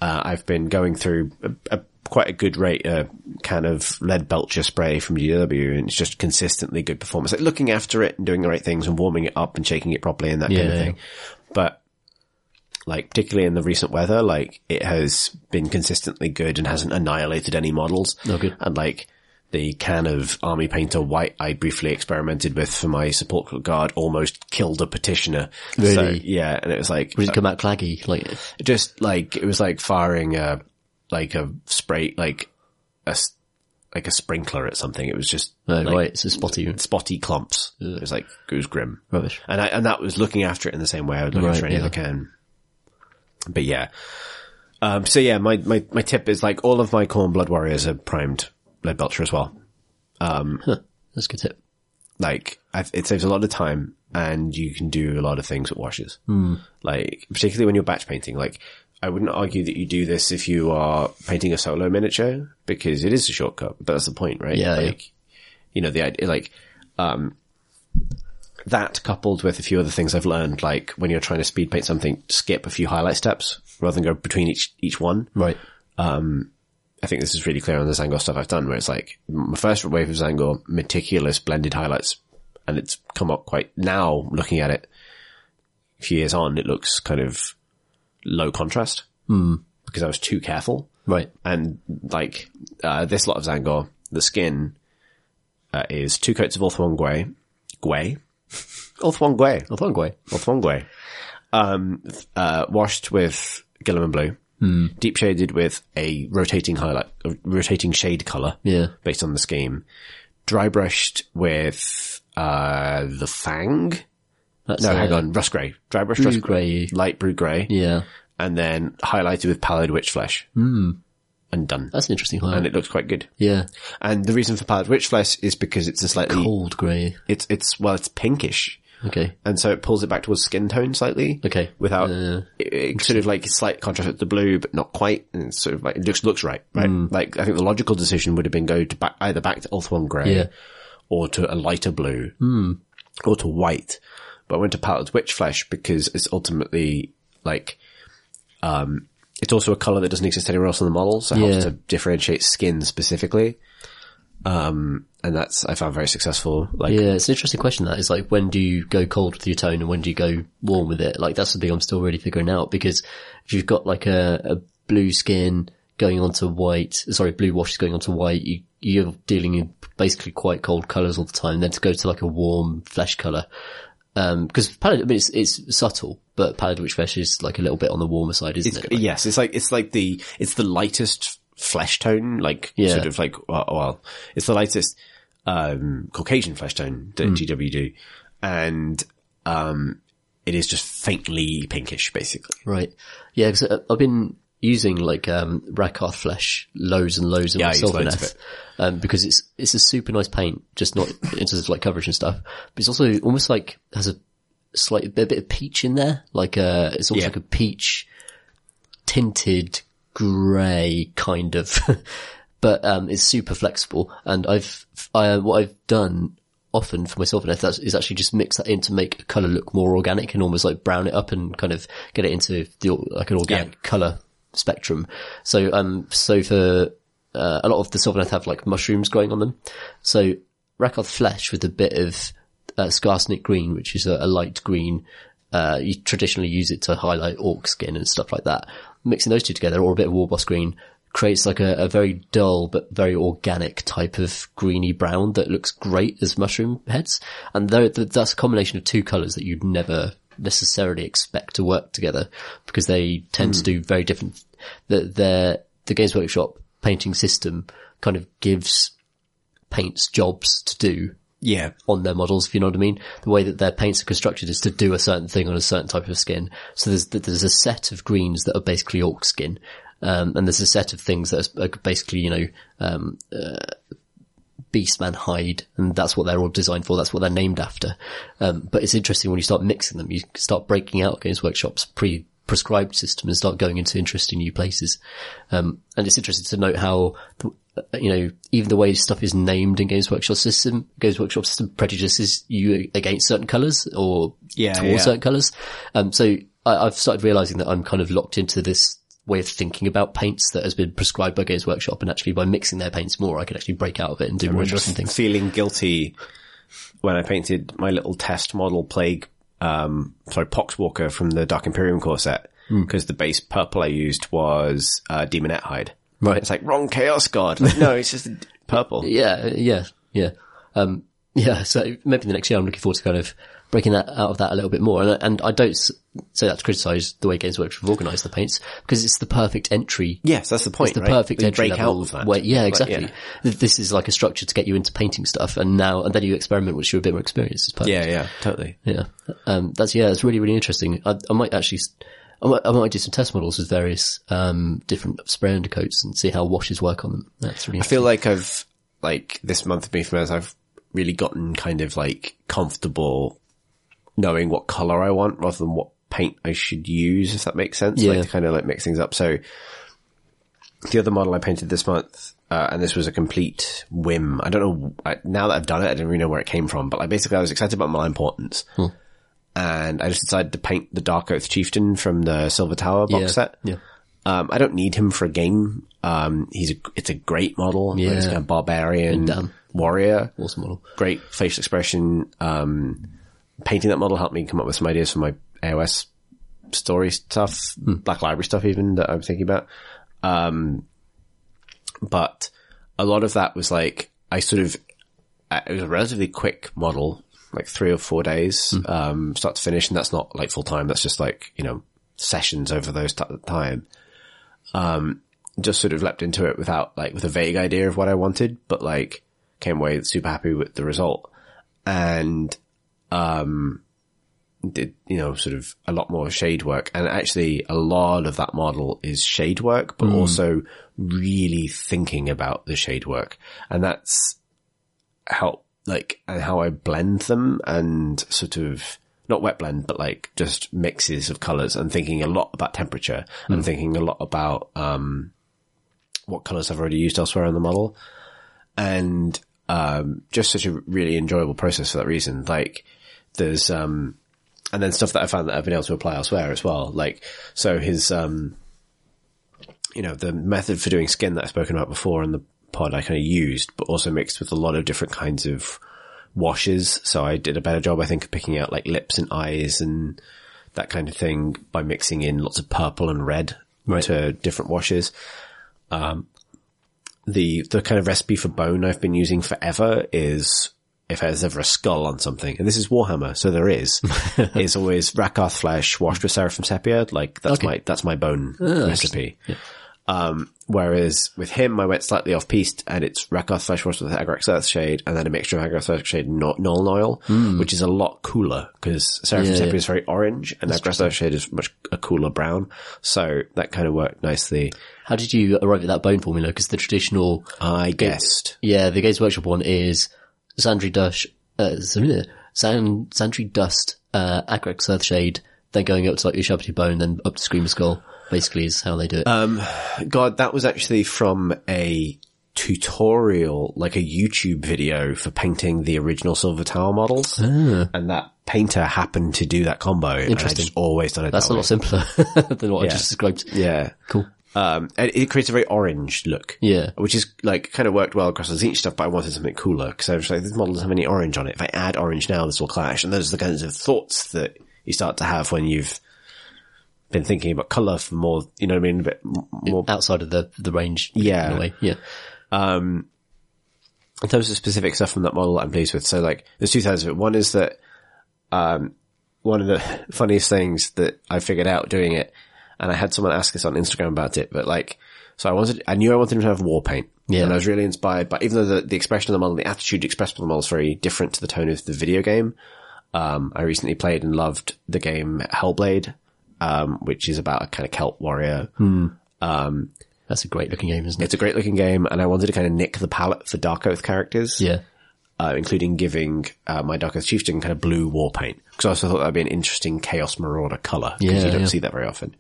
A: uh, I've been going through a, a quite a good rate, uh, can of lead belcher spray from GW and it's just consistently good performance. Like looking after it and doing the right things and warming it up and shaking it properly and that kind of
B: Yeah.
A: thing. But like, particularly in the recent weather, like it has been consistently good and hasn't annihilated any models.
B: Oh, good.
A: And like, the can of army painter white I briefly experimented with for my sepulchral guard almost killed a petitioner. So,
B: Really?
A: yeah, and it was like
B: Did it come out claggy? Like,
A: just like it was like firing a like a spray like a s- like a sprinkler at something. It was just
B: oh,
A: like,
B: right, it's a spotty
A: spotty clumps. It was like it was grim.
B: rubbish.
A: And I and that was looking after it in the same way I would look
B: Right,
A: after any
B: yeah.
A: other can. But yeah. Um so yeah, my, my, my tip is like all of my corn blood warriors are primed lead belcher as well.
B: That's a good tip.
A: like I, it saves a lot of time and you can do a lot of things with washes.
B: Hmm.
A: Like particularly when you're batch painting, like I wouldn't argue that you do this if you are painting a solo miniature because it is a shortcut, but that's the point, right?
B: Yeah, yeah.
A: Like, you know, the idea, like, um, that coupled with a few other things I've learned, like when you're trying to speed paint something, skip a few highlight steps rather than go between each, each one.
B: Right.
A: I think this is really clear on the Zangor stuff I've done, where it's like my first wave of Zangor, meticulous blended highlights, and it's come up quite now. Looking at it, a few years on, it looks kind of low contrast because I was too careful,
B: Right.
A: and like uh, this lot of Zangor, the skin uh, is two coats of Orthwongwe, Gwei, Orthwongwe,
B: I thought way.
A: Orthwongwe, um, uh, washed with Gilliman blue
B: Hmm.
A: Deep shaded with a rotating highlight, a rotating shade color.
B: Yeah.
A: Based on the scheme. Dry brushed with, uh, the fang.
B: That's
A: No,
B: uh,
A: hang on. Rust grey. Dry brushed
B: Brew
A: rust
B: grey.
A: Light brew grey.
B: Yeah,
A: And then highlighted with pallid witch flesh. Mm.
B: Hmm.
A: And done.
B: that's an interesting highlight.
A: And it looks quite good.
B: yeah,
A: And the reason for pallid witch flesh is because it's a slightly,
B: cold grey.
A: it's, it's, well, it's pinkish.
B: Okay,
A: and so it pulls it back towards skin tone slightly.
B: Okay. Uh,
A: Without
B: Yeah.
A: it, it sort of like slight contrast with the blue, but not quite. And it's sort of like it looks looks right, right?
B: Hmm.
A: Like I think the logical decision would have been go to back, either back to Ulthuan grey
B: Yeah. Hmm.
A: or to a lighter blue or to white. But I went to Palette Witch Flesh because it's ultimately like um it's also a color that doesn't exist anywhere else on the model, so it
B: Yeah.
A: helps to differentiate skin specifically. Um, and that's I found very successful. Like
B: yeah, it's an interesting question. That is like, when do you go cold with your tone, and when do you go warm with it? Like that's the thing I'm still really figuring out because if you've got like a, a blue skin going onto white, sorry, blue wash is going onto white, you you're dealing in basically quite cold colors all the time. Then to go to like a warm flesh color, um, because palette, I mean, it's it's subtle, but palette which flesh is like a little bit on the warmer side, isn't it? Like,
A: yes, it's like it's like the it's the lightest flesh tone, like
B: Yeah.
A: sort of like well, well, it's the lightest um Caucasian flesh tone
B: Hmm.
A: that GW do, and um it is just faintly pinkish, basically.
B: Right. Yeah, because I've been using like um Rakarth flesh loads and loads of
A: Yeah, I use
B: myself in
A: loads of
B: F, um, because it's it's a super nice paint, just not in terms of like coverage and stuff. But it's also almost like has a slight a bit of peach in there, like uh it's almost
A: Yeah.
B: like a peach tinted grey kind of, but um, it's super flexible. And I've I, what I've done often for myself and that's is actually just mix that in to make a color look more organic and almost like brown it up and kind of get it into the or- like an organic color spectrum. So um, so for uh, a lot of the Sylvaneth have like mushrooms growing on them. So Rakarth flesh with a bit of uh, Scarsnick green, which is a, a light green. Uh, you traditionally use it to highlight orc skin and stuff like that. Mixing those two together, or a bit of warboss green, creates like a, a very dull but very organic type of greeny brown that looks great as mushroom heads. And though th- that's a combination of two colors that you'd never necessarily expect to work together because they tend to do very different. The, their the Games Workshop painting system kind of gives paints jobs to do
A: Yeah,
B: on their models, if you know what I mean. The way that their paints are constructed is to do a certain thing on a certain type of skin. So there's there's a set of greens that are basically orc skin, um, and there's a set of things that are basically you know um, beastman hide, and that's what they're all designed for. That's what they're named after. Um, but it's interesting when you start mixing them, you start breaking out Games Workshop's pre prescribed system and start going into interesting new places. Um, and it's interesting to note how, the, you know, even the way stuff is named in Games Workshop system, Games Workshop system prejudices you against certain colors or
A: Yeah,
B: towards
A: yeah.
B: certain colors. Um, so I, I've started realizing that I'm kind of locked into this way of thinking about paints that has been prescribed by Games Workshop and actually by mixing their paints more, I can actually break out of it and do more interesting things.
A: feeling guilty when I painted my little test model plague, um, sorry, Poxwalker from the Dark Imperium core set
B: Hmm.
A: because the base purple I used was uh, demonette hide.
B: Right.
A: it's like wrong chaos god. Like, no, it's just purple.
B: Yeah, yeah, yeah. Um, yeah, so maybe the next year I'm looking forward to kind of breaking that out of that a little bit more. And, I- and I don't s- say that to criticize the way Games Workshop have organized the paints because it's the perfect entry.
A: Yes, that's the point.
B: It's the
A: right?
B: perfect
A: They
B: entry
A: break
B: level
A: out of that.
B: where- yeah,
A: Like,
B: exactly.
A: yeah.
B: Th- This is like a structure to get you into painting stuff, and now and then you experiment, which you're a bit more experienced. It's perfect.
A: yeah, yeah, totally.
B: Yeah. Um, that's, yeah, it's really, really interesting. I, I might actually, s- I might, I might do some test models with various, um, different spray undercoats and see how washes work on them. That's really
A: I feel like I've like this month me from as I've really gotten kind of like comfortable knowing what color I want rather than what paint I should use, if that makes sense.
B: Yeah.
A: Like to kind of like mix things up. So the other model I painted this month, uh, and this was a complete whim. I don't know. I, now that I've done it, I don't really know where it came from, but like basically I was excited about my importance.
B: Hmm.
A: And I just decided to paint the Dark Oath Chieftain from the Silver Tower box
B: yeah,
A: set.
B: Yeah.
A: Um, I don't need him for a game. Um, he's a, it's a great model. Like, he's
B: Yeah.
A: kind of barbarian
B: done.
A: warrior.
B: Awesome model.
A: Great facial expression. Um, painting that model helped me come up with some ideas for my AOS story stuff,
B: Hmm.
A: Black Library stuff even that I'm thinking about. Um, but a lot of that was like, I sort of, I- it was a relatively quick model, like three or four days,
B: Hmm.
A: um, start to finish. And that's not like full time. That's just like, you know, sessions over those t- time Um, just sort of leapt into it without like with a vague idea of what I wanted, but like came away super happy with the result and, um, did, you know, sort of a lot more shade work. And actually a lot of that model is shade work, but also really thinking about the shade work. And that's, help like and how I blend them and sort of not wet blend, but like just mixes of colors and thinking a lot about temperature and thinking a lot about, um, what colors I've already used elsewhere in the model. And, um, just such a really enjoyable process for that reason. Like there's, um, and then stuff that I found that I've been able to apply elsewhere as well. Like, so his, um, you know, the method for doing skin that I've spoken about before in the pod I kind of used, but also mixed with a lot of different kinds of washes. So I did a better job, I think, of picking out like lips and eyes and that kind of thing by mixing in lots of purple and red to different washes. Um, the, the kind of recipe for bone I've been using forever is if there's ever a skull on something, and this is Warhammer, so there is, is always Rakath flesh washed with Seraphim sepia. Like that's
B: Okay. Ah,
A: my, that's my bone recipe. Um, whereas with him, I went slightly off piste and it's Rakath Flesh Wash with Agrax Earthshade and then a mixture of Agrax Earthshade and Nor- Nolan Oil, which is a lot cooler because Seraphim
B: Hmm. Yeah,
A: Sepia
B: yeah.
A: is very orange and Agrax Earthshade is much a cooler brown. So that kind of worked nicely.
B: How did you arrive at that bone formula? Because the traditional,
A: I guessed.
B: yeah, the Games Workshop one is Sandry Dush, uh, Sand, Sandry Dust, uh, Agrax Earthshade, then going up to like Ushabti Bone, then up to Scream Skull, basically is how they do it.
A: Oh, God, that was actually from a tutorial, like a YouTube video for painting the original Silver Tower models. And that painter happened to do that combo. And I
B: Ah. Interesting.
A: just always done it
B: That's
A: that
B: a
A: way.
B: lot simpler than what I
A: Yeah.
B: just described.
A: Yeah.
B: Cool.
A: Um, and it creates a very orange look.
B: Yeah.
A: Which is like kind of worked well across the Zinch stuff, but I wanted something cooler because I was like, this model doesn't have any orange on it. If I add orange now, this will clash. And those are the kinds of thoughts that you start to have when you've been thinking about color for more, you know what I mean? A bit m- more
B: Outside of the, the range.
A: Yeah.
B: In a way. Yeah.
A: in terms of specific stuff from that model I'm pleased with. So like there's two sides of it. One is that um one of the funniest things that I figured out doing it, and I had someone ask us on Instagram about it, but like so I wanted I knew I wanted him to have war paint.
B: Yeah.
A: And I was really inspired by even though the, the expression of the model, the attitude expressed by the model is very different to the tone of the video game. Um I recently played and loved the game Hellblade, um, which is about a kind of Celt warrior
B: That's a great looking game, isn't it?
A: it's a great looking game, and I wanted to kind of nick the palette for Dark Oath characters.
B: Yeah.
A: uh, including giving uh, my Dark Oath Chieftain kind of blue war paint. Because I also thought that'd be an interesting Chaos Marauder color because
B: Yeah,
A: you don't
B: yeah.
A: see that very often.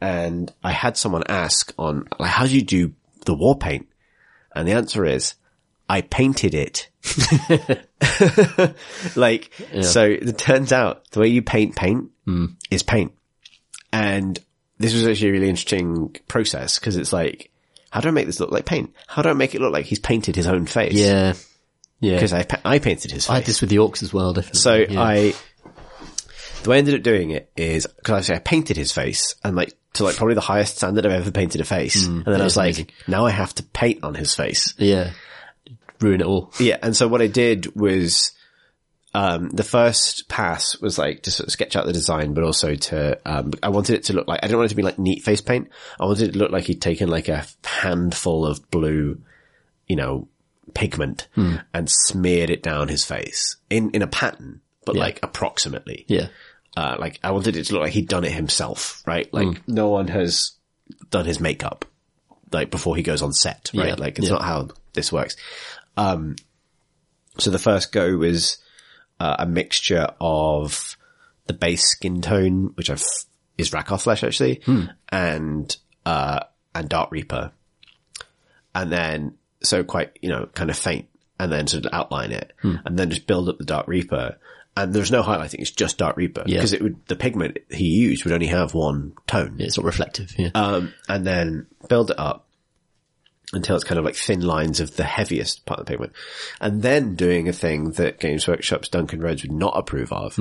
A: And I had someone ask on like, how do you do the war paint? And the answer is, I painted it. like, so it turns out the way you paint paint
B: Hmm.
A: is paint. And this was actually a really interesting process because it's like, how do I make this look like paint? How do I make it look like he's painted his own face?
B: Yeah. Yeah.
A: because I, pa- I painted his
B: I
A: face.
B: had this with the orcs as well, definitely.
A: so
B: yeah.
A: I, the way I ended up doing it is because I say I painted his face and like to like probably the highest standard I've ever painted a face, and then I was
B: Mm. is
A: like,
B: amazing.
A: now I have to paint on his face.
B: Yeah. Ruin it all.
A: Yeah, and so what I did was, um, the first pass was like to sort of sketch out the design, but also to, um, I wanted it to look like I didn't want it to be like neat face paint. I wanted it to look like he'd taken like a handful of blue, you know, pigment and smeared it down his face in in a pattern, but like approximately.
B: Yeah.
A: Uh, like I wanted it to look like he'd done it himself, right?
B: Hmm.
A: Like no one has done his makeup like before he goes on set, right?
B: Yeah,
A: Like it's
B: yeah.
A: not how this works. Um, so the first go was uh, a mixture of the base skin tone, which I've is Rakoth flesh actually, and uh, and Dark Reaper, and then so quite you know kind of faint, and then sort of outline it, and then just build up the Dark Reaper. And there's no highlighting; it's just Dark Reaper
B: Yeah.
A: because it would the pigment he used would only have one tone
B: It's not reflective. Yeah.
A: um, and then build it up until it's kind of like thin lines of the heaviest part of the pigment. And then doing a thing that Games Workshop's Duncan Rhodes would not approve of,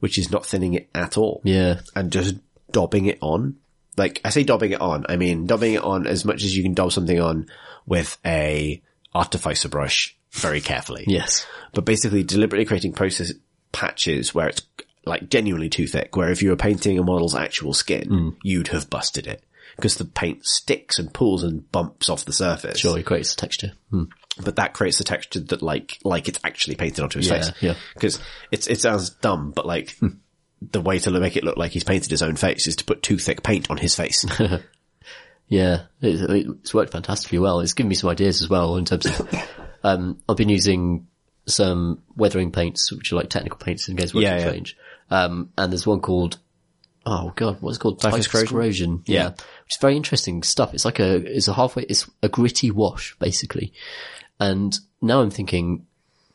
A: which is not thinning it at all.
B: yeah.
A: And just dobbing it on. Like I say dobbing it on, I mean dobbing it on as much as you can dob something on with a artificer brush very carefully
B: Yes.
A: but basically deliberately creating process patches
B: Hmm.
A: where it's like genuinely too thick, where if you were painting a model's actual skin, you'd have busted it. because the paint sticks and pulls and bumps off the surface.
B: Sure, it creates texture. Hmm.
A: But that creates the texture that like, like it's actually painted onto his
B: Yeah,
A: face.
B: yeah. Hmm.
A: Cause it's, it sounds dumb, but like the way to make it look like he's painted his own face is to put too thick paint on his face.
B: Yeah, it's, it's worked fantastically well. It's given me some ideas as well in terms of, um, I've been using some weathering paints, which are like technical paints in Games Workshop
A: Yeah, yeah.
B: range. Um, and there's one called, oh god, what's it called?
A: Typhus
B: Typhus
A: corrosion?
B: Yeah.
A: Yeah.
B: Which is very interesting stuff. It's like a, it's a halfway, it's a gritty wash basically. And now I'm thinking,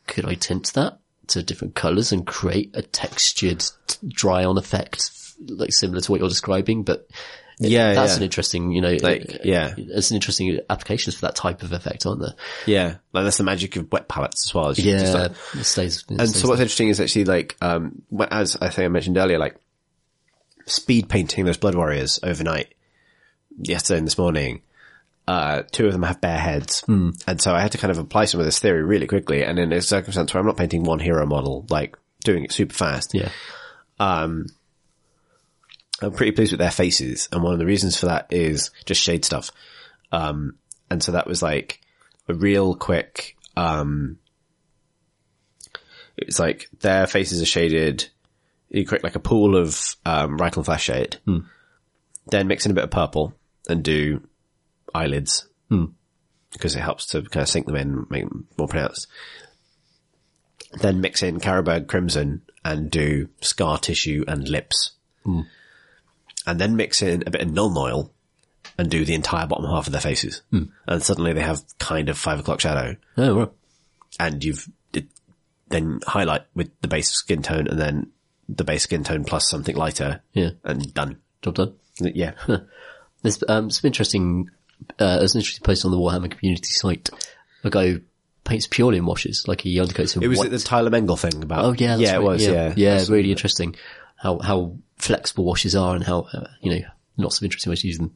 B: could I tint that to different colors and create a textured dry on effect? Like similar to what you're describing, but
A: yeah.
B: that's
A: yeah.
B: an interesting, you know,
A: Like, yeah.
B: it's an interesting applications for that type of effect, aren't there? uh,
A: yeah. Like that's the magic of wet palettes as well. is you can just, like,
B: it stays. it
A: And
B: stays
A: so what's interesting is actually like, um, wh- as I think I mentioned earlier, like speed painting those blood warriors overnight, yesterday and this morning, uh, two of them have bare heads. And so I had to kind of apply some of this theory really quickly. And in a circumstance where I'm not painting one hero model, like doing it super fast, um,
B: yeah,
A: I'm pretty pleased with their faces. And one of the reasons for that is just shade stuff. Um, and so that was like a real quick, um, it's like their faces are shaded. You create like a pool of, um, rifle flash shade, then mix in a bit of purple and do eyelids because it helps to kind of sink them in, make them more pronounced. Then mix in Caraberg crimson and do scar tissue and lips and then mix in a bit of non oil and do the entire bottom half of their faces. And suddenly they have kind of five o'clock shadow
B: oh right,
A: and you've it, then highlight with the base skin tone and then the base skin tone plus something lighter
B: yeah,
A: and done.
B: job done.
A: Yeah.
B: There's um, some interesting, uh, there's an interesting post on the Warhammer community site. A guy who paints purely in washes, like he undercoats in
A: it was
B: white.
A: the Tyler Mengel thing about.
B: oh yeah, that's
A: Yeah, it
B: right,
A: was. Yeah.
B: yeah, really interesting. How how flexible washes are and how uh, you know lots of interesting ways to use them.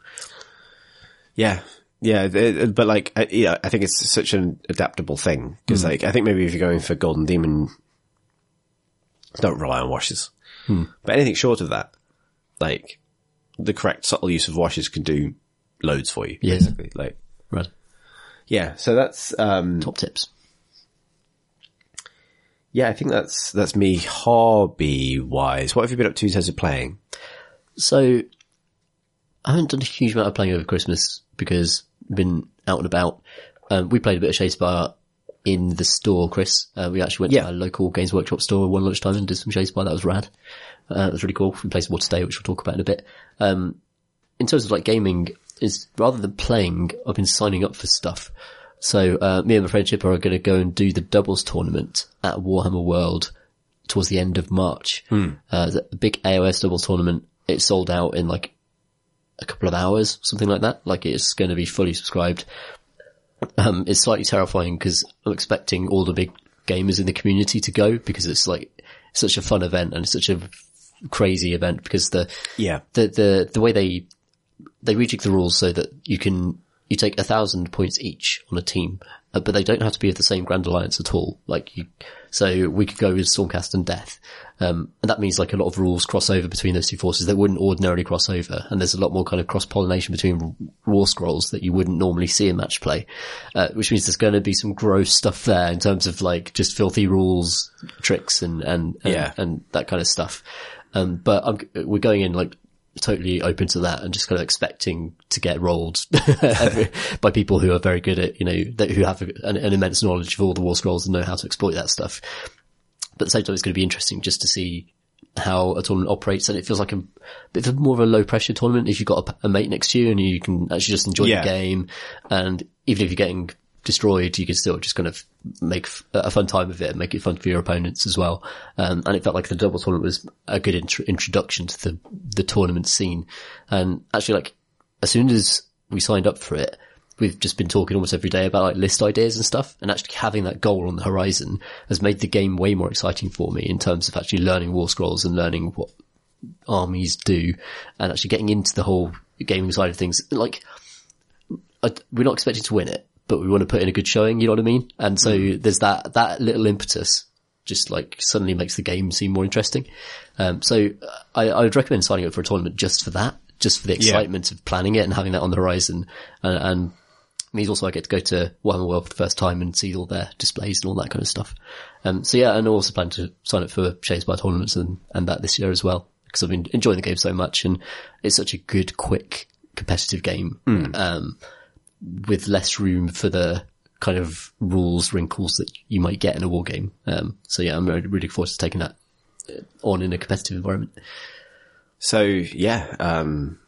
A: Yeah. Yeah, th- th- but like, I, yeah, I think it's such an adaptable thing because,
B: Hmm.
A: like, I think maybe if you're going for Golden Demon, don't rely on washes.
B: Hmm.
A: But anything short of that, like, the correct subtle use of washes can do loads for you.
B: Yeah.
A: Basically, like,
B: Right,
A: yeah. So that's, um,
B: top tips.
A: yeah, I think that's that's me hobby wise. What have you been up to in terms of playing?
B: So I haven't done a huge amount of playing over Christmas because I've been out and about. Um, we played a bit of Shakespeare in the store, Chris. Uh, we actually went
A: Yeah.
B: to our local Games Workshop store one lunchtime and did some Shakespeare. That was rad. Uh, it was really cool. We played some more today, which we'll talk about in a bit. Um, in terms of like gaming, is rather than playing, I've been signing up for stuff. So uh, me and my friendship are going to go and do the doubles tournament at Warhammer World towards the end of March. Uh, it's a big AOS doubles tournament. It sold out in like a couple of hours, something like that. Like it's going to be fully subscribed. Um, it's slightly terrifying because I'm expecting all the big gamers in the community to go because it's like such a fun event and it's such a crazy event because the
A: Yeah,
B: the the the way they they rejig the rules so that you can you take a thousand points each on a team, uh, but they don't have to be of the same Grand Alliance at all. Like you, so we could go with Stormcast and Death, um, and that means like a lot of rules cross over between those two forces that wouldn't ordinarily cross over, and there's a lot more kind of cross pollination between War Scrolls that you wouldn't normally see in match play, uh, which means there's going to be some gross stuff there in terms of like just filthy rules, tricks, and and and,
A: Yeah.
B: and that kind of stuff. Um, but I'm, we're going in like totally open to that and just kind of expecting to get rolled by people who are very good at, you know, that, who have an, an immense knowledge of all the war scrolls and know how to exploit that stuff. But at the same time, it's going to be interesting just to see how a tournament operates. And it feels like a bit of more of a low pressure tournament if you've got a, a mate next to you and you can actually just enjoy
A: Yeah.
B: the game. And even if you're getting destroyed, you can still just kind of make f- a fun time of it and make it fun for your opponents as well. Um, and it felt like the double tournament was a good intro introduction to the, the tournament scene. And actually like as soon as we signed up for it, we've just been talking almost every day about like list ideas and stuff and actually having that goal on the horizon has made the game way more exciting for me in terms of actually learning war scrolls and learning what armies do and actually getting into the whole gaming side of things. Like, I, we're not expecting to win it, but we want to put in a good showing, you know what I mean? And so there's that, that little impetus just like uh, suddenly makes the game seem more interesting. Um, so I, I would recommend signing up for a tournament just for that, just for the excitement of planning it and having that on the horizon. And, and means also I get to go to Warhammer World for the first time and see all their displays and all that kind of stuff. Um, so yeah, and I also plan to sign up for Shadespire tournaments and, and that this year as well because I've been enjoying the game so much and it's such a good, quick, competitive game. Um, with less room for the kind of rules wrinkles that you might get in a war game. Um, so yeah, I'm really really looking forward to taking that uh, on in a competitive environment.
A: So yeah, um,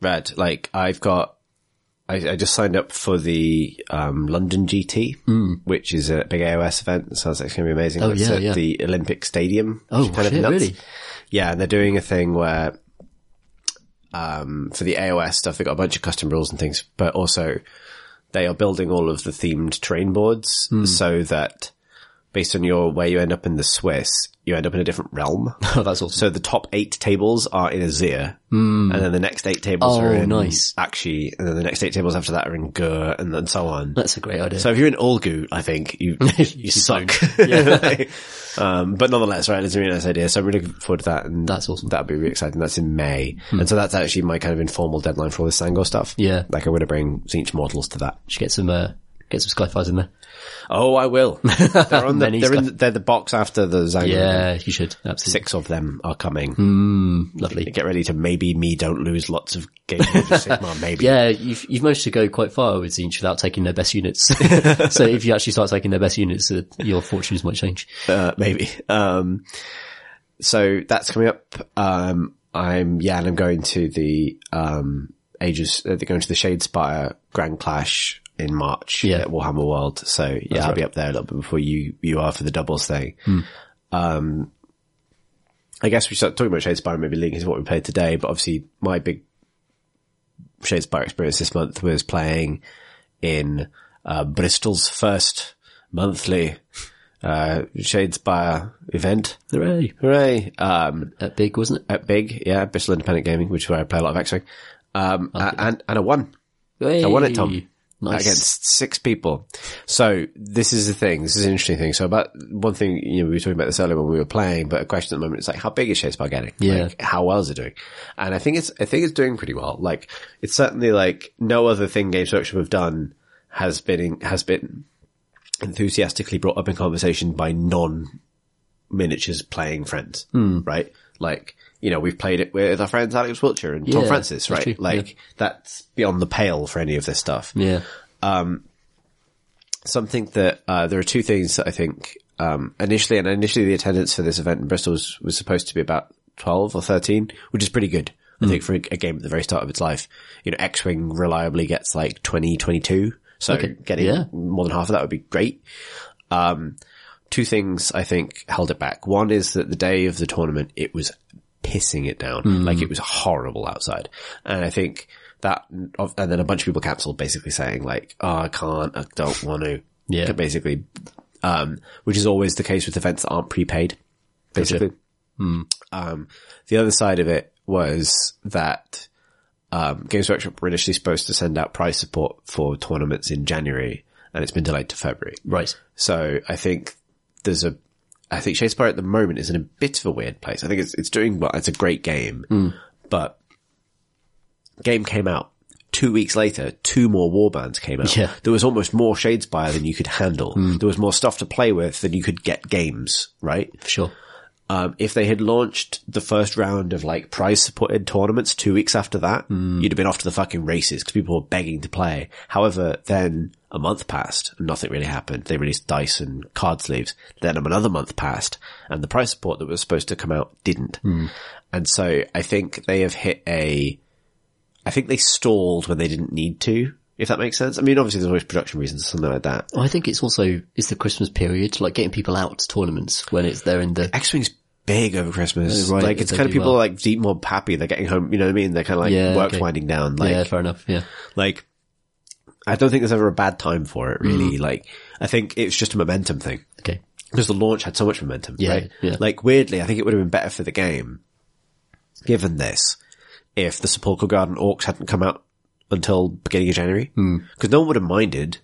A: rad. Like I've got, I, I just signed up for the um, London GT, which is a big AOS event. It sounds like it's going to be amazing.
B: Hmm. Oh,
A: it's
B: yeah,
A: at
B: yeah.
A: the Olympic Stadium.
B: Oh,
A: which is
B: shit,
A: nuts.
B: really?
A: Yeah, and they're doing a thing where um, for the AOS stuff, they've got a bunch of custom rules and things, but also they are building all of the themed terrain boards
B: Hmm.
A: so that based on your where you end up in the Swiss, you end up in a different realm.
B: Oh, that's awesome. Hmm.
A: So the top eight tables are in Azir, and then the next eight tables
B: Oh,
A: are in
B: nice.
A: Akshi, and then the next eight tables after that are in Gur, and then so on.
B: That's a great idea.
A: So if you're in Olgu, I think you you suck. um, but nonetheless, right, it's a really nice idea. So I'm really looking forward to that, and
B: That's awesome. Hmm.
A: That'd be really exciting. That's in May, and so that's actually my kind of informal deadline for all this Sangor stuff.
B: Yeah.
A: like I'm going to bring Siege Mortals to that.
B: Should get some uh, get some skyfires in there.
A: Oh, I will. They're on the,
B: Many
A: they're, in the, they're the box after the Zangor.
B: Yeah, Hmm. you should absolutely.
A: Six of them are coming.
B: Lovely.
A: Get ready to maybe me don't lose lots of games of Sigma, maybe.
B: Yeah, you've you've managed to go quite far with Zinch without taking their best units. so if you actually start taking their best units, uh, your fortunes might change.
A: uh, maybe. Um, so that's coming up. Um, I'm, yeah, and I'm going to the, um, ages, uh, they're going to the Shadespire Grand Clash in March
B: Yeah.
A: at Warhammer World. So yeah, I'll be up there a little bit before you, you are for the doubles thing. Um, I guess we start talking about Shadespire and maybe linking to what we played today, but obviously my big Shadespire experience this month was playing in, uh, Bristol's first monthly uh, Shadespire event.
B: Hooray!
A: Hooray! Um,
B: That big, wasn't it?
A: at Big, yeah, Bristol Independent Gaming, which is where I play a lot of X-Wing. Um, a- and, and I won
B: Hey!
A: I won it, Tom.
B: Nice.
A: against six people. So this is the thing. This is an interesting thing. So about one thing, you know, we were talking about this earlier when we were playing, but a question at the moment is like, how big is Shadespire getting?
B: Yeah.
A: Like, how well is it doing? And I think it's, I think it's doing pretty well. Like, it's certainly like no other thing Games Workshop have done has been, has been enthusiastically brought up in conversation by non miniatures playing friends,
B: Hmm.
A: right? Like, you know, we've played it with our friends Alex Wiltshire and Tom
B: Yeah,
A: Francis,
B: that's
A: right?
B: true,
A: Like,
B: yeah.
A: that's beyond the pale for any of this stuff
B: Yeah.
A: something that uh, there are two things that I think um, initially, and initially the attendance for this event in Bristol was, was supposed to be about twelve or thirteen, which is pretty good. I
B: Hmm.
A: think for a, a game at the very start of its life, you know, X-wing reliably gets like 20, 22. So
B: Okay,
A: getting
B: yeah.
A: more than half of that would be great. Um, two things I think held it back. One is that the day of the tournament, it was pissing it down. Like it was horrible outside. And I think that, of- and then a bunch of people cancelled basically saying like, oh, I can't, I don't want to.
B: Yeah.
A: Basically. Um, which is always the case with events that aren't prepaid. Basically. Um, the other side of it was that, um, Games Workshop were initially supposed to send out prize support for tournaments in January and it's been delayed to February.
B: Right.
A: So I think there's a, I think Shadespire at the moment is in a bit of a weird place. I think it's, it's doing well. It's a great game, but game came out two weeks later. Two more warbands came out.
B: Yeah.
A: There was almost more Shadespire than you could handle. There was more stuff to play with than you could get games, right?
B: For sure.
A: Um, if they had launched the first round of like prize supported tournaments two weeks after that, you'd have been off to the fucking races because people were begging to play. However, then a month passed and nothing really happened. They released dice and card sleeves. Then another month passed and the prize support that was supposed to come out didn't. And so I think they have hit a, I think they stalled when they didn't need to, if that makes sense. I mean, obviously there's always production reasons, something like that.
B: Well, I think it's also it's the Christmas period, like getting people out to tournaments when it's they're in the
A: X Wing's big over Christmas.
B: Oh, right,
A: like it's
B: they
A: kind of
B: do
A: people
B: well.
A: are, like deep mob happy. They're getting home. You know what I mean? They're kind of like
B: Yeah,
A: work's
B: okay.
A: winding down. Like
B: yeah, fair enough, yeah,
A: like I don't think there's ever a bad time for it. Really.
B: Mm.
A: Like I think it's just a momentum thing
B: okay,
A: because the launch had so much momentum.
B: Yeah,
A: right?
B: yeah.
A: Like weirdly, I think it would have been better for the game, given this, if the Sepulchral Garden Orcs hadn't come out until beginning of January, because no one would have minded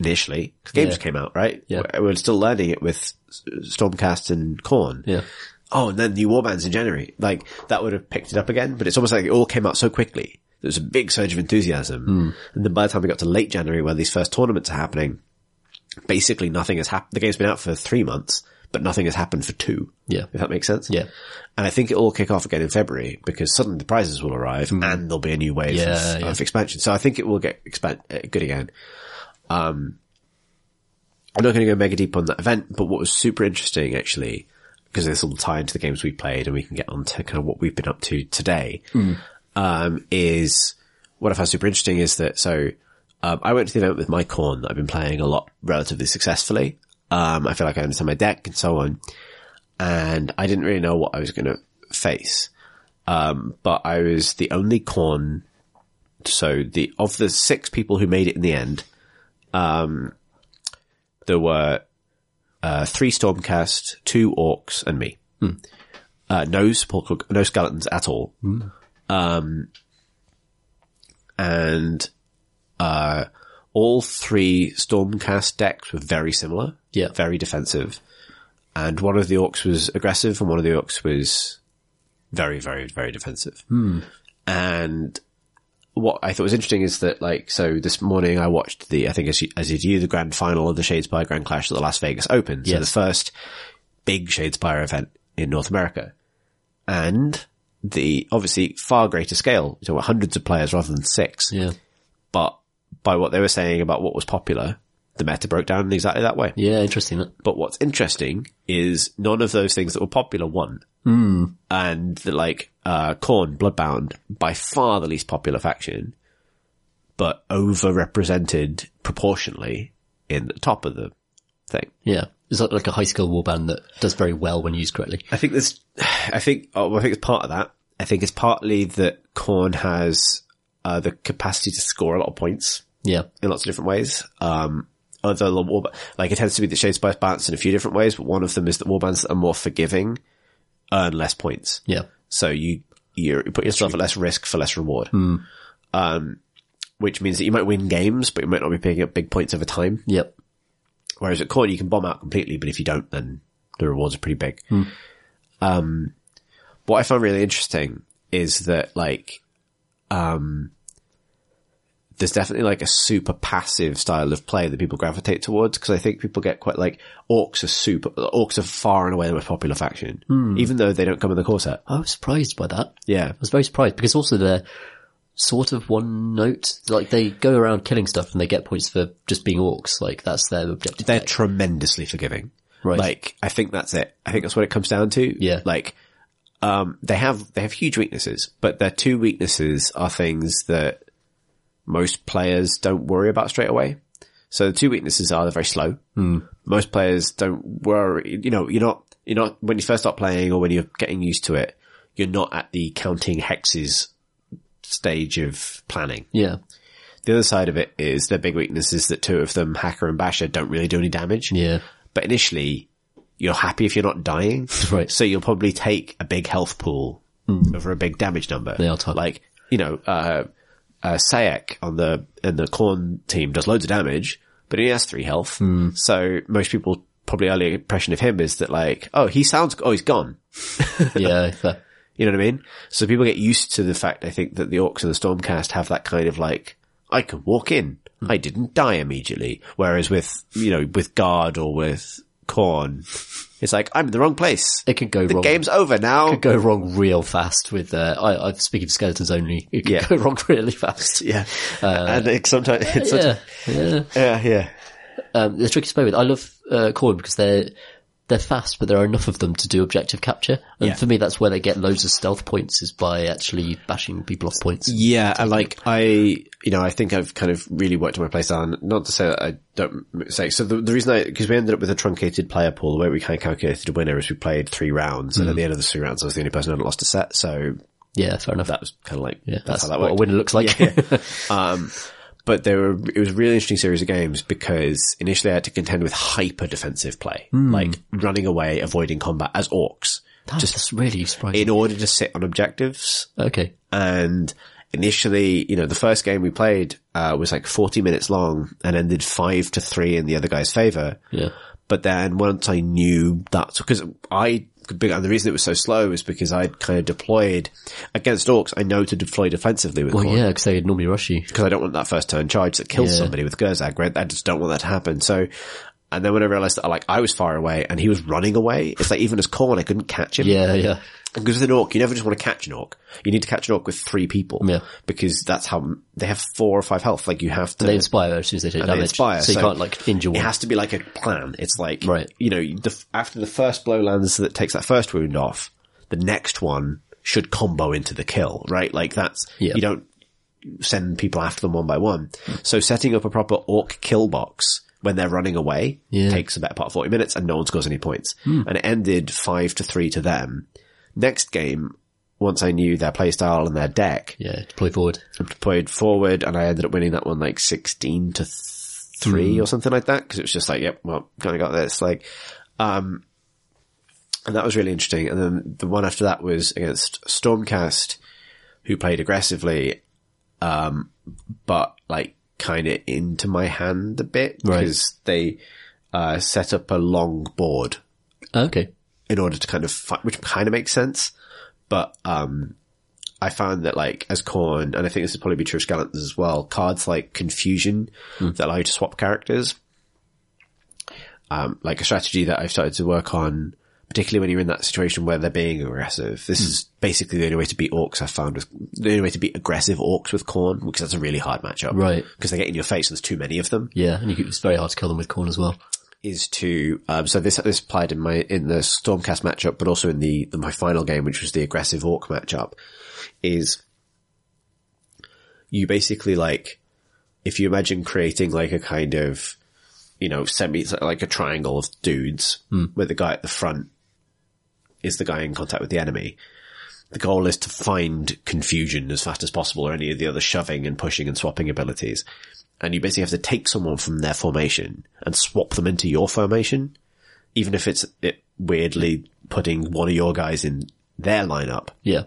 A: initially. Because games
B: Hmm. Yeah.
A: came out right.
B: Yeah.
A: We- we we're still learning it with S- Stormcast and Corn
B: yeah,
A: oh, and then new warbands in January. Like that would have picked it up again, but it's almost like it all came out so quickly. There was a big surge of enthusiasm. And then by the time we got to late January where these first tournaments are happening, basically nothing has happened. The game's been out for three months, but nothing has happened for two.
B: Yeah.
A: If that makes sense.
B: Yeah.
A: And I think it will kick off again in February because suddenly the prizes will arrive and there'll be a new wave
B: Hmm. Yeah,
A: of,
B: yeah.
A: of expansion. So I think it will get expand, uh, good again. Um, I'm not going to go mega deep on that event, but what was super interesting actually, because this will tie into the games we played and we can get on to kind of what we've been up to today,
B: Hmm.
A: um, is what I found super interesting is that, so, um, I went to the event with my corn that I've been playing a lot relatively successfully. Um, I feel like I understand my deck and so on. And I didn't really know what I was going to face. Um, but I was the only corn. So the, of the six people who made it in the end, um, there were uh, three Stormcast, two Orcs, and me. Uh, no sepulchral, no skeletons at all. Um, and uh, all three Stormcast decks were very similar.
B: Yeah.
A: very defensive. And one of the Orcs was aggressive, and one of the Orcs was very, very, very defensive. And what I thought was interesting is that like so this morning I watched the I think as you, as did you the grand final of the Shadespire Grand Clash at the Las Vegas Open, so
B: Yes.
A: the first big Shadespire event in North America, and the obviously far greater scale, so hundreds of players rather than six,
B: Yeah.
A: but by what they were saying about what was popular, the meta broke down in exactly that way.
B: Yeah. Interesting. That.
A: But what's interesting is none of those things that were popular won. Hmm. And the, like, uh, Korn, Bloodbound, by far the least popular faction, but overrepresented proportionally in the top of the thing.
B: Yeah. It's like, like a high skill warband that does very well when used correctly.
A: I think there's, I think, oh, I think it's part of that. I think it's partly that Korn has, uh, the capacity to score a lot of points.
B: Yeah.
A: in lots of different ways. Um, other lo- war, like it tends to be that Shade Spice balanced in a few different ways, but one of them is that warbands that are more forgiving earn less points.
B: Yeah.
A: So you, you put yourself at less risk for less reward. Um, which means that you might win games, but you might not be picking up big points over time.
B: Yep.
A: Whereas at Corn, you can bomb out completely, but if you don't, then the rewards are pretty big. Um, what I found really interesting is that like, um, there's definitely like a super passive style of play that people gravitate towards because I think people get quite like orcs are super orcs are far and away the most popular faction, even though they don't come in the core set.
B: I was surprised by that.
A: Yeah,
B: I was very surprised because also they're sort of one note. Like they go around killing stuff and they get points for just being orcs. Like that's their objective.
A: they're
B: Like,
A: tremendously forgiving.
B: Right.
A: Like I think that's it. I think that's what it comes down to.
B: Yeah.
A: Like um they have they have huge weaknesses, but their two weaknesses are things that most players don't worry about straight away. So the two weaknesses are they're very slow.
B: Hmm.
A: Most players don't worry, you know, you're not, you're not, when you first start playing or when you're getting used to it, you're not at the counting hexes stage of planning.
B: yeah.
A: The other side of it is their big weakness is that two of them, Hacker and Basher, don't really do any damage.
B: Yeah.
A: But initially, you're happy if you're not dying.
B: Right. Hmm.
A: So you'll probably take a big health pool over a big damage number.
B: They are tough.
A: Like, you know, uh, uh, Sayek on the, in the corn team does loads of damage, but he has three health.
B: Hmm.
A: So most people probably early impression of him is that like, oh, he sounds, oh, he's gone.
B: Yeah. fair.
A: You know what I mean? So people get used to the fact, I think, that the Orcs and the Stormcast have that kind of like, I can walk in.
B: Hmm.
A: I didn't die immediately. Whereas with, you know, with Guard or with Corn, it's like, I'm in the wrong place.
B: It could go wrong.
A: Game's over now.
B: go wrong real fast with, uh, I, I speaking of skeletons only, it could
A: Yeah.
B: go wrong really fast.
A: Yeah. and it sometimes, it's such,
B: Uh, Yeah. Yeah.
A: yeah, yeah.
B: Um, they're tricky to play with. I love, uh, Corn because they're, they're fast, but there are enough of them to do objective capture. And
A: Yeah.
B: for me, that's where they get loads of stealth points is by actually bashing people off points.
A: Yeah, and like I, you know, I think I've kind of really worked on my playstyle. Not to say that I don't m- say. So the, the reason I, because we ended up with a truncated player pool. The way we kind of calculated a winner is we played three rounds,
B: Mm.
A: and at the end of the three rounds, I was the only person who hadn't lost a set. So
B: Yeah. Fair enough.
A: that was kind of like
B: yeah.
A: that's, how that
B: what
A: worked.
B: a winner looks like.
A: Um, but there were, it was a really interesting series of games because initially I had to contend with hyper defensive play,
B: Mm.
A: like running away, avoiding combat as orcs
B: That's really surprising.
A: in order to sit on objectives
B: okay.
A: and initially, you know, the first game we played uh, was like 40 minutes long and ended five to three in the other guy's favor.
B: Yeah.
A: But then once I knew that, because I big, and the reason it was so slow is because I kind of deployed against orcs. I know to deploy defensively with
B: Well,
A: corn.
B: yeah, because they'd normally rush you.
A: because I don't want that first turn charge that kills
B: Yeah.
A: somebody with Gerzag, right? I just don't want that to happen. So, and then when I realized that like I was far away and he was running away, it's like even as Corn, I couldn't catch him.
B: Yeah, yeah.
A: Because with an orc, you never just want to catch an orc. You need to catch an orc with three people.
B: Yeah.
A: Because that's how they have four or five health. Like you have to.
B: They inspire as soon as they take
A: they
B: damage.
A: inspire,
B: so you
A: so
B: can't like injure
A: it
B: one.
A: has to be like a plan. It's like,
B: Right.
A: you know, the, after the first blow lands that takes that first wound off, the next one should combo into the kill, right? Like that's,
B: Yeah.
A: you don't send people after them one by one. So setting up a proper orc kill box when they're running away
B: Yeah. Hmm.
A: takes a better part of 40 minutes and no one scores any points. And it ended five to three to them. Next game, once I knew their playstyle and their deck,
B: Yeah, deploy forward.
A: played forward and I ended up winning that one like 16 to th- 3 or something like that because it was just like yep well kind of got this like um and that was really interesting and then the one after that was against Stormcast who played aggressively um but like kind of into my hand a bit
B: Right.
A: because they uh set up a long board
B: Okay.
A: in order to kind of fi- which kind of makes sense but um I found that like as corn, and I think this would probably be true of skeletons as well, cards like confusion that allow you to swap characters. Um, like a strategy that I've started to work on, particularly when you're in that situation where they're being aggressive. This is basically the only way to beat orcs I found was the only way to beat aggressive orcs with corn, because that's a really hard matchup.
B: Right.
A: Because they get in your face and there's too many of them
B: Yeah, and you, it's very hard to kill them with corn as well.
A: is to um, so this this applied in my in the Stormcast matchup, but also in the, the my final game, which was the aggressive orc matchup, is you basically like if you imagine creating like a kind of you know semi like a triangle of dudes where the guy at the front is the guy in contact with the enemy. The goal is to find confusion as fast as possible or any of the other shoving and pushing and swapping abilities. And you basically have to take someone from their formation and swap them into your formation, even if it's it weirdly putting one of your guys in their lineup.
B: Yeah.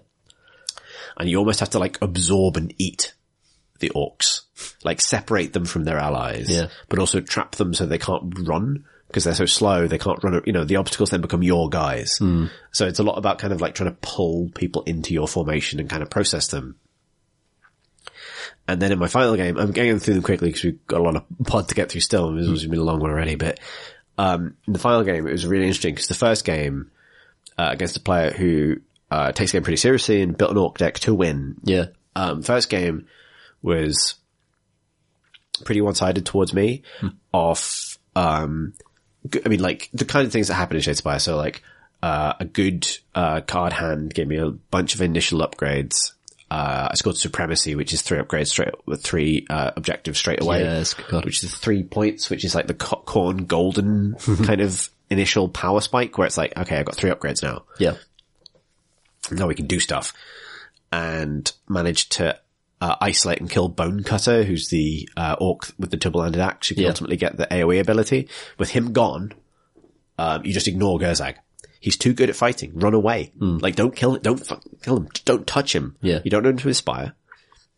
A: And you almost have to like absorb and eat the orcs, like separate them from their allies,
B: Yeah.
A: but also trap them so they can't run because they're so slow. They can't run. You know, the obstacles then become your guys. So it's a lot about kind of like trying to pull people into your formation and kind of process them. And then in my final game, I'm going through them quickly because we've got a lot of pod to get through still. and This has been a long one already, but um, in the final game, it was really interesting because the first game uh, against a player who uh, takes the game pretty seriously and built an orc deck to win
B: Yeah.
A: um, first game was pretty one-sided towards me
B: Hmm.
A: off, um, g- I mean, like the kind of things that happen in Shades of Bias. So like, uh, a good, uh, card hand gave me a bunch of initial upgrades. Uh, I scored supremacy, which is three upgrades straight with three, uh, objectives straight away
B: Yeah, it's a good card.
A: which is three points, which is like the co- corn golden kind of initial power spike where it's like, okay, I've got three upgrades now
B: Yeah.
A: now we can do stuff. And managed to uh, isolate and kill Bone Cutter, who's the uh, orc with the double-handed axe, who can
B: Yeah.
A: ultimately get the AOE ability. With him gone, um, you just ignore Gerzag. He's too good at fighting. Run away. Like, don't kill Don't fu- kill him. Just Don't touch him.
B: Hmm. Yeah.
A: You don't know him to inspire.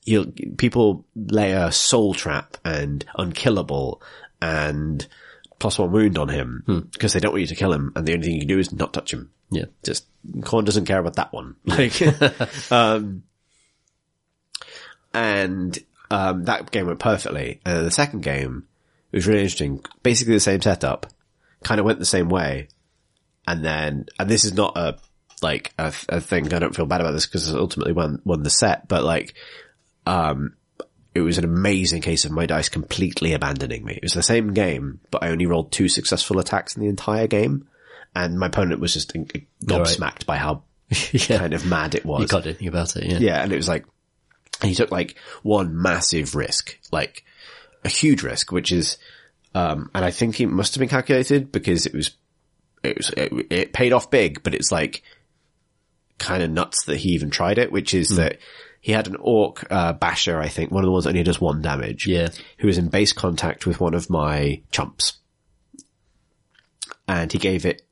A: You'll, people layer Soul Trap and Unkillable and plus one wound on him
B: Hmm.
A: because they don't want you to kill him. And the only thing you can do is not touch him
B: Yeah.
A: just Corn doesn't care about that one. Like, um, and um, that game went perfectly. And then the second game it was really interesting. Basically, the same setup, kind of went the same way. And then, and this is not a like a, a thing. I don't feel bad about this because ultimately won won the set. But like, um, it was an amazing case of my dice completely abandoning me. It was the same game, but I only rolled two successful attacks in the entire game, and my opponent was just in- gobsmacked by how
B: yeah.
A: kind of mad it was.
B: You can't do anything about it. Yeah.
A: Yeah, and it was like, and he took like one massive risk, like a huge risk, which is, um, and I think it must have been calculated because it was, it was, it, it paid off big, but it's like kind of nuts that he even tried it, which is that he had an orc, uh, basher, I think, one of the ones that only does one damage.
B: Yeah.
A: Who was in base contact with one of my chumps. And he gave it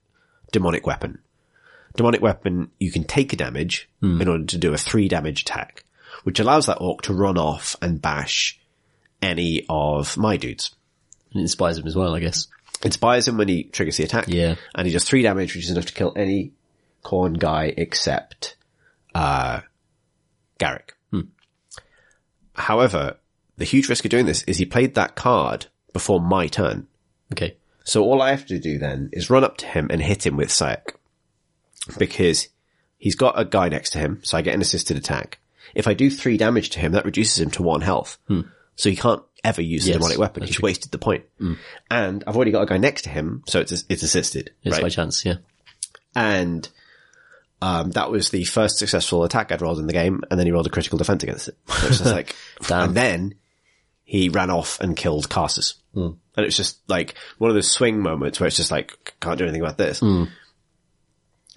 A: demonic weapon. Demonic weapon, you can take a damage in order to do a three damage attack, which allows that orc to run off and bash any of my dudes.
B: It inspires him as well, I guess.
A: Inspires him when he triggers the attack.
B: Yeah.
A: And he does three damage, which is enough to kill any corn guy except uh, Garrick. However, the huge risk of doing this is he played that card before my turn.
B: Okay.
A: So all I have to do then is run up to him and hit him with Sayak. Because he's got a guy next to him, so I get an assisted attack. If I do three damage to him, that reduces him to one health. So he can't ever use the
B: Yes,
A: demonic weapon. He's wasted the point. And I've already got a guy next to him, so it's it's assisted.
B: It's
A: right?
B: by chance, yeah.
A: and um, that was the first successful attack I'd rolled in the game, and then he rolled a critical defense against it. Which was just like,
B: Damn.
A: and then he ran off and killed Carsus.
B: Hmm.
A: Mm. And it's just like one of those swing moments where it's just like, can't do anything about this.
B: Hmm.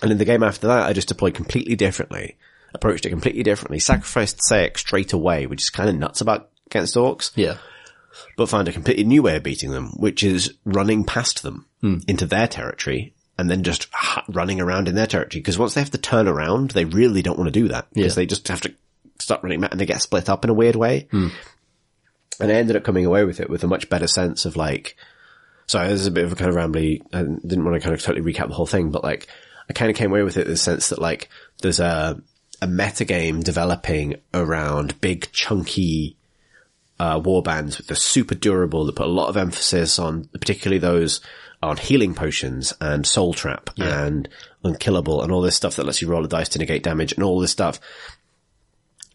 A: And in the game after that, I just deployed completely differently, approached it completely differently, sacrificed Sayek straight away, which is kind of nuts about against orcs
B: Yeah.
A: but found a completely new way of beating them, which is running past them into their territory and then just ha- running around in their territory. Because once they have to turn around, they really don't want to do that because
B: Yeah.
A: they just have to start running back and they get split up in a weird way. And I ended up coming away with it with a much better sense of like, sorry, this is a bit of a kind of rambly. I didn't want to kind of totally recap the whole thing, but like, I kind of came away with it in the sense that like, there's a, a metagame developing around big chunky uh, warbands that are super durable that put a lot of emphasis on particularly those on healing potions and soul trap and unkillable and all this stuff that lets you roll a dice to negate damage and all this stuff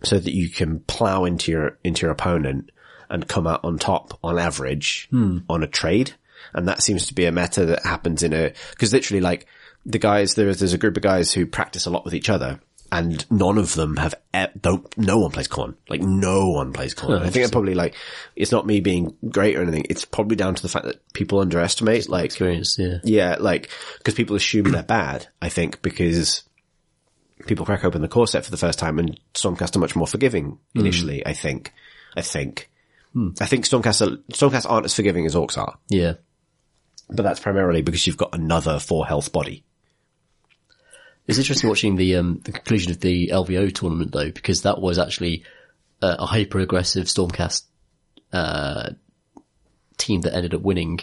A: so that you can plow into your into your opponent and come out on top on average on a trade and that seems to be a meta that happens in a because literally like the guys there is there's a group of guys who practice a lot with each other and none of them have e- don't no one plays corn like no one plays corn i think it probably like it's not me being great or anything it's probably down to the fact that people underestimate like
B: Experience, yeah.
A: yeah, like because people assume they're bad. I think because people crack open the core set for the first time, and Stormcast are much more forgiving initially. I think. I think. I think Stormcast are, Stormcast aren't as forgiving as Orcs are,
B: Yeah.
A: but that's primarily because you've got another four health body.
B: It's interesting watching the um, the conclusion of the LVO tournament though, because that was actually uh, a hyper aggressive Stormcast uh, team that ended up winning,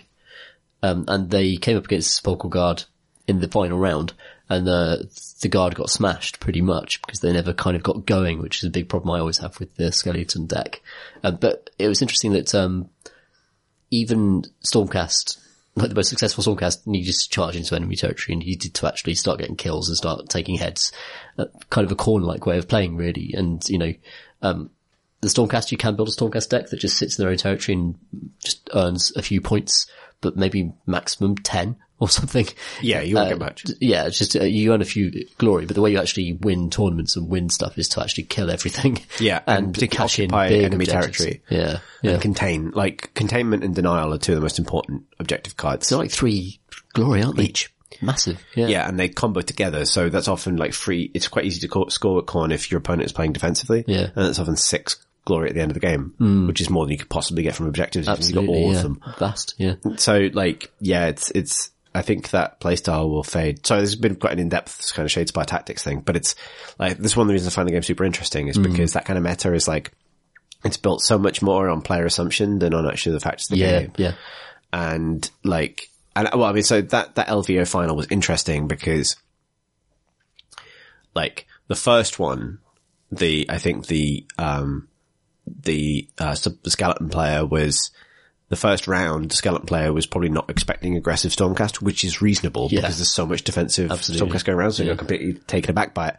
B: um, and they came up against Sepulchral Guard in the final round, and the the guard got smashed pretty much because they never kind of got going, which is a big problem I always have with the skeleton deck. Uh, but it was interesting that um, even Stormcast, like the most successful Stormcast, needed to charge into enemy territory and needed to actually start getting kills and start taking heads. Uh, kind of a corn-like way of playing, really. And, you know, um, the Stormcast, you can build a Stormcast deck that just sits in their own territory and just earns a few points, but maybe maximum 10 or something.
A: Yeah, you won't
B: Uh,
A: get much.
B: d- Yeah, it's just, uh, you earn a few glory, but the way you actually win tournaments and win stuff is to actually kill everything.
A: Yeah, and
B: and,
A: to
B: cash in
A: occupy
B: big
A: enemy
B: objectives.
A: territory.
B: Yeah. Yeah.
A: Contain, like containment and denial, are two of the most important objective cards.
B: They're like three glory, aren't they? Each. Massive. Yeah.
A: yeah, and they combo together, so that's often like free. It's quite easy to co- score at corn if your opponent is playing defensively.
B: Yeah. Mm.
A: and it's often six glory at the end of the game, which is more than you could possibly get from objectives. if You got all
B: yeah.
A: of them.
B: Vast, yeah.
A: So like, yeah, it's it's. I think that playstyle will fade. So this has been quite an in-depth kind of shades by tactics thing, but it's like this is one of the reasons I find the game super interesting
B: Mm.
A: is because that kind of meta is like it's built so much more on player assumption than on actually the facts of the
B: Yeah,
A: game
B: yeah.
A: and like, and well, I mean, so that, that LVO final was interesting because like the first one, the, I think the, um, the, uh, sub- the skeleton player was the first round, the skeleton player was probably not expecting aggressive Stormcast, which is reasonable
B: Yeah.
A: because there's so much defensive Stormcast going around. So you're completely taken aback by it.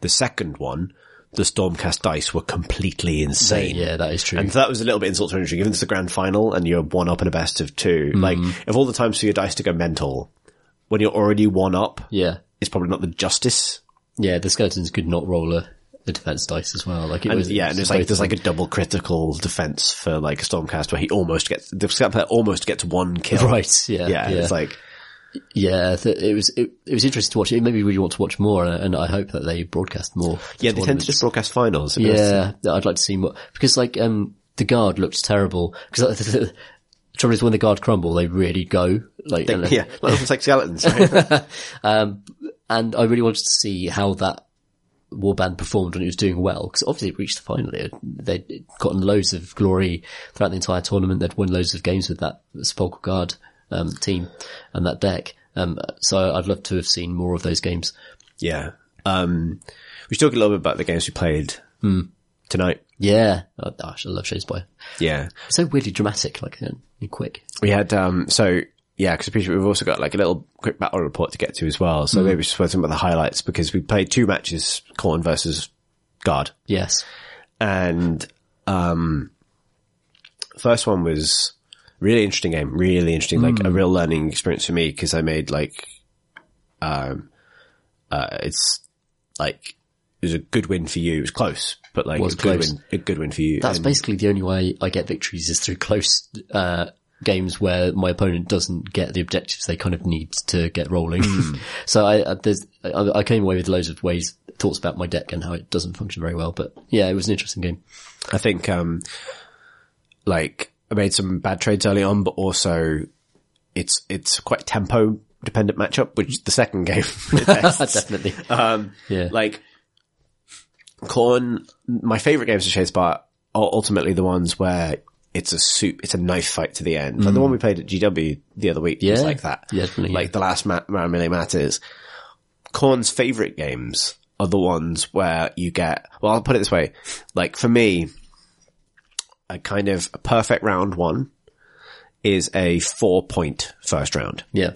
A: The second one, the Stormcast dice were completely insane.
B: Yeah, that is true.
A: And so that was a little bit insult to injury, given it's the grand final and you're one up in a best of 2
B: Mm.
A: Like, of all the times for your dice to go mental, when you're already one up,
B: yeah.
A: it's probably not the justice.
B: Yeah, the skeletons could not roll a, a defense dice as well. Like it was
A: yeah, and it's like, there's like a double critical defense for like a Stormcast where he almost gets, the scout player almost gets one kill.
B: Right, yeah,
A: Yeah, and
B: yeah.
A: it's like,
B: yeah, th- it was it, it was interesting to watch. It made me really want to watch more, uh, and, and I hope that they broadcast more.
A: yeah, they tend to
B: tournaments.
A: just broadcast finals. It does-
B: Yeah, I'd like to see more because like um the guard looked terrible because the trouble is when the guard crumble, they really go like unless-
A: Yeah, like, almost like skeletons, right?
B: and I really wanted to see how that warband performed when it was doing well because obviously it reached the final. They they'd gotten loads of glory throughout the entire tournament. They'd won loads of games with that Sepulchral Guard um, team and that deck. Um, so I'd love to have seen more of those games.
A: Yeah. Um, we should talk a little bit about the games we played
B: Hmm.
A: tonight.
B: Yeah. Oh, gosh, I love Shadespire.
A: Yeah.
B: So weirdly dramatic, like, uh, and quick.
A: We had, um, so yeah, because we've also got like a little quick battle report to get to as well.
B: Mm.
A: So maybe we should talk about the highlights because we played two matches, Corn versus Guard.
B: Yes.
A: and um first one was really interesting game really interesting like
B: Mm.
A: a real learning experience for me because i made like um uh it's like it was a good win for you it was close but like
B: Was
A: it was a good
B: close.
A: win a good win for you
B: That's
A: And-
B: basically the only way I get victories is through close, uh, games where my opponent doesn't get the objectives they kind of need to get rolling.
A: Hmm.
B: so I, I, there's, I, I came away with loads of ways, thoughts about my deck and how it doesn't function very well, but yeah, it was an interesting game.
A: I think, um, like I made some bad trades early on, but also it's, it's quite tempo dependent matchup, which the second game attests.
B: Definitely.
A: Um,
B: Yeah.
A: like Corn, my favorite games of Shadespire are ultimately the ones where it's a soup, it's a knife fight to the end. Like the one we played at GW the other week was
B: Mm. Yeah.
A: like that.
B: Yeah, definitely,
A: Like
B: yeah.
A: the last ma- round really matters. Corn's favorite games are the ones where you get, well, I'll put it this way. Like for me, a kind of a perfect round one is a four point first round.
B: Yeah.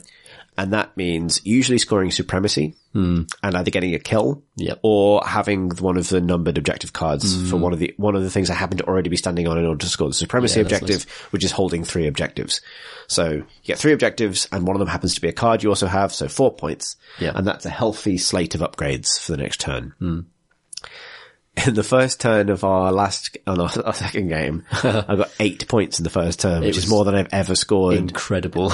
A: And that means usually scoring supremacy and either getting a kill
B: Hmm. Yep. Hmm.
A: or having one of the numbered objective cards for one of the, one of the things I happen to already be standing on in order to score the supremacy
B: Yeah, that's
A: objective, which is holding three objectives. So you get three objectives and one of them happens to be a card you also have. So four points.
B: Yeah. Hmm.
A: And that's a healthy slate of upgrades for the next turn in the first turn of our last on our, our second game, I got eight points in the first turn, which is
B: was
A: more than I've ever scored.
B: Incredible.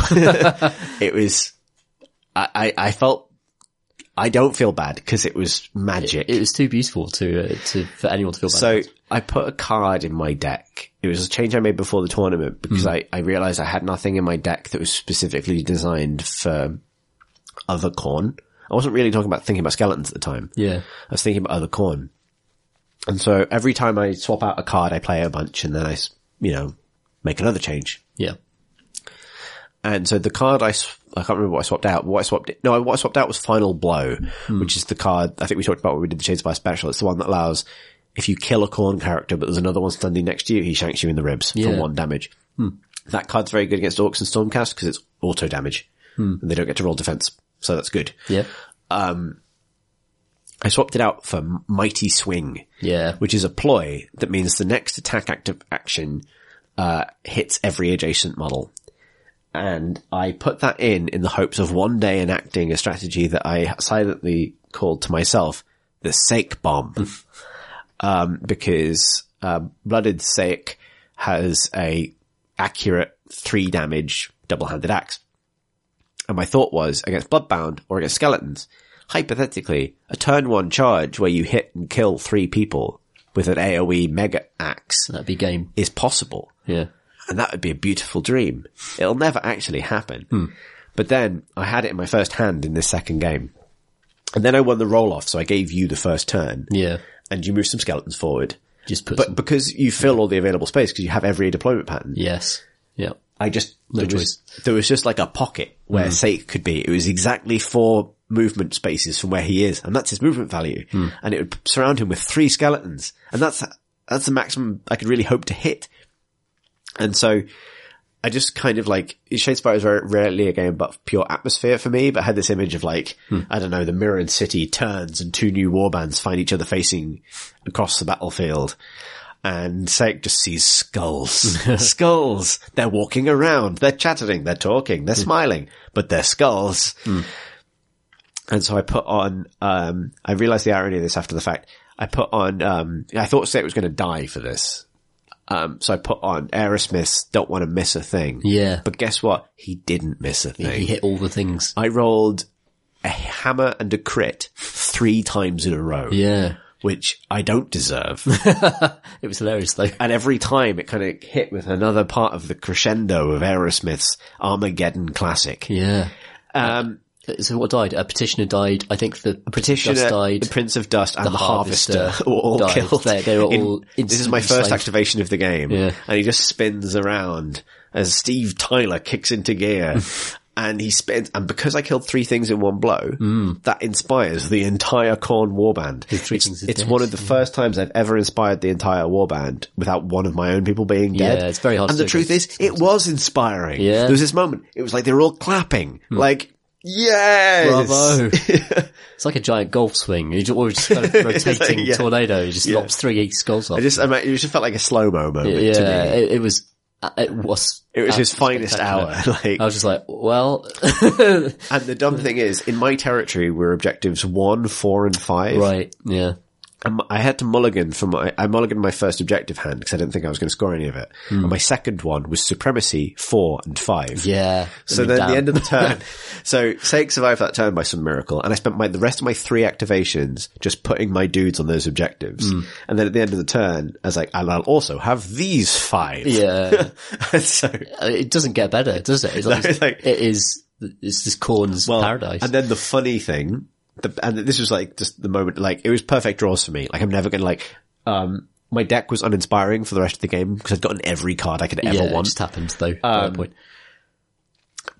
A: it was, I, I, I felt, I don't feel bad because it was magic.
B: it was too beautiful to, uh, to, for anyone to feel bad.
A: so I put a card in my deck. It was a change I made before the tournament because
B: Mm.
A: I, I realized I had nothing in my deck that was specifically designed for other corn. I wasn't really talking about thinking about skeletons at the time.
B: yeah.
A: I was thinking about other corn. And so every time I swap out a card, I play a bunch and then I, s- you know, make another change.
B: Yeah.
A: And so the card I, sw- I can't remember what I swapped out. What I swapped, no, what I swapped out was Final Blow, which is the card I think we talked about when we did the Shades by Special. It's the one that allows if you kill a corn character, but there's another one standing next to you, he shanks you in the ribs for
B: Yeah.
A: one damage. That card's very good against Orcs and Stormcast because it's auto damage. And they don't get to roll defense. So that's good.
B: Yeah.
A: I swapped it out for Mighty Swing.
B: Yeah.
A: which is a ploy that means the next attack active action uh, hits every adjacent model. And I put that in in the hopes of one day enacting a strategy that I silently called to myself the Sake Bomb, um, because uh, Blooded Sake has a accurate three damage double-handed axe. And my thought was against Bloodbound or against skeletons, hypothetically, a turn one charge where you hit and kill three people with an AoE mega axe
B: That'd be game.
A: is possible.
B: Yeah.
A: And that would be a beautiful dream. It'll never actually happen. But then I had it in my first hand in this second game. And then I won the roll off, so I gave you the first turn
B: Yeah.
A: and you moved some skeletons forward.
B: Just put
A: But
B: some-
A: because you fill all the available space, because you have every deployment pattern,
B: yes. Yeah.
A: I just
B: No
A: there was there was just like a pocket where
B: Mm.
A: Sake could be. It was exactly four movement spaces from where he is, and that's his movement value.
B: Mm.
A: And it would surround him with three skeletons, and that's that's the maximum I could really hope to hit. And so I just kind of like Shadespire is very rarely a game about pure atmosphere for me, but I had this image of like I don't know, the Mirrored City turns and two new warbands find each other facing across the battlefield. And Sake just sees skulls. skulls. They're walking around. They're chattering. They're talking. They're smiling. But they're skulls. And so I put on, um, I realized the irony of this after the fact. I put on, um, I thought Sake was going to die for this. Um, so I put on Aerosmith's Don't Want to Miss a Thing.
B: Yeah.
A: But guess what? He didn't miss a thing.
B: He hit all the things.
A: I rolled a hammer and a crit three times in a row,
B: Yeah.
A: which I don't deserve.
B: It was hilarious though.
A: and every time it kind of hit with another part of the crescendo of Aerosmith's Armageddon classic.
B: Yeah.
A: Um,
B: So what died? A petitioner died. I think the
A: Petitioner,
B: petitioner died.
A: the Prince of Dust, and the,
B: Harvester
A: Harvester, were all
B: died.
A: killed.
B: They- they were
A: in-
B: all
A: this is my
B: instantly
A: first
B: slain.
A: activation of the game,
B: Yeah.
A: and he just spins around as Steve Tyler kicks into gear, and he spins, and because I killed three things in one blow,
B: Mm.
A: that inspires the entire Corn warband.
B: three
A: It's,
B: things is
A: it's
B: dead,
A: one of the first times I've ever inspired the entire warband without one of my own people being
B: Yeah,
A: dead.
B: it's very hard
A: And
B: to
A: the
B: do
A: truth is, it was inspiring.
B: Yeah. Hmm.
A: There was this moment, it was like they were all clapping, like, yes!
B: Bravo. it's like a giant golf swing. You just, or just kind of rotating
A: Yeah.
B: tornado. You just lops three skulls off.
A: I just, I mean, it just felt like a slow-mo moment
B: yeah,
A: to me.
B: it, it was. uh, It was.
A: It was his
B: absolutely
A: finest hour.
B: spectacular.
A: Like,
B: I was just like, well,
A: and the dumb thing is, in my territory were objectives one, four, and five.
B: right, yeah,
A: Um, I had to mulligan for my, I mulliganed my first objective hand because I didn't think I was going to score any of it. And my second one was supremacy four and five.
B: Hmm. yeah.
A: So then the end of the turn, so Sake survived that turn by some miracle and I spent my, the rest of my three activations just putting my dudes on those objectives.
B: Hmm.
A: And then at the end of the turn, I was like, and I'll also have these five.
B: yeah,
A: And so,
B: it doesn't get better, does it? It's like,
A: it's like-
B: it is. It's this corn's
A: Well,
B: paradise.
A: And then the funny thing, the, and this was like just the moment, like it was perfect draws for me. Like I'm never going to like, um, my deck was uninspiring for the rest of the game because I'd gotten every card I could ever
B: yeah, it
A: want. Um,
B: just happened though. at that point,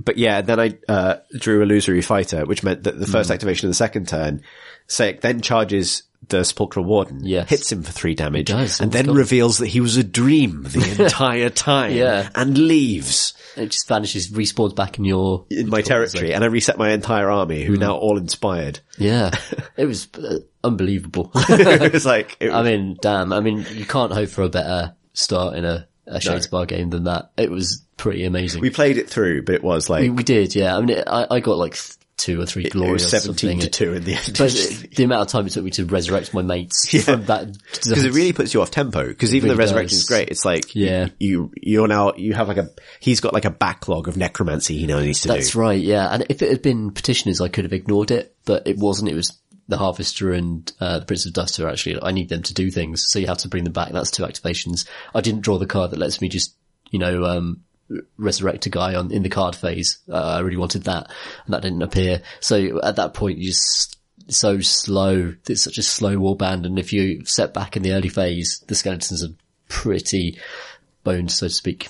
A: But yeah, then I, uh, drew illusory fighter, which meant that the first
B: Mm.
A: activation of the second turn, Sayek then charges the sepulchral warden,
B: Yes.
A: hits him for three damage,
B: does,
A: and
B: oh
A: then
B: God.
A: reveals that he was a dream the entire time
B: Yeah.
A: and leaves.
B: it just vanishes, respawns back in your
A: In my territory, and I reset my entire army,
B: Mm.
A: who are now all inspired.
B: Yeah, it was uh, unbelievable.
A: it was like it was
B: I mean, damn. I mean, you can't hope for a better start in a, a Shades Bar game than that. It was pretty amazing.
A: We
B: We,
A: played it through, but it was like
B: we, did, yeah. I mean, it, I, I got like th- two or three
A: it
B: glorious
A: was seventeen to two in the end.
B: But it- the amount of time it took me to resurrect my mates from that.
A: because it really puts you off tempo. Because even
B: really
A: the resurrection
B: does.
A: is great. It's like
B: Yeah.
A: you you're now you have like a he's got like a backlog of necromancy he now needs to
B: That's
A: do.
B: right, yeah. And if it had been Petitioners, I could have ignored it, but it wasn't. It was the Harvester and uh, the Prince of Dust who are actually, I need them to do things, so you have to bring them back. That's two activations. I didn't draw the card that lets me just, you know, um, resurrect a guy on in the card phase. Uh, I really wanted that, and that didn't appear. So at that point, you're s- so slow. It's such a slow warband, and if you set back in the early phase, the skeletons are pretty boned, so to speak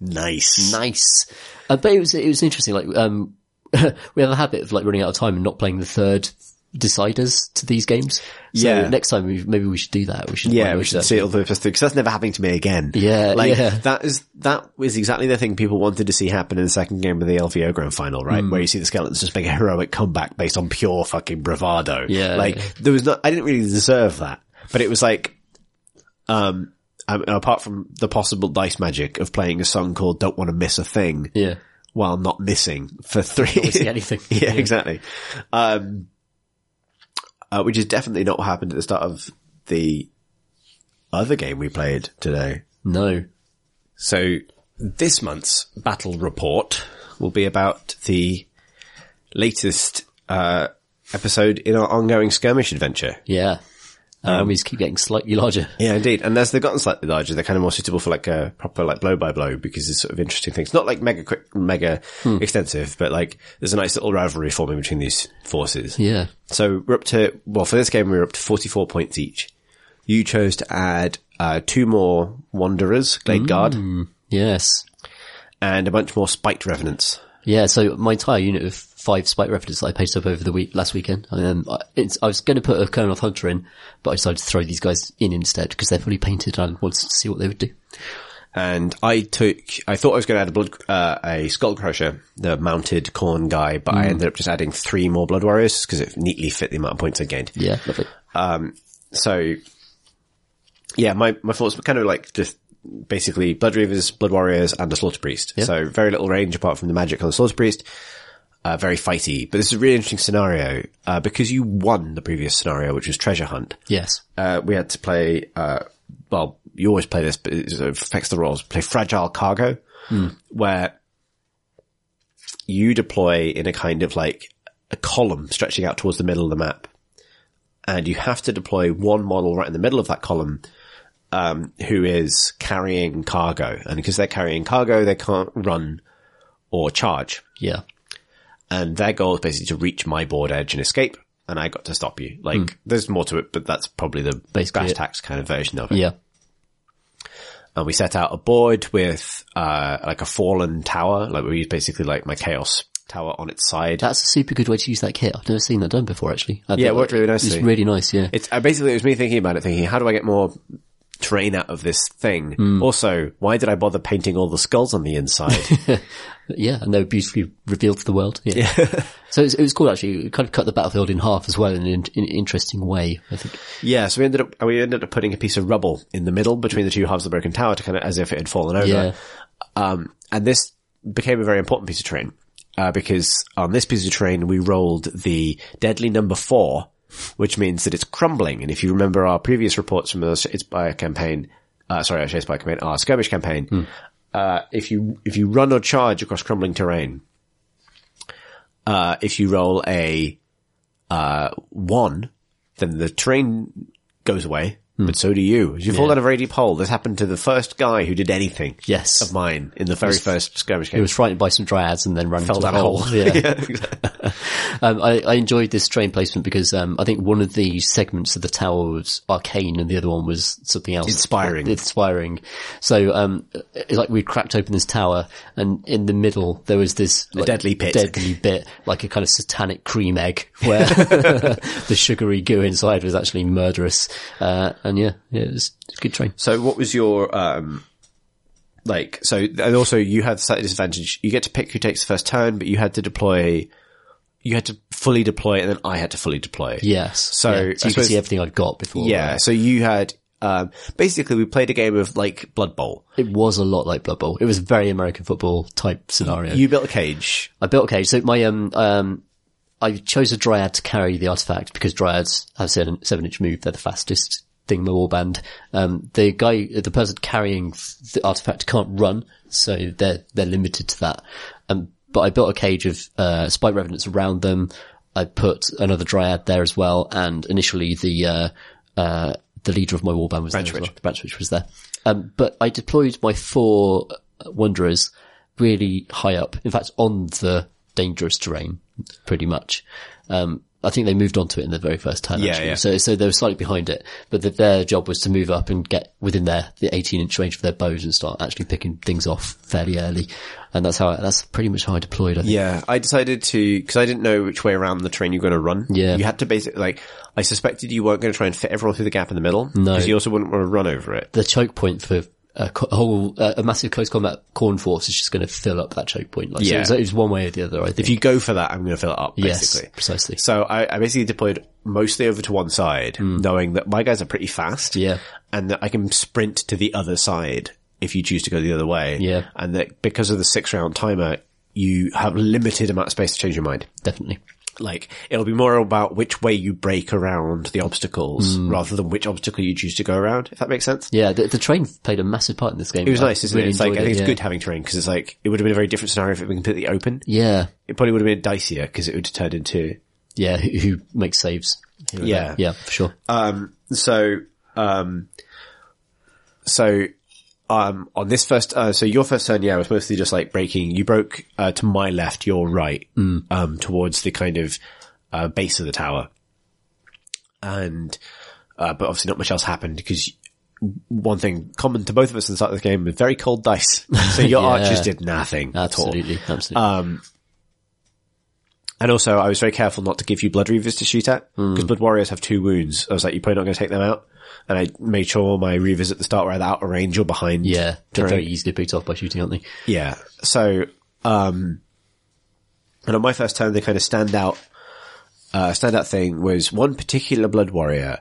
A: Nice.
B: nice. Uh, but it was it was interesting. Like um, we have a habit of like running out of time and not playing the third deciders to these games. So
A: Yeah.
B: Next time we, maybe we should do that. We should.
A: Yeah,
B: we
A: we should see all the first because that's never happening to me again.
B: Yeah,
A: like
B: yeah.
A: that is that is exactly the thing people wanted to see happen in the second game of the LVO Grand Final, right?
B: Mm.
A: Where you see the skeletons just make a heroic comeback based on pure fucking bravado.
B: Yeah,
A: like
B: yeah.
A: there was not. I didn't really deserve that, but it was like, um, I mean, apart from the possible dice magic of playing a song called "Don't Want to Miss a Thing"
B: Yeah.
A: while not missing for three.
B: See anything?
A: yeah, exactly. Um, uh, which is definitely not what happened at the start of the other game we played today.
B: No.
A: So this month's battle report will be about the latest uh, episode in our ongoing skirmish adventure.
B: Yeah. Our
A: Um,
B: armies keep getting slightly larger.
A: Yeah, indeed. And as they've gotten slightly larger, they're kind of more suitable for like a proper like blow by blow because there's sort of interesting things. Not like mega quick, mega extensive, but like there's a nice little rivalry forming between these forces.
B: Yeah.
A: So we're up to, well, for this game, we were up to 44 points each. You chose to add uh, two more Wanderers, Glade Guard,
B: Yes.
A: and a bunch more Spiked Revenants.
B: Yeah, so my entire unit of five spike references that I paced up over the week last weekend. And, um, I, it's, I was going to put a Colonel Hunter in, but I decided to throw these guys in instead because they're fully painted and I wanted to see what they would do.
A: And I took, I thought I was going to add a blood, uh, a Skull Crusher, the mounted corn guy, but I ended up just adding three more Blood Warriors because it neatly fit the amount of points I gained.
B: Yeah, lovely.
A: so yeah, my, my thoughts were kind of like just basically blood reavers, blood warriors, and a slaughter priest. So very little range apart from the magic on the slaughter priest. Uh, very fighty, but this is a really interesting scenario uh, because you won the previous scenario, which was treasure hunt.
B: Yes.
A: Uh, we had to play. Uh, well, you always play this, but it sort of affects the roles. Play fragile cargo, where you deploy in a kind of like a column stretching out towards the middle of the map. And you have to deploy one model right in the middle of that column, um, who is carrying cargo. And because they're carrying cargo, they can't run or charge.
B: Yeah.
A: And their goal is basically to reach my board edge and escape. And I got to stop you. Like, there's more to it, but that's probably the
B: Hmm. Basically
A: brass
B: it.
A: tacks kind of version of it.
B: Yeah.
A: and we set out a board with uh, like a fallen tower. Like we used basically like my chaos tower on its side.
B: That's a super good way to use that kit. I've never seen that done before, actually. I
A: Yeah, it
B: thought
A: worked really nicely.
B: It's really nice, yeah.
A: It's I basically it was me thinking about it, thinking how do I get more terrain out of this thing?
B: Hmm.
A: Also, why did I bother painting all the skulls on the inside?
B: yeah, and they were beautifully revealed to the world. Yeah. so it was, it was cool, actually. It kind of cut the battlefield in half as well in an, in an interesting way, I think.
A: yeah, so we ended up we ended up putting a piece of rubble in the middle between the two halves of the broken tower to kind of as if it had fallen over.
B: Yeah.
A: Um, and this became a very important piece of terrain uh, because on this piece of terrain we rolled the deadly number four, which means that it's crumbling. And if you remember our previous reports from the It's by campaign, uh, sorry, our Chase by campaign, our skirmish campaign, uh, if you if you run or charge across crumbling terrain, uh, if you roll a uh, one, then the terrain goes away. But so do you. If you fall down a very deep hole, this happened to the first guy who did anything
B: Yes.
A: of mine in the very first skirmish
B: He
A: game.
B: was frightened by some dryads and then ran
A: Fell
B: into
A: down
B: a
A: a
B: hole.
A: hole.
B: Yeah.
A: exactly.
B: Um, I, I enjoyed this train placement because um, I think one of the segments of the tower was arcane and the other one was something else.
A: Inspiring.
B: Inspiring. So um, it's like we cracked open this tower and in the middle there was this like,
A: deadly pit.
B: deadly bit, like a kind of satanic cream egg where the sugary goo inside was actually murderous. Uh, and yeah, yeah, it was a good train.
A: So what was your um like so and also you have slight disadvantage. You get to pick who takes the first turn, but you had to deploy you had to fully deploy and then I had to fully deploy.
B: Yes.
A: So,
B: yeah.
A: I
B: so you can
A: suppose-
B: see everything I'd got before.
A: Yeah. So you had um basically we played a game of like Blood Bowl.
B: It was a lot like Blood Bowl. It was a very American football type scenario.
A: You built a cage.
B: I built a cage. So my um um I chose a dryad to carry the artifact because dryads have seven seven inch move. They're the fastest thing in the warband. Um, the guy, the person carrying the artifact can't run, so they're they're limited to that. Um, but I built a cage of uh, spite revenants around them. I put another dryad there as well, and initially the uh, uh, the leader of my warband was there. As well. Branch Witch was there. Um, but I deployed my four uh, wanderers really high up. In fact, on the dangerous terrain, pretty much. Um, I think they moved onto it in the very first turn.
A: Yeah,
B: actually.
A: yeah.
B: So, so they were slightly behind it, but the, their job was to move up and get within their the 18 inch range of their bows and start actually picking things off fairly early. And that's how I, that's pretty much how I deployed. I think.
A: Yeah, I decided to because I didn't know which way around the train you were going to run.
B: Yeah.
A: you had to basically like I suspected you weren't going to try and fit everyone through the gap in the middle.
B: No.
A: because you also wouldn't want to run over it.
B: The choke point for a co- whole uh, a massive close combat corn force is just going to fill up that choke point. Like, so
A: Yeah.
B: it was, it was one way or the other. I think.
A: If you go for that, I'm going to fill it up.
B: yes,
A: Basically,
B: precisely. Hmm.
A: So I, I basically deployed mostly over to one side, knowing that my guys are pretty fast.
B: Yeah.
A: And that I can sprint to the other side if you choose to go the other way.
B: Yeah.
A: And that because of the six round timer, you have limited amount of space to change your mind.
B: Definitely.
A: Like it'll be more about which way you break around the obstacles rather than which obstacle you choose to go around, if that makes sense.
B: Hmm. Yeah, the, the train played a massive part in this game.
A: It was nice, isn't it? It's like, I think it's
B: yeah.
A: good having terrain because it's like, it would have been a very different scenario if it had been completely open.
B: Yeah,
A: It probably would have been dicier because it would have turned into
B: yeah. Who, who makes saves? here and
A: Yeah. Uh,
B: there. yeah, for sure.
A: so um so um on this first uh so your first turn yeah was mostly just like breaking you broke uh to my left your right um towards the kind of uh base of the tower and uh but obviously not much else happened because one thing common to both of us at the start of the game with very cold dice so your
B: Yeah.
A: archers did nothing at all
B: absolutely, absolutely.
A: and also, I was very careful not to give you blood reavers to shoot at because blood warriors have two wounds. I was like, you're probably not going to take them out. And I made sure all my reavers at the start were either out of range or behind.
B: yeah, they're
A: terrain.
B: very easily picked off by shooting, aren't they?
A: Yeah. So, um, and on my first turn, the kind of standout, uh, standout thing was one particular blood warrior,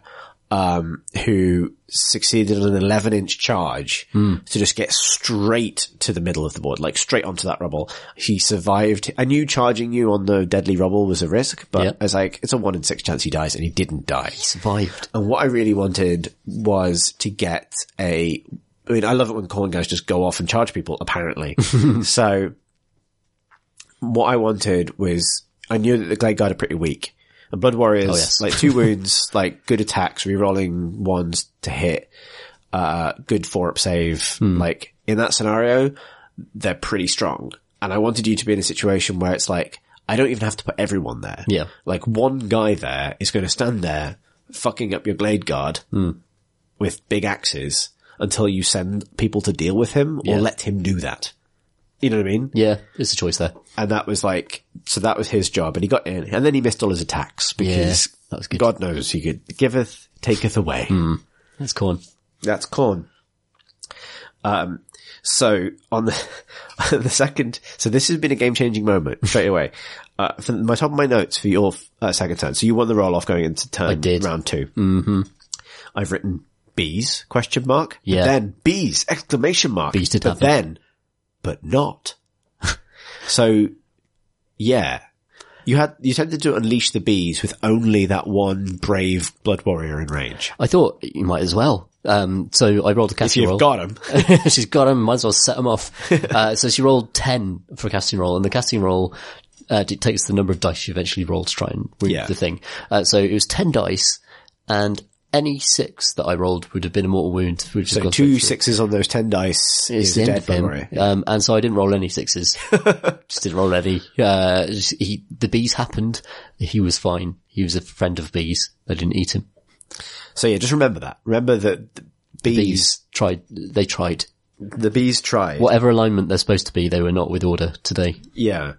A: um, who succeeded on an 11 inch charge to just get straight to the middle of the board, like straight onto that rubble. He survived. I knew charging you on the deadly rubble was a risk, but
B: Yeah.
A: I was like, it's a one in six chance he dies and he didn't die.
B: Survived.
A: And what I really wanted was to get a. I mean, I love it when corn guys just go off and charge people, apparently. so, what I wanted was I knew that the Glade Guard are pretty weak. And Blood Warriors,
B: Oh, yes.
A: like two wounds, like good attacks, rerolling ones to hit, uh, good four up save.
B: Hmm.
A: Like, in that scenario, they're pretty strong. And I wanted you to be in a situation where it's like, I don't even have to put everyone there.
B: Yeah.
A: Like one guy
B: Hmm.
A: there is going to stand there fucking up your glade guard with big axes until you send people to deal with him or
B: Yeah.
A: let him do that. You know what I mean?
B: Yeah, it's a choice there.
A: And that was like, so that was his job and he got in and then he missed all his attacks because
B: Yeah, that was good.
A: God knows he could giveth, taketh away.
B: That's corn.
A: That's corn. Um, so on the, the second, so this has been a game changing moment straight away. Uh, for my top of my notes for your uh, second turn. So you won the roll off going into turn
B: did.
A: round 2 Mm-hmm. I've written bees question mark. but
B: Yeah.
A: Then bees exclamation mark.
B: Bees did
A: But
B: happen.
A: then, but not. so yeah, you had, you tended to unleash the bees with only that one brave blood warrior in range.
B: I thought you might as well. Um, so I rolled a casting roll.
A: You've got him.
B: She's got him. Might as well set him off. Uh, so she rolled ten for a casting roll, and the casting roll uh, dictates the number of dice she eventually rolled to try and win
A: Yeah.
B: the thing. Uh, so it was ten dice, and any six that I rolled would have been a mortal wound. Which
A: So two sixes on those ten dice
B: It's
A: is
B: the
A: a
B: end
A: dead
B: of him.
A: memory.
B: Um, and so I didn't roll any sixes. just didn't roll any. Uh, just- he, the bees happened. He was fine. He was a friend of bees. They didn't eat him.
A: So yeah, just remember that. Remember that the bees,
B: Bees tried. They tried.
A: the bees tried.
B: Whatever alignment they're supposed to be, they were not with order today.
A: Yeah,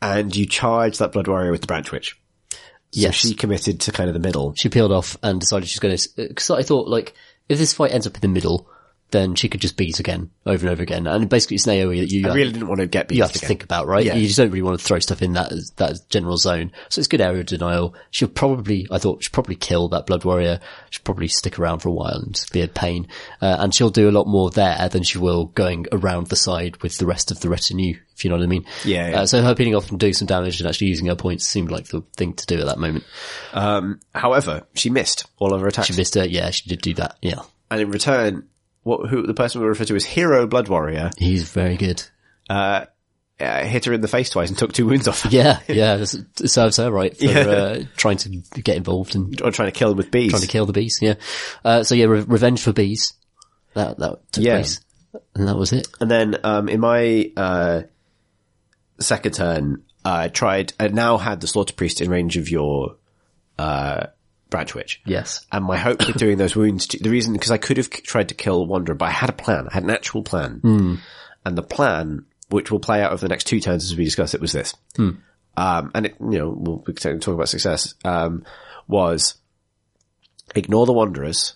A: and you charge that blood warrior with the branch witch. So
B: Yes.
A: she committed to kind of the middle.
B: she peeled off and decided she's going to. Because I thought, like, if this fight ends up in the middle, then she could just beat again over and over again. And basically, it's an AOE that you uh,
A: I really didn't want to get beat.
B: you have to think about, right?
A: Yeah.
B: You just don't really want to throw stuff in that that general zone. So it's good area of denial. She'll probably, I thought, she'll probably kill that blood warrior. She'll probably stick around for a while and be a pain. Uh, and she'll do a lot more there than she will going around the side with the rest of the retinue, if you know what I mean.
A: Yeah, yeah.
B: Uh, so her peeling off and doing some damage and actually using her points seemed like the thing to do at that moment.
A: However, she missed all of her attacks,
B: She missed her. Yeah, she did do that. Yeah.
A: and in return, what who the person we refer to as hero blood warrior
B: He's very good.
A: uh, hit her in the face twice and took two wounds off, her,
B: Yeah, yeah, this- it serves her right for uh, trying to get involved and
A: or trying to kill him with bees.
B: trying to kill the bees. Yeah, uh, so yeah, re- revenge for bees. That that took
A: Yeah.
B: place, and that was it.
A: And then um, in my uh, second turn, I tried. I now had the slaughter priest in range of your uh, branch witch.
B: Yes,
A: And my hope with doing those wounds, the reason because I could have k- tried to kill Wanderer, but I had a plan. I had an actual plan,
B: Hmm.
A: and the plan, which will play out over the next two turns as we discuss it, was this.
B: Hmm.
A: Um, and it, you know, we'll we can talk about success. Um, was ignore the Wanderers,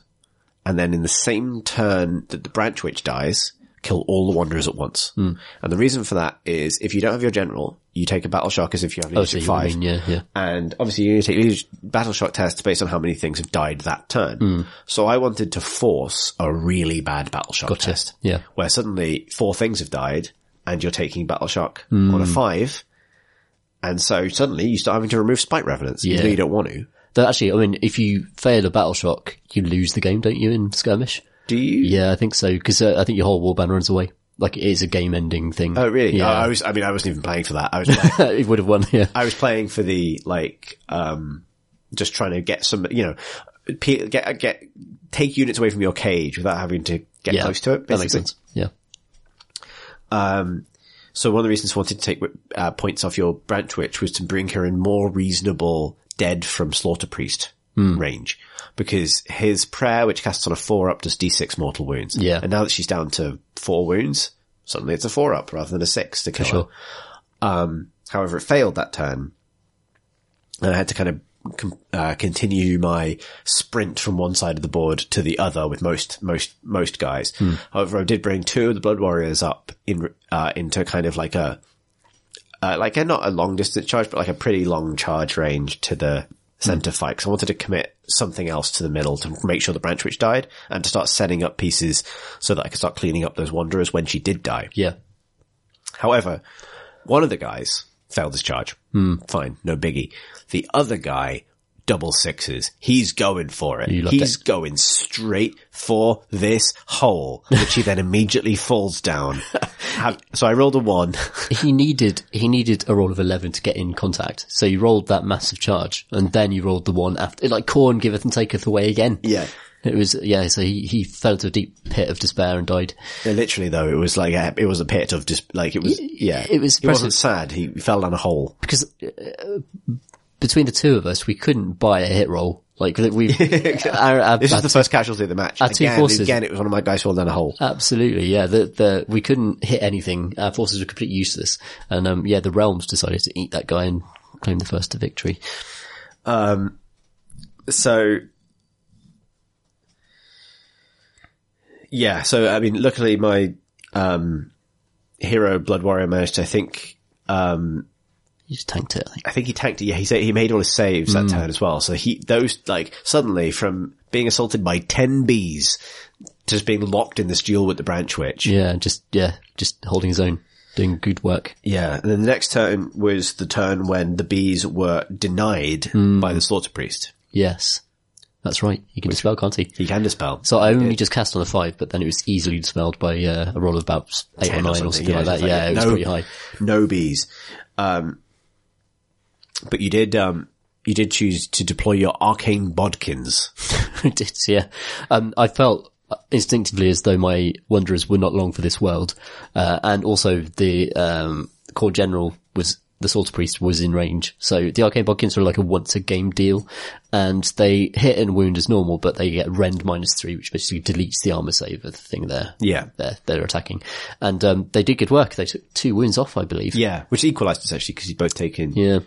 A: and then in the same turn that the branch witch dies, kill all the wanderers at once.
B: Hmm.
A: And the reason for that is if you don't have your general, you take a battle shock as if you have
B: Oh, so
A: leadership
B: you
A: five.
B: mean, yeah, yeah.
A: And obviously you need to take leadership, battle shock tests based on how many things have died that turn.
B: Hmm.
A: So I wanted to force a really bad battle shock test.
B: yeah.
A: Where suddenly four things have died and you're taking battle shock
B: Hmm.
A: on a five. And so suddenly you start having to remove spike revenants. even
B: Yeah.
A: though you don't want to.
B: Though actually, I mean, if you fail a battle shock, you lose the game, don't you? In skirmish,
A: Do you?
B: yeah, I think so. Because uh, I think your whole warband runs away. Like it is a game-ending thing.
A: Oh really?
B: Yeah,
A: I, I was, I mean, I wasn't even playing for that. I was playing
B: it would have won. Yeah,
A: I was playing for the like, um, just trying to get some, you know, pe- get get take units away from your cage without having to get
B: yeah,
A: close to it.
B: That makes
A: basically.
B: sense. Yeah,
A: So one of the reasons I wanted to take uh, points off your branch witch was to bring her in more reasonable dead from slaughter priest
B: Hmm.
A: range because his prayer, which casts on a four up, does d6 mortal wounds.
B: Yeah.
A: and now that she's down to four wounds, suddenly it's a four up rather than a six to kill her. Um,
B: sure.
A: However, it failed that turn. And I had to kind of com- uh, continue my sprint from one side of the board to the other with most, most, most guys. However, I did bring two of the Blood Warriors up in, uh, into kind of like a, uh, like a, not a long distance charge, but like a pretty long charge range to the center fight. Cause I wanted to commit something else to the middle to make sure the branch witch died and to start setting up pieces so that I could start cleaning up those wanderers when she did die.
B: Yeah,
A: However, one of the guys failed his charge. Fine, no biggie. The other guy, double sixes. He's going for it.
B: You loved
A: He's going straight for this hole, which he then immediately falls down. Have- so I rolled a one.
B: he needed he needed a roll of eleven to get in contact. So you rolled that massive charge, and then you rolled the one after, like corn giveth and taketh away again.
A: Yeah.
B: it was yeah. So he, he fell into a deep pit of despair and died.
A: And literally though, it was like a, it was a pit of just like it was. Yeah,
B: it was
A: He wasn't
B: impressive.
A: sad. He fell down a hole.
B: Because uh, between the two of us, we couldn't buy a hit roll. Like we, our, our,
A: This
B: our
A: is the first casualty of the match.
B: two
A: Again,
B: forces-
A: again, it was one of my dice rolled down a hole.
B: Absolutely, yeah. The the we couldn't hit anything. Our forces were completely useless, and um, yeah, the realms decided to eat that guy and claim the first to victory.
A: so yeah so i mean luckily my um hero blood warrior managed to i think
B: He just tanked it. I think.
A: i think he tanked it yeah he said he made all his saves that turn as well so he those like suddenly from being assaulted by 10 bees to just being locked in this duel with the branch witch
B: Yeah, just yeah, just holding his own, doing good work.
A: Yeah, and then the next turn was the turn when the bees were denied by the slaughter priest
B: Yes, that's right. He can dispel, can't he?
A: he can dispel
B: So I only just cast on a five, but then it was easily dispelled by uh, a roll of about eight or
A: Ten
B: nine
A: or
B: or something,
A: something, yeah,
B: like that.
A: just like
B: yeah,
A: a-
B: it was
A: no.
B: pretty high.
A: no bees. Um, but you did, um, you did choose to deploy your arcane bodkins.
B: I did, yeah. Um, I felt instinctively as though my wanderers were not long for this world, uh, and also the um, core general was the Salter Priest was in range. So the Arcane Bodkins were like a once a game deal, and they hit and wound as normal, but they get rend minus three, which basically deletes the armor save of the thing there.
A: Yeah.
B: they're, they're attacking, and um, they did good work. They took two wounds off, I believe.
A: Yeah. Which equalized us actually because you'd both taken.
B: Yeah.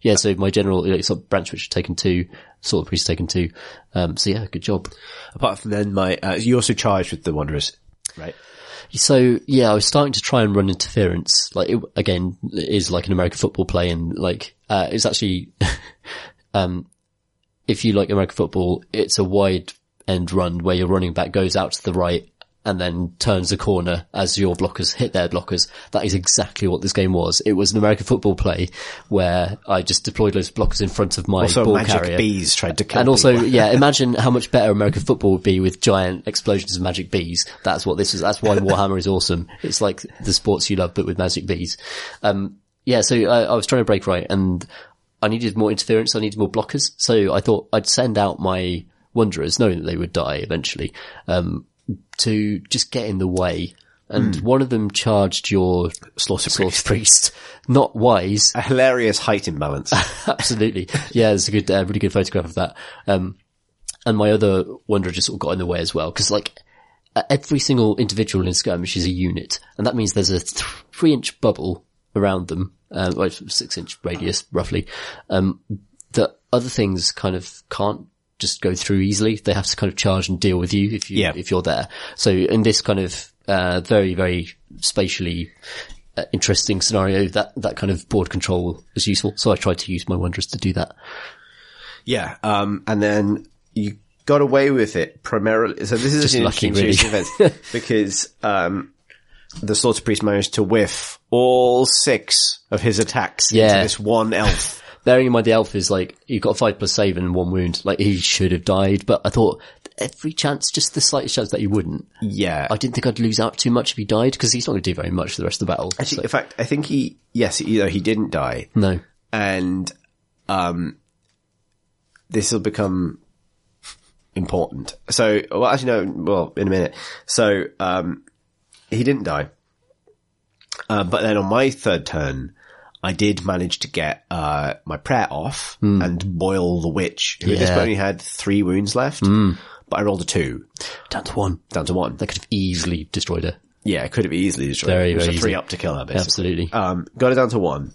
B: Yeah, so my general, like, sort of branch which had taken two, Salter Priest had taken two. Um, so yeah, good job.
A: Apart from then my, uh, you also charged with the wanderers, right?
B: So yeah, I was starting to try and run interference. Like it, again, it is like an American football play, and like uh, it's actually, um, if you like American football, it's a wide end run where your running back goes out to the right and then turns the corner as your blockers hit their blockers. That is exactly what this game was. It was an American football play where I just deployed those blockers in front of my
A: Also
B: ball
A: magic
B: carrier.
A: bees tried to kill
B: And also,
A: people.
B: yeah, imagine how much better American football would be with giant explosions of magic bees. That's what this is. That's why Warhammer is awesome. It's like the sports you love, but with magic bees. Um, yeah, so I, I was trying to break right and I needed more interference. I needed more blockers. So I thought I'd send out my wanderers knowing that they would die eventually, um, to just get in the way. And one of them charged your
A: Slaughter
B: priest. priest. Not wise.
A: A hilarious height imbalance.
B: Absolutely. Yeah, there's a good, uh, really good photograph of that. Um, and my other wanderer just sort of got in the way as well. Cause like uh, every single individual in skirmish is a unit and that means there's a th- three inch bubble around them, uh, well, it's six inch radius roughly. Um, that other things kind of can't just go through easily. They have to kind of charge and deal with you if you,
A: Yeah.
B: if you're there. So in this kind of, uh, very, very spatially uh, interesting scenario, that, that kind of board control was useful. So I tried to use my Wanderers to do that.
A: yeah. Um, and then you got away with it primarily. So this is an
B: lucky,
A: interesting series of events because, um, the slaughter priest managed to whiff all six of his attacks into
B: Yeah.
A: this one elf.
B: Bearing in mind the elf is like, you got a five plus save and one wound. Like he should have died, but I thought every chance, just the slightest chance that he wouldn't.
A: Yeah.
B: I didn't think I'd lose out too much if he died because he's not going to do very much for the rest of the battle.
A: Actually, in fact, I think he, yes, you know, he didn't die.
B: No.
A: And, um, this will become important. So, well, actually, no, well, in a minute. So, um, he didn't die. Uh, but then on my third turn, I did manage to get, uh, my prayer off and boil the witch, who at this
B: Hmm. Yeah. Hmm.
A: point only had three wounds left. But I rolled a two
B: Down to one.
A: down to one.
B: That could have easily destroyed her.
A: Yeah, it could have easily destroyed.
B: Very,
A: it was
B: very
A: a three
B: easy.
A: up to kill her, basically.
B: Absolutely.
A: Um, got it down to one,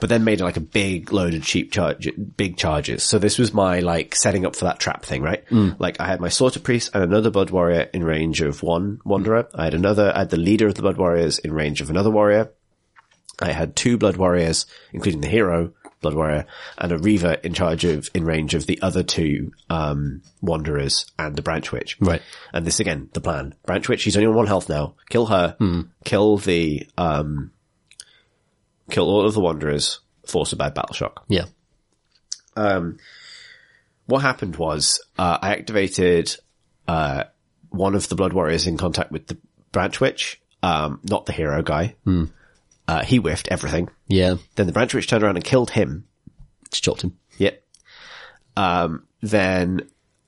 A: but then made like a big load of cheap charge, big charges. So this was my like setting up for that trap thing, right? Like I had my slaughter priest and another blood warrior in range of one wanderer. I had another, I had the leader of the blood warriors in range of another warrior. I had two blood warriors, including the hero blood warrior and a reaver in charge of, in range of the other two, um, wanderers and the branch witch.
B: Right.
A: And this again, the plan. Branch Witch, she's only on one health now. Kill her. Kill the, um, kill all of the Wanderers. Force a bad battle shock.
B: Yeah.
A: What happened was, uh, I activated, uh, one of the Blood Warriors in contact with the Branch Witch, um, not the hero guy. Uh, he whiffed everything.
B: Yeah.
A: Then the Branch Witch turned around and killed him.
B: Just chopped him.
A: Yep. Um, then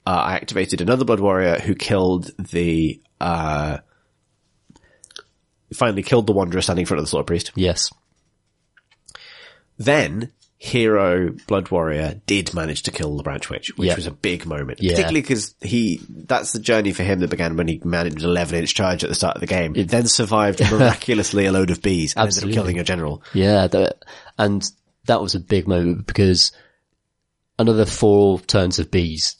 A: uh, I activated another Blood Warrior who killed the. Uh, finally killed the Wanderer standing in front of the Slaughter Priest.
B: Yes.
A: Then hero Blood Warrior did manage to kill the Branch Witch, which
B: Yeah.
A: was a big moment,
B: Yeah.
A: particularly because he, that's the journey for him that began when he managed an 11 inch charge at the start of the game, then survived miraculously a load of bees and
B: Absolutely.
A: ended up killing a general.
B: Yeah, that, and that was a big moment because another four turns of bees,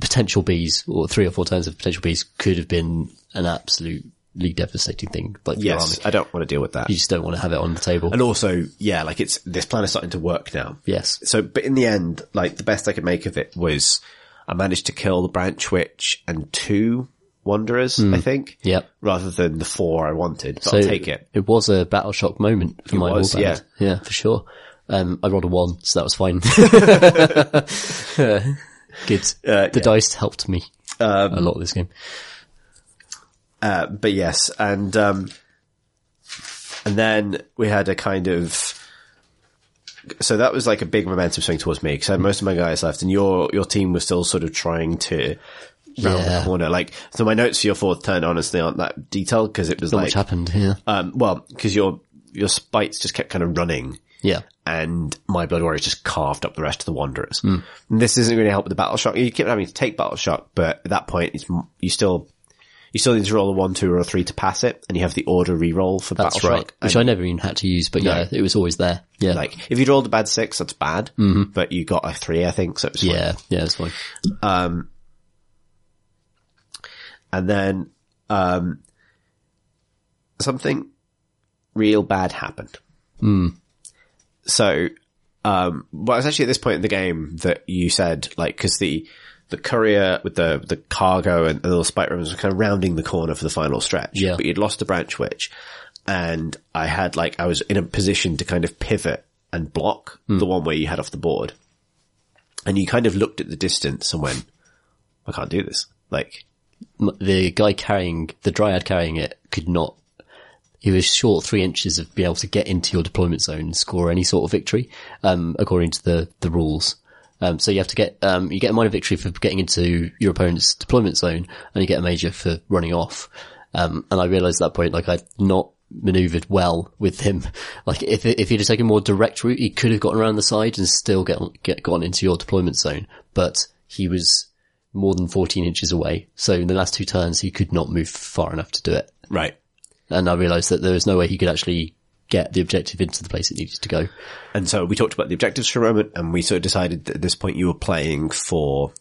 B: potential bees, or three or four turns of potential bees could have been an absolutely devastating thing. Like your army.
A: Yes, I don't want to deal with that.
B: you just don't want to have it on the table.
A: And also, yeah, like it's, this plan is starting to work now.
B: yes,
A: So, but in the end, like the best I could make of it was I managed to kill the Branch Witch and two Wanderers, I think.
B: Hmm. Yep.
A: Rather than the four I wanted, but
B: So
A: I'll take it.
B: It was a battle shock moment for my
A: was,
B: warband.
A: yeah.
B: yeah, for sure. Um, I rolled a one, so that was fine. Good. the dice helped me
A: Um,
B: a lot this game.
A: Uh, but yes, and um, and then we had a kind of so that was like a big momentum swing towards me because I had most of my guys left, and your your team was still sort of trying to round
B: Yeah.
A: the corner. Like, so my notes for your fourth turn honestly aren't that detailed because it was
B: Not
A: like
B: much happened here.
A: um, well because your your spites just kept kind of running
B: Yeah.
A: and my blood warriors just carved up the rest of the wanderers.
B: Hmm.
A: And this isn't going to help with the battle shock. You keep having to take battle shock, but at that point, it's m- you still you still need to roll a one, two, or a three to pass it, and you have the order re-roll for
B: That's
A: battle
B: right.
A: shock.
B: Which I never even had to use, but yeah, it was always there. Yeah.
A: Like if you'd rolled a bad six, that's bad, but you got a three, I think. So it was
B: Mm-hmm. yeah. Yeah, it's fine.
A: and then um, something real bad happened. So, um, well, it's actually at this point in the game that you said, like, because the the courier with the the cargo and the little spike ribbons were kind of rounding the corner for the final stretch.
B: Yeah.
A: but you'd lost the branch witch, and I had like I was in a position to kind of pivot and block the one where you had off the board, and you kind of looked at the distance and went, "I can't do this." Like,
B: M- The guy carrying, the dryad carrying it could not, he was short three inches of being able to get into your deployment zone and score any sort of victory, um, according to the, the rules. Um, so you have to get, um, you get a minor victory for getting into your opponent's deployment zone and you get a major for running off. Um, and I realized at that point, like I'd not maneuvered well with him. Like if, if he'd have taken a more direct route, he could have gotten around the side and still get, on- get gone into your deployment zone, but he was more than 14 inches away. So in the last two turns, he could not move far enough to do it.
A: right.
B: And I realized that there was no way he could actually get the objective into the place it needed to go.
A: And so we talked about the objectives for a moment and we sort of decided that at this point you were playing for,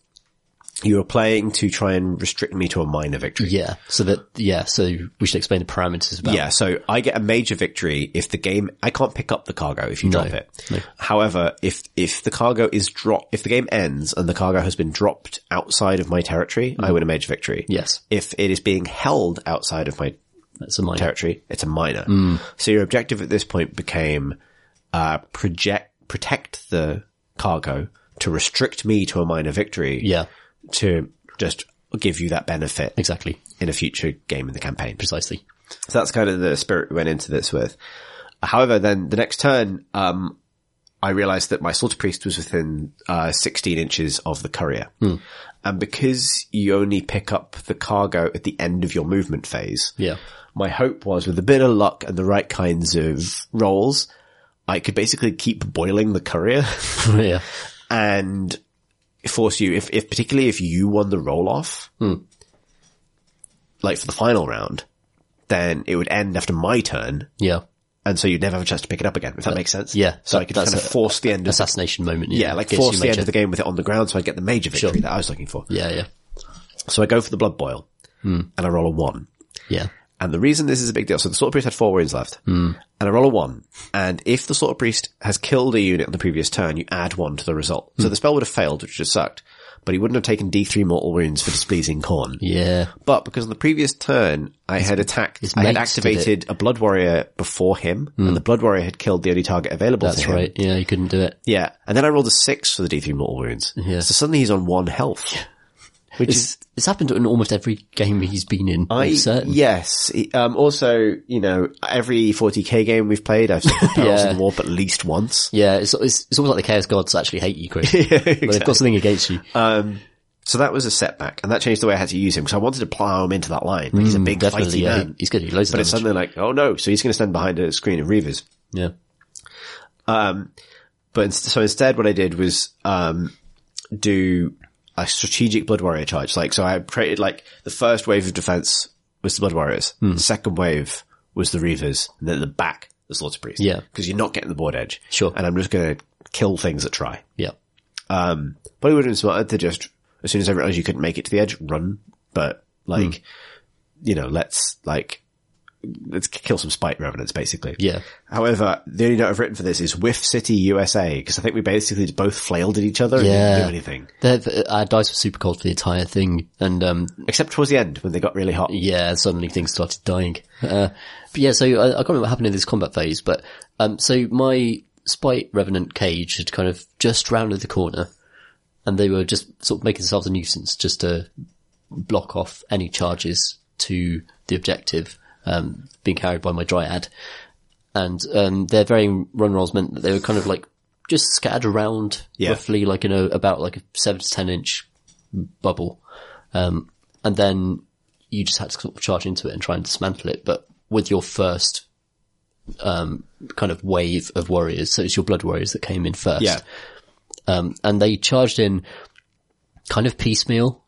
A: you were playing to try and restrict me to a minor victory.
B: Yeah. So that, yeah. So we should explain the parameters about
A: Yeah, so I get a major victory if the game, I can't pick up the cargo if you drop it. However, if, if the cargo is drop, if the game ends and the cargo has been dropped outside of my territory, I win a major victory.
B: Mm-hmm. Yes.
A: If it is being held outside of my
B: That's a minor.
A: territory. It's a minor. So your objective at this point became uh, project protect the cargo to restrict me to a minor victory.
B: Yeah.
A: To just give you that benefit
B: Exactly.
A: in a future game in the campaign.
B: Precisely.
A: So that's kind of the spirit we went into this with. However, then the next turn, um, I realized that my slaughter priest was within uh, 16 inches of the courier. And because you only pick up the cargo at the end of your movement phase,
B: Yeah.
A: my hope was with a bit of luck and the right kinds of rolls, I could basically keep boiling the courier
B: yeah.
A: and force you, if, if particularly if you won the roll off,
B: Hmm.
A: like for the final round, then it would end after my turn.
B: Yeah.
A: And so you'd never have a chance to pick it up again, if that makes sense.
B: yeah,
A: So
B: that-
A: I could
B: that's
A: kind of
B: a-
A: force the end of,
B: Assassination moment.
A: yeah, like
B: Gives you
A: force the end
B: major-
A: of the game with it on the ground so I'd get the major victory
B: Sure.
A: that I was looking for.
B: Yeah. Hmm. Yeah.
A: So I go for the blood boil and I roll a one.
B: Yeah.
A: And the reason this is a big deal, so the Slaughter Priest had four wounds left,
B: Hmm.
A: mm. and I roll a one, and if the Slaughter Priest has killed a unit on the previous turn, you add one to the result.
B: Hmm.
A: So the spell would have failed, which would have sucked, but he wouldn't have taken D3 mortal wounds for displeasing Corn.
B: Yeah.
A: But because on the previous turn, I had attacked, I had
B: mates did it.
A: activated a Blood Warrior before him, and the Blood Warrior had killed the only target available
B: Hmm. That's
A: to him.
B: right. Yeah. You couldn't do it.
A: Yeah, and then I rolled a six for the D3 mortal wounds.
B: Yeah.
A: So suddenly he's on one health. Which is
B: It's, it's happened in almost every game he's been in. I,
A: I-
B: am certain.
A: Yes. He- Um, also, you know, every 40k game we've played, I've seen Perils
B: Yeah.
A: of the Warp at least once.
B: Yeah, it's, it's it's almost like the Chaos Gods actually hate you, Chris. But they've got something against you.
A: So that was a setback, and that changed the way I had to use him, because I wanted to plow him into that line. Like, he's a big
B: Mm, Definitely,
A: fighty
B: yeah.
A: man.
B: He's going to do loads
A: But
B: of
A: it's
B: damage.
A: suddenly like, oh no, so he's going to stand behind a screen of Reavers.
B: yeah,
A: But inst- so instead, what I did was um, do a strategic Blood Warrior charge. Like, so I created like the first wave of defense was the Blood Warriors.
B: Hmm.
A: The second wave was the Reavers, and then at the back the Slaughter Priest.
B: Yeah.
A: because you're not getting the board edge.
B: Sure.
A: and I'm just going to kill things that try.
B: Yeah.
A: But it would have been smarter to just, as soon as I realized you couldn't make it to the edge, run. But like,
B: Hmm.
A: you know, let's like, let's k- kill some spite revenants basically.
B: Yeah.
A: However, the only note I've written for this is Whiff City USA because I think we basically just both flailed at each other and didn't
B: Yeah.
A: do anything
B: They're- th- our dice were super cold uh, for the entire thing, and um,
A: except towards the end when they got really hot.
B: yeah, suddenly things started dying. Uh, but yeah, so I, I can't remember what happened in this combat phase, but um, so my Spite Revenant cage had kind of just rounded the corner, and they were just sort of making themselves a nuisance just to block off any charges to the objective um, being carried by my Dryad. And um, their varying run rolls meant that they were kind of like just scattered around
A: Yeah.
B: roughly like in a about like a seven to ten inch bubble. Um, and then you just had to sort of charge into it and try and dismantle it. But with your first, um, kind of wave of warriors, so it's your blood warriors that came in first.
A: Yeah.
B: Um, and they charged in kind of piecemeal.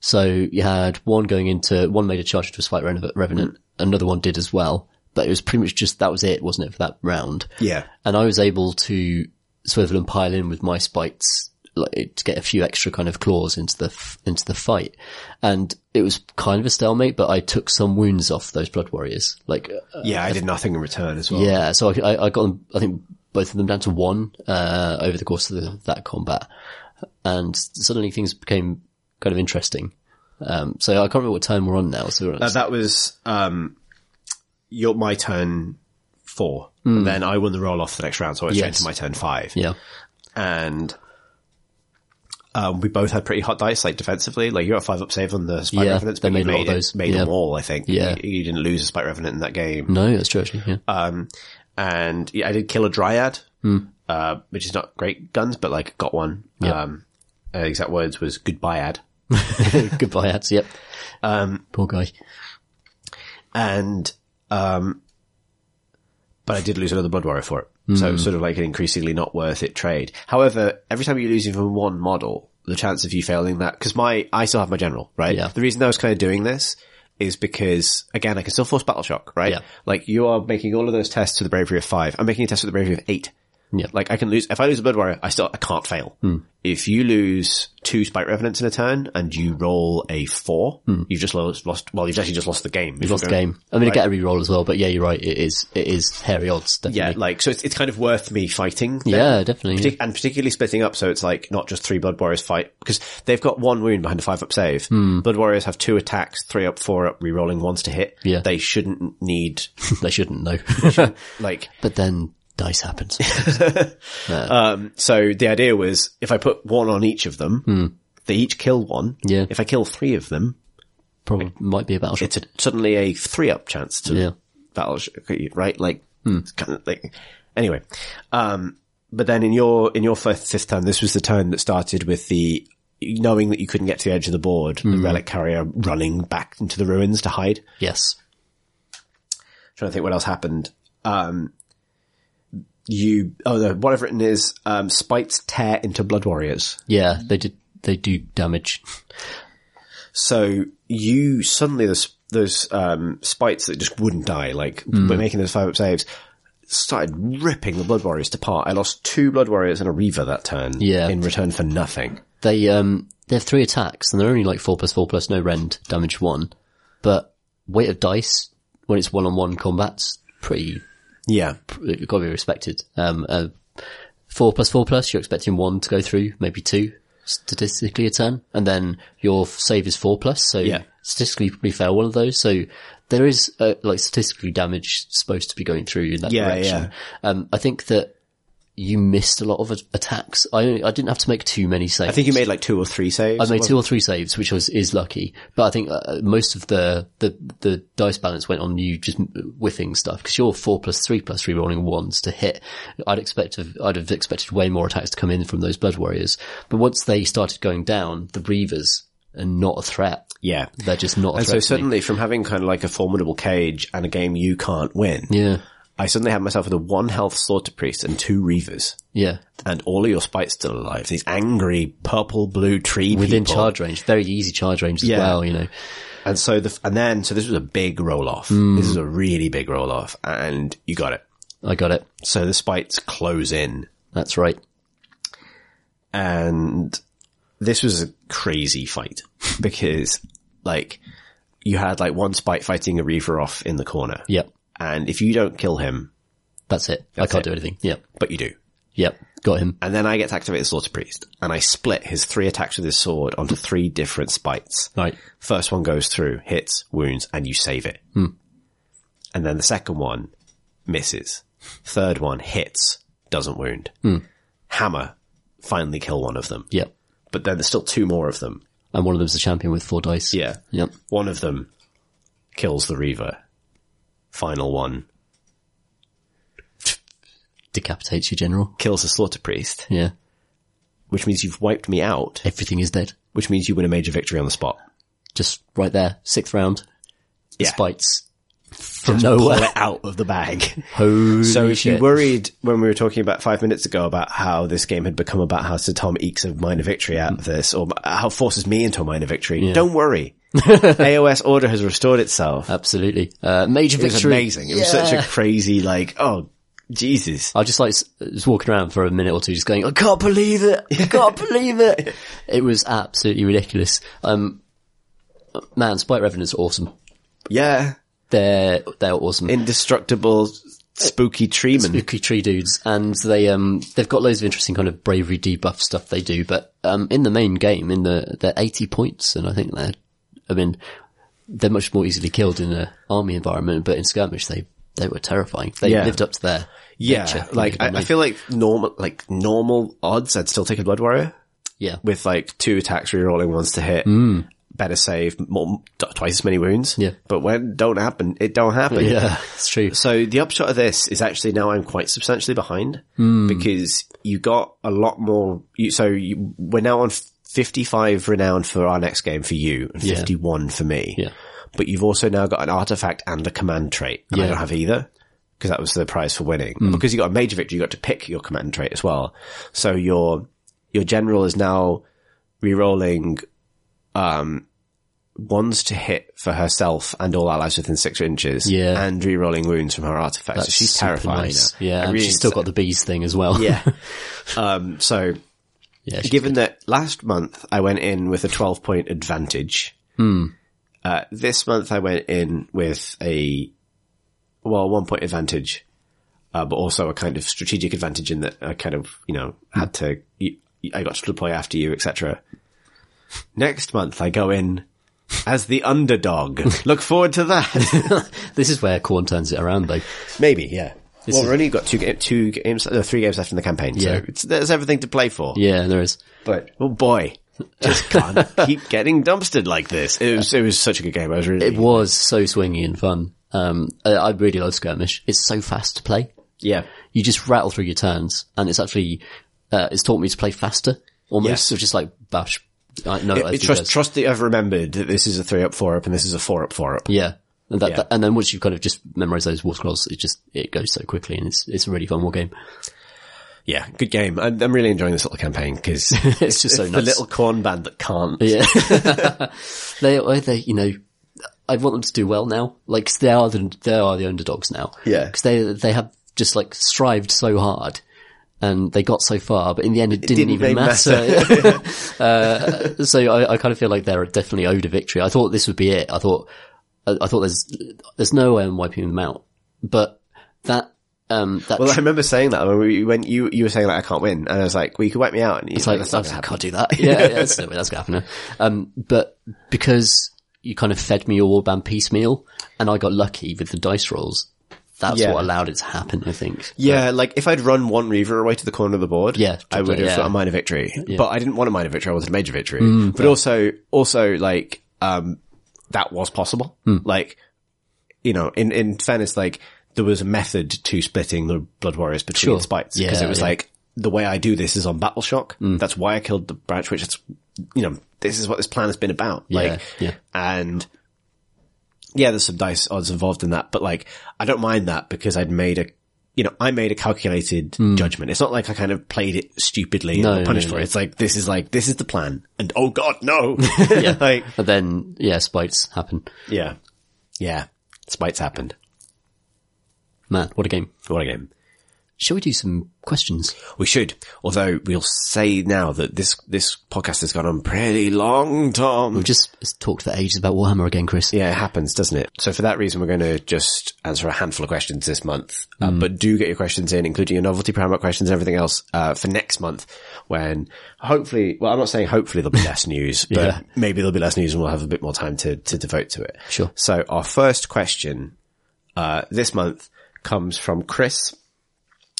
B: So you had one going into, one made a charge into a Spite Reven- Revenant, another one did as well. But it was pretty much just, that was it, wasn't it, for that round?
A: Yeah.
B: and I was able to swivel and pile in with my spites like, to get a few extra kind of claws into the f- into the fight. And it was kind of a stalemate, but I took some wounds off those blood warriors. Like, uh,
A: Yeah. I did nothing in return as well.
B: yeah, so I, I, I got them, I think both of them down to one uh, over the course of the, that combat, and suddenly things became kind of interesting. Um, so I can't remember what time we're on now. So we're on-
A: Uh, that was, um, your, my turn four. Then I won the roll off the next round. So I went straight
B: Hmm. Yes.
A: to my turn five.
B: yeah,
A: and um, we both had pretty hot dice, like defensively. Like you got a five up save on the Spite
B: Yeah,
A: Revenants,
B: they
A: but you
B: made a lot
A: made,
B: of
A: it,
B: those.
A: made
B: Yeah.
A: them all, I think.
B: Yeah.
A: You, you didn't lose a Spite Revenant in that game.
B: no, that's true. Actually, yeah,
A: Um, and yeah, I did kill a Dryad, uh, which is not great guns, but like got one. Um, uh, exact words was goodbye ad.
B: goodbye, ads. Yep. Um, poor guy.
A: And, um, but I did lose another Blood Warrior for it. So it
B: Hmm.
A: was sort of like an increasingly not worth it trade. However, every time you lose even one model, the chance of you failing that, cause my, I still have my general, right?
B: Yeah.
A: The reason I was kind of doing this is because, again, I can still force battle shock, right?
B: Yeah.
A: Like you are making all of those tests to the bravery of five. I'm making a test with the bravery of eight.
B: Yeah. Hmm.
A: Like I can lose, if I lose a Blood Warrior, I still, I can't fail. If you lose two Spite Revenants in a turn and you roll a four, you've just lost, lost, well, you've actually just lost the game. You've
B: Hmm. lost the game. I'm going to get a reroll as well, but yeah, you're right. It is it is hairy odds.
A: Yeah,
B: Definitely.
A: like so it's it's kind of worth me fighting.
B: Yeah,
A: them.
B: definitely.
A: Partic- And particularly splitting up, so it's like not just three Blood Warriors fight because they've got one wound behind a five up save.
B: Hmm.
A: Blood Warriors have two attacks, three up, four up, rerolling ones to hit.
B: Yeah.
A: they shouldn't need
B: they shouldn't know.
A: like.
B: but then dice happens.
A: So the idea was if I put one on each of them, they each kill one.
B: Hmm. Yeah.
A: if I kill three of them,
B: Probably might be a battleship.
A: it's a, suddenly a three up chance to
B: Yeah.
A: battle, sh- right? Like, it's kind of like, anyway. Um, but then in your, in your fifth, fifth turn, this was the turn that started with the, knowing that you couldn't get to the edge of the board, the relic carrier running back into the ruins to hide.
B: yes.
A: trying to think what else happened. Um, you, oh no, what I've written is, um, spites tear into blood warriors.
B: Yeah, they did. They do damage.
A: So you suddenly those those um, spites that just wouldn't die, like
B: Mm.
A: but making those five up saves, started ripping the blood warriors to part. I lost two blood warriors and a reaver that turn.
B: Yeah.
A: in return for nothing.
B: They um they have three attacks and they're only like four plus four plus no rend damage one, but weight of dice when it's one on one combats pretty
A: Yeah,
B: you've got to be respected. Um, uh, four plus four plus, you're expecting one to go through, maybe two statistically a turn, and then your save is four plus, so
A: Yeah.
B: statistically you probably fail one of those. So there is uh, like statistically damage supposed to be going through in that
A: Yeah,
B: direction. Um, I think that you missed a lot of a- attacks. I I didn't have to make too many saves.
A: I think you made like two or three saves.
B: I made two or three saves, which was is lucky. But I think uh, most of the, the the dice balance went on you just whiffing stuff because you're four plus three plus three rolling ones to hit. I'd expect of, I'd have expected way more attacks to come in from those blood warriors. But once they started going down, the breathers are not a threat.
A: Yeah.
B: They're just not. A
A: And so
B: threat to me.
A: suddenly, from having kind of like a formidable cage and a game you can't win,
B: yeah,
A: I suddenly had myself with a one health slaughter priest and two reavers,
B: Yeah.
A: and all of your spites still alive. These angry purple blue tree
B: Within
A: people.
B: charge range, very easy charge range as
A: Yeah.
B: well, you know.
A: And so the and then so this was a big roll off. This is a really big roll off, and you got it.
B: I got it.
A: So the spites close in,
B: That's right.
A: and this was a crazy fight because like you had like one spite fighting a reaver off in the corner,
B: Yep.
A: and if you don't kill him,
B: That's it. I can't do anything. Yep.
A: but you do,
B: Yep. Got him.
A: and then I get to activate the slaughter priest, and I split his three attacks with his sword onto three different spites.
B: Right.
A: First one goes through, hits, wounds, and you save it. And then the second one misses. Third one hits, doesn't wound. Hammer, finally kill one of them.
B: Yep.
A: But then there's still two more of them.
B: And one of them's the champion with four dice.
A: Yeah.
B: Yep.
A: One of them kills the Reaver. Final one
B: Decapitates your general.
A: kills the Slaughter Priest,
B: Yeah.
A: which means you've wiped me out,
B: Everything is dead.
A: which means you win a major victory on the spot.
B: Just right there. Sixth round.
A: Yeah.
B: Spites. From
A: Pull
B: nowhere.
A: it out of the bag.
B: Holy
A: So if you
B: shit.
A: worried when we were talking about five minutes ago about how this game had become about how Sir Tom ekes a minor victory out of this, or how forces me into a minor victory, don't worry. AOS order has restored itself.
B: Absolutely. Uh, major
A: It was
B: victory.
A: amazing. It was such a crazy, like, oh, Jesus.
B: I just like s- just walking around for a minute or two, just going, I can't believe it. I can't believe it. It was absolutely ridiculous. Um, man, Spite Revenant's awesome.
A: Yeah.
B: They're, they're awesome.
A: Indestructible, spooky treeman.
B: Spooky tree dudes, and they um they've got loads of interesting kind of bravery debuff stuff they do, but um in the main game, in the they're eighty points, and I think they're, I mean, they're much more easily killed in a army environment, but in skirmish they they were terrifying. They
A: Yeah.
B: lived up to their
A: Yeah.
B: nature.
A: Like, I, I feel like normal, like normal odds, I'd still take a Blood Warrior.
B: yeah
A: with like two attacks rerolling ones to hit. Better save more, t- twice as many wounds.
B: Mm. Yeah.
A: But when don't happen, it don't happen.
B: yeah it's true.
A: So the upshot of this is actually now I'm quite substantially behind
B: Hmm.
A: because you got a lot more. You, so you, we're now on 55 renowned for our next game for you and 51 for me.
B: Yeah.
A: But you've also now got an artifact and a command trait. And I
B: Yeah. Hmm.
A: don't have either because that was the prize for winning. And Because you got a major victory, you got to pick your command trait as well. So your, your general is now rerolling ones to hit for herself and all allies within six inches.
B: Yeah.
A: And re-rolling wounds from her artifact. so she's
B: Super
A: terrifying.
B: nice.
A: now.
B: Yeah,
A: I
B: and
A: really-
B: she's still got the bees thing as well.
A: Yeah. um, so
B: yeah. she-
A: given that last month I went in with a 12 point advantage. Uh, this month I went in with a, well, one point advantage, uh, but also a kind of strategic advantage in that I kind of, you know, had to, you- I got to deploy after you, etc. Next month I go in as the underdog. Look forward to that.
B: this is where Corn turns it around though.
A: Maybe, yeah. well,
B: is-
A: we've only got two, ga- two games, uh, three games left in the campaign,
B: Yeah.
A: so it's, there's everything to play for.
B: Yeah, there is.
A: But oh boy, just can't keep getting dumpstered like this. It was it was such a good game. I was really
B: It was so swingy and fun. Um, I, I really love skirmish. It's so fast to play.
A: yeah
B: You just rattle through your turns, and it's actually uh, it's taught me to play faster almost.
A: Yeah.
B: So just like bash. I, no, I
A: It-
B: think
A: trust
B: that's-
A: trust that I've remembered that this is a three up four up and this is a four up four up.
B: Yeah. And, that,
A: Yeah.
B: that- and then once you've kind of just memorized those war scrolls, it just, it goes so quickly and it's, it's a really fun war game.
A: Yeah, good game. I'm, I'm really enjoying this little campaign because it's
B: It's just so
A: the
B: nuts.
A: little corn band that can't.
B: they are they you know I want them to do well now. Like 'cause they are the they are the underdogs now.
A: Yeah.
B: because they they have just like strived so hard and they got so far, but in the end it didn't,
A: didn't really
B: even matter. uh, so I, I kind of feel like they're definitely owed a victory. I thought this would be it. I thought I, I thought there's there's no way I'm wiping them out, but that um that.
A: Well, I remember saying that when, we, when you you were saying that I can't win, and I was like, "Well, you can wipe me out." And he's
B: It's like,
A: like, "That's
B: I
A: not
B: was
A: gonna
B: like,
A: happen."
B: can't do that. Yeah, yeah that's, no way that's gonna happen. now. Um, but because you kind of fed me your warband piecemeal, and I got lucky with the dice rolls, that's
A: Yeah.
B: what allowed it to happen. I think.
A: Yeah, like if I'd run one Reaver away to the corner of the board,
B: Yeah,
A: I would have
B: yeah. Mm,
A: got a minor victory. But I didn't want a minor victory; I wanted a major victory. but also, also like um, that was possible.
B: Hmm.
A: Like you know, in in fairness, like there was a method to splitting the Blood Warriors between
B: Sure.
A: spites
B: Yeah,
A: because it was
B: yeah. Hmm.
A: like the way I do this is on Battle Shock. That's why I killed the branch, which it's you know this is what this plan has been about. Like,
B: yeah.
A: and yeah, there's some dice odds involved in that, but like, I don't mind that because I'd made a, you know, I made a calculated judgment. It's not like I kind of played it stupidly
B: Hmm. No,
A: and got punished
B: no,
A: for
B: no.
A: it. It's like, this is like, this is the plan. And oh god, no! like,
B: And then, yeah, spites happen.
A: yeah. Yeah. Spites happened.
B: Man, what a game.
A: What a game.
B: Shall we do some questions?
A: We should. Although we'll say now that this, this podcast has gone on pretty long, Tom.
B: We've just talked for ages about Warhammer again, Chris.
A: Yeah, it happens, doesn't it? So for that reason, we're going to just answer a handful of questions this month. Uh, But do get your questions in, including your novelty paramount questions and everything else, uh, for next month when hopefully, well, I'm not saying hopefully there'll be less news, but
B: Yeah.
A: maybe there'll be less news and we'll have a bit more time to, to devote to it.
B: Sure.
A: So our first question, uh, this month comes from Chris,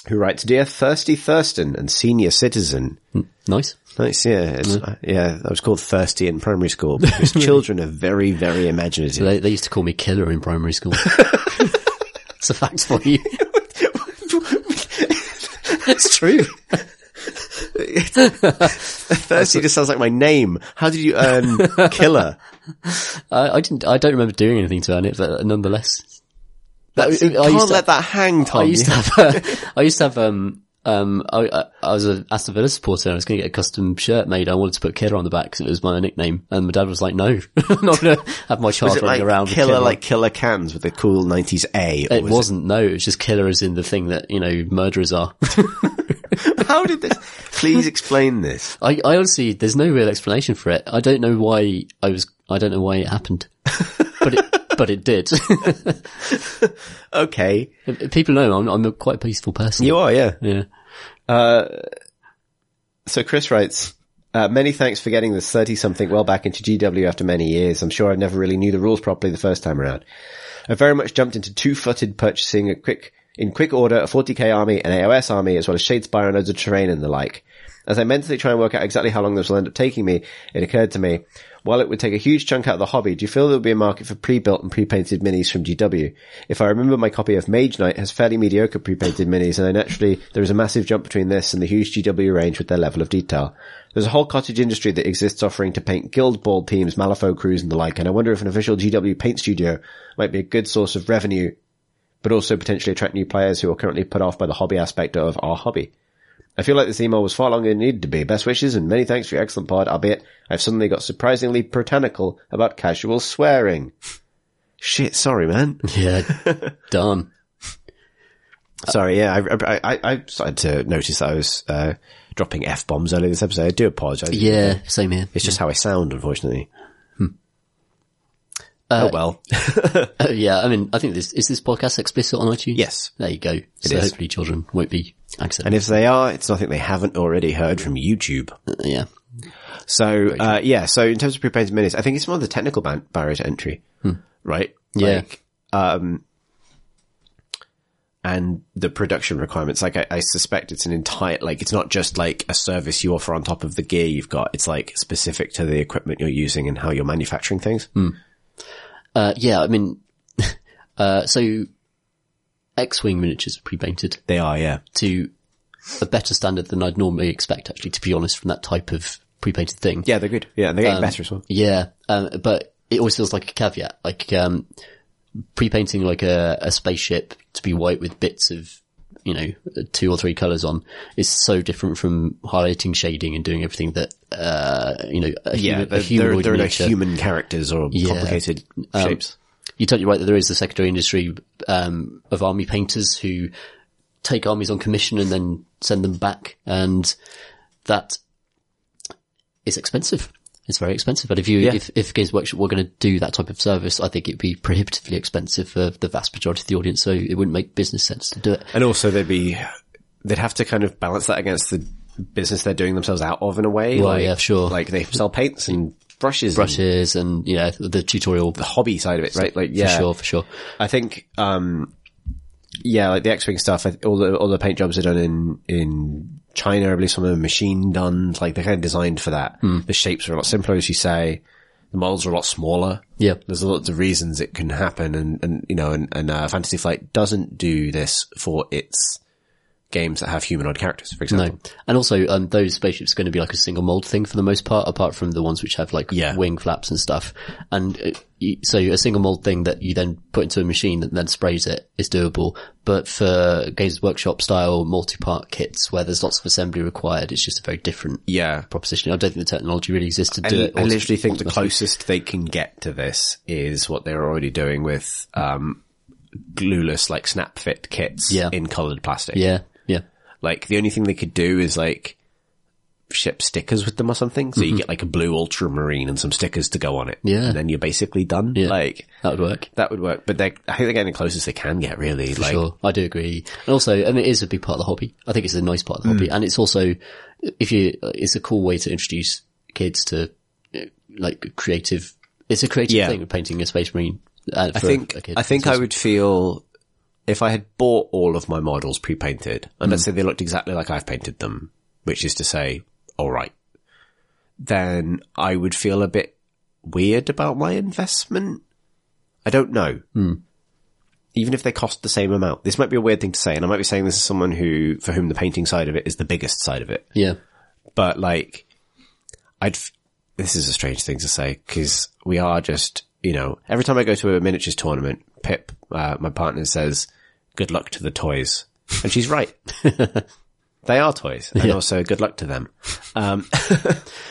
A: who writes, Dear Thirsty Thurston and senior citizen,
B: Nice.
A: Nice, yeah, it's, uh, yeah. I was called thirsty in primary school because children are very, very imaginative.
B: They, they used to call me killer in primary school. it's a fact for you. it's true.
A: Thirsty just sounds like my name. How did you earn killer?
B: I, I didn't. I don't remember doing anything to earn it, but nonetheless, that,
A: You
B: I
A: can't
B: used to,
A: let that hang, Tom.
B: I used to have. I used to have. Um, um, I, I, I was an Aston Villa supporter. and I was going to get a custom shirt made. I wanted to put Killer on the back because it was my nickname, and my dad was like, "No, I'm not going to have my child
A: was it like
B: running around with
A: killer, like killer cans with the cool nineties A? or
B: It
A: was
B: was not no, it was just killer as in the thing that, you know, murderers are.
A: it- How did this? Please explain this.
B: I, I honestly, there's no real explanation for it. I don't know why I was, I don't know why it happened, but it, but it did.
A: Okay,
B: People know I'm, I'm a quite peaceful person.
A: you are, yeah. Uh,
B: yeah.
A: So Chris writes, uh, many thanks for getting this 30 something well back into GW after many years. I'm sure I never really knew the rules properly the first time around. I very much jumped into two footed purchasing a quick, in quick order, a 40k army, an AOS army, as well as Shadespire and loads of terrain and the like. As I mentally try and work out exactly how long this will end up taking me, it occurred to me, while it would take a huge chunk out of the hobby, do you feel there would be a market for pre-built and pre-painted minis from GW? If I remember, my copy of Mage Knight has fairly mediocre pre-painted minis, and I naturally there is a massive jump between this and the huge GW range with their level of detail. There's a whole cottage industry that exists offering to paint guild ball teams, Malifaux crews, and the like, and I wonder if an official GW paint studio might be a good source of revenue, but also potentially attract new players who are currently put off by the hobby aspect of our hobby. I feel like this email was far longer than it needed to be. Best wishes and many thanks for your excellent pod, albeit I've suddenly got surprisingly puritanical about casual swearing. Shit, sorry, man.
B: Yeah. Darn.
A: sorry, yeah, I, I, I, I started to notice that I was uh, dropping f bombs earlier this episode. I do apologize.
B: Yeah. Same here.
A: it's just how I sound, unfortunately. oh well.
B: Uh, yeah. I mean, I think this, is this podcast explicit on iTunes?
A: yes,
B: There you go. so
A: is.
B: hopefully children won't be accident.
A: and if they are, it's nothing they haven't already heard from YouTube.
B: uh, yeah.
A: So uh, yeah, so in terms of prepaid minutes, I think it's more the technical ban- barrier to entry, right?
B: Hmm. Yeah.
A: Like, um, and the production requirements. Like I, I suspect it's an entire like it's not just like a service you offer on top of the gear you've got. It's like specific to the equipment you're using and how you're manufacturing things.
B: Hmm. Uh, yeah. I mean, uh, so X-Wing miniatures are pre-painted.
A: They are, yeah,
B: to a better standard than I'd normally expect, actually, to be honest, from that type of pre-painted thing.
A: yeah, they're good. Yeah, and they're getting better as well.
B: Yeah, um, but it always feels like a caveat, like, um, pre-painting like a, a spaceship to be white with bits of, you know, two or three colors on is so different from highlighting shading and doing everything that, uh, you know, a,
A: Yeah,
B: human,
A: they're,
B: a
A: they're,
B: humanoid
A: they're no
B: miniature-
A: human characters or complicated
B: Um,
A: shapes.
B: you're totally right that there is a secondary industry um, of army painters who take armies on commission and then send them back, and that is expensive. It's very expensive, but if you if, if Games Workshop were going to do that type of service, I think it'd be prohibitively expensive for the vast majority of the audience. So it wouldn't make business sense to do it.
A: And also they'd be, they'd have to kind of balance that against the business they're doing themselves out of in a way.
B: Well,
A: like,
B: yeah, sure.
A: Like they sell paints and brushes, and
B: Brushes and yeah, the tutorial.
A: the hobby side of it, right? Like,
B: For
A: yeah,
B: sure, for sure.
A: I think, um, yeah, like the X-Wing stuff, I th- all the, all the paint jobs are done in, in China, I believe some of them are machine done, like they're kind of designed for that.
B: Hmm.
A: The shapes are a lot simpler, as you say. The models are a lot smaller.
B: Yeah.
A: There's lots of reasons it can happen and, and, you know, and, and, uh, Fantasy Flight doesn't do this for its games that have humanoid characters, for example.
B: No, and also um, those spaceships are going to be like a single mold thing for the most part, apart from the ones which have like
A: Yeah.
B: wing flaps and stuff. And it, you- so a single mold thing that you then put into a machine that then sprays it is doable. But for Games Workshop style multi-part kits where there's lots of assembly required, it's just a very different
A: Yeah.
B: proposition. I don't think the technology really exists to
A: I,
B: do it.
A: I
B: auto-
A: literally think the closest they can get to this is what they're already doing with um, glueless, like snap fit kits
B: Yeah.
A: in colored plastic.
B: yeah, yeah,
A: Like the only thing they could do is like ship stickers with them or something. So you get like a blue ultramarine and some stickers to go on it.
B: Mm-hmm. Yeah.
A: And then you're basically done.
B: Yeah.
A: Like
B: that would work.
A: that would work. But they're, I think they're getting the closest they can get really. like
B: sure, I do agree. And also, I mean, it is a big part of the hobby. I think it's a nice part of the hobby,
A: Mm.
B: and it's also, if you, it's a cool way to introduce kids to uh, like creative. It's a creative
A: Yeah.
B: thing, painting a space marine. Uh,
A: I think, I think I would feel if I had bought all of my models pre-painted and let's say they looked exactly like I've painted them, which is to say, all right, then I would feel a bit weird about my investment. I don't know. Even if they cost the same amount, this might be a weird thing to say, and I might be saying this as someone who, for whom the painting side of it is the biggest side of it
B: yeah,
A: but like I'd f- this is a strange thing to say because we are just you know every time I go to a miniatures tournament, Pip, uh, my partner says, "Good luck to the toys," and she's right. they are toys, and also good luck to them.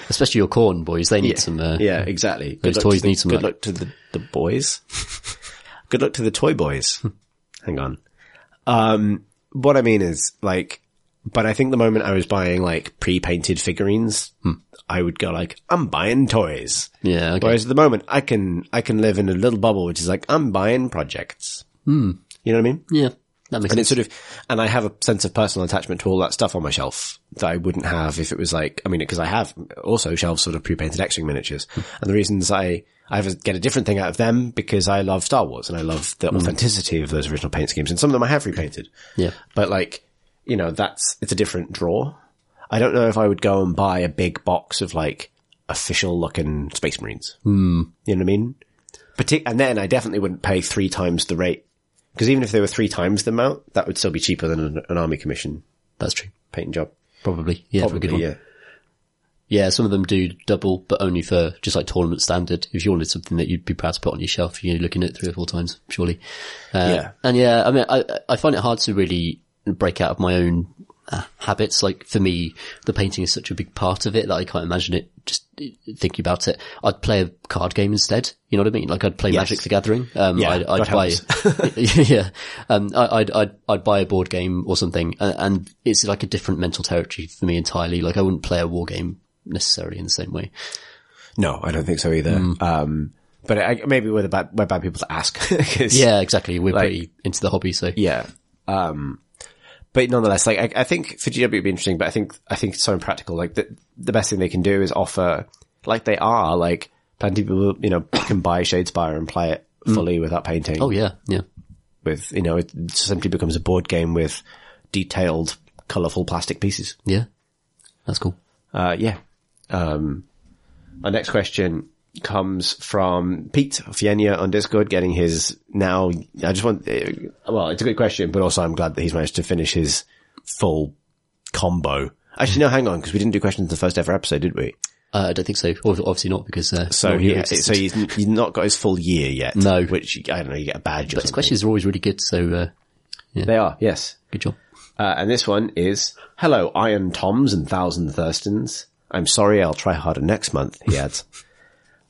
B: especially your corn boys. They need some. Uh,
A: yeah, exactly. Good
B: Those
A: luck
B: toys
A: to the,
B: need some
A: Good
B: luck.
A: luck to the, the boys. good luck to the toy boys. Hang on. Um, what I mean is like, but I think the moment I was buying like pre-painted figurines, I would go like, I'm buying toys.
B: Hmm. yeah, okay.
A: Whereas at the moment, I can I can live in a little bubble, which is like I'm buying projects.
B: Hmm.
A: You know what I mean?
B: yeah. That makes
A: And
B: sense.
A: it's sort of, and I have a sense of personal attachment to all that stuff on my shelf that I wouldn't have if it was like, I mean, because I have also shelves sort of pre-painted X-Wing miniatures. And the reasons I, I have a, get a different thing out of them because I love Star Wars and I love the authenticity of those original paint schemes. And some of them I have repainted.
B: Yeah.
A: But like, you know, that's, it's a different draw. I don't know if I would go and buy a big box of like official looking Space Marines. You know what I mean? Partic- and then I definitely wouldn't pay three times the rate. Because even if they were three times the amount, that would still be cheaper than an, an army commission
B: That's true.
A: painting job.
B: Probably. Yeah, for a good
A: Probably,
B: one.
A: yeah.
B: Yeah, some of them do double, but only for just like tournament standard. If you wanted something that you'd be proud to put on your shelf, you're looking at it three or four times, surely. Uh,
A: Yeah.
B: And yeah, I mean, I, I find it hard to really break out of my own uh, habits. Like for me, the painting is such a big part of it that I can't imagine it just thinking about it. I'd play a card game instead. You know what I mean? Like I'd play Magic the Gathering. Um,
A: Yeah,
B: I'd,
A: God
B: I'd buy, yeah, um, I, I'd, I'd, I'd buy a board game or something. And, and it's like a different mental territory for me entirely. Like I wouldn't play a war game necessarily in the same way.
A: No, I don't think so either. Um, but I, maybe we're the bad, we're bad people to ask. 'Cause-
B: Yeah, exactly. We're pretty into the hobby. So
A: Yeah. Um, but nonetheless, like I, I think for GW it'd be interesting, but I think I think it's so impractical. Like the the best thing they can do is offer, like they are, like plenty of people you know can buy Shadespire and play it fully without painting.
B: Mm. Oh yeah. Yeah.
A: With you know, it simply becomes a board game with detailed, colorful plastic pieces.
B: Yeah. That's cool.
A: Uh, yeah. Um, our next question comes from Pete Fienia on Discord, getting his now. I just want. uh, Well, it's a good question, but also I'm glad that he's managed to finish his full combo. Actually, no, hang on, because we didn't do questions in the first ever episode, did we?
B: Uh, I don't think so. Ob- Obviously not because, uh,
A: So
B: not
A: he,
B: here
A: so
B: existed.
A: he's, he's not got his full year yet.
B: No.
A: which I don't know. You get a badge. Or
B: His
A: something.
B: questions are always really good. So, uh,
A: They are yes.
B: good job.
A: Uh, and this one is, hello, Iron Toms and Thousand Thurstons. I'm sorry, I'll try harder next month, he adds.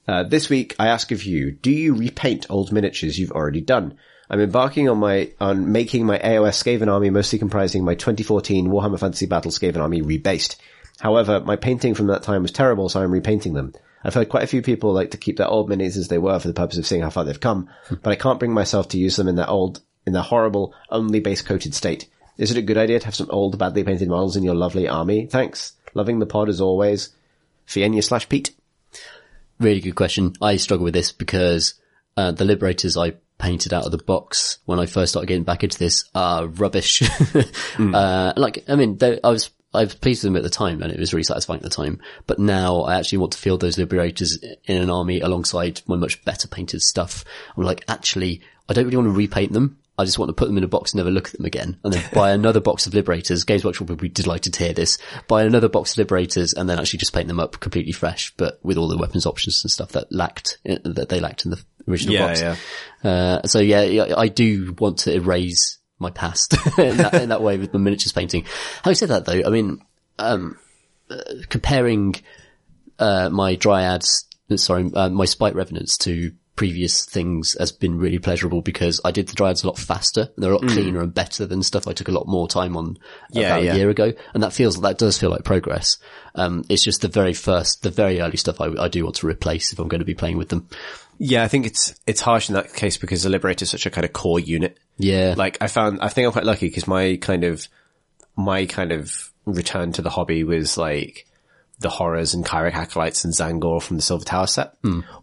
A: uh, this week, I ask of you, do you repaint old miniatures you've already done? I'm embarking on my, on making my AOS Skaven army mostly comprising my 2014 Warhammer Fantasy Battle Skaven army rebased. However, my painting from that time was terrible, so I'm repainting them. I've heard quite a few people like to keep their old minis as they were for the purpose of seeing how far they've come, but I can't bring myself to use them in their old, in their horrible, only base coated state. Is it a good idea to have some old, badly painted models in your lovely army? Thanks. Loving the pod as always. Fienya slash Pete.
B: Really good question. I struggle with this because uh, the liberators I painted out of the box when I first started getting back into this are rubbish.
A: Hmm.
B: uh, like, I mean, they- I was I was pleased with them at the time, and it was really satisfying at the time. But now I actually want to field those liberators in an army alongside my much better painted stuff. I'm like, actually, I don't really want to repaint them. I just want to put them in a box and never look at them again. And then buy another box of Liberators. Games Workshop would be delighted to hear this. Buy another box of Liberators and then actually just paint them up completely fresh, but with all the weapons options and stuff that lacked, that they lacked in the original
A: Yeah,
B: box.
A: yeah.
B: Uh, so yeah, I- I do want to erase my past in, that, in that way with the miniatures painting. Having said that though, I mean, um, uh, comparing, uh, my dryads, sorry, uh, my spite revenants to previous things has been really pleasurable because I did the dryads a lot faster. They're a lot cleaner and better than stuff I took a lot more time on
A: Mm. Yeah,
B: about
A: yeah.
B: a year ago. And that feels, that does feel like progress. Um, it's just the very first, the very early stuff I, I do want to replace if I'm going to be playing with them.
A: Yeah, I think it's it's harsh in that case because the Liberator is such a kind of core unit.
B: Yeah.
A: Like I found, I think I'm quite lucky because my kind of my kind of return to the hobby was like the horrors and Kyric acolytes and Zangor from the Silver Tower set,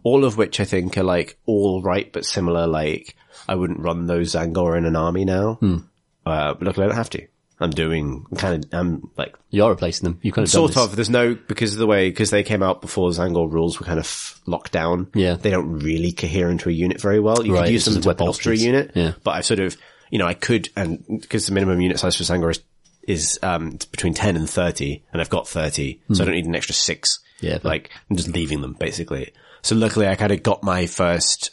A: all of which I think are like all right but similar. Like I wouldn't run those Zangor in an army now, uh, but luckily I don't have to. I'm doing kind of I'm like
B: You are replacing them. You kind of done
A: sort
B: this.
A: of. There's no because of the way because they came out before Zangor rules were kind of locked down.
B: Yeah.
A: they don't really cohere into a unit very well. You
B: Right,
A: could use them
B: it's just
A: to
B: weapon
A: bolster a
B: options.
A: unit.
B: Yeah.
A: but I sort of you know I could and because the minimum unit size for Zangor is is um it's between ten and thirty, and I've got thirty, so I don't need an extra six.
B: Hmm. Yeah, but-
A: like I'm just leaving them basically. So luckily, I kind of got my first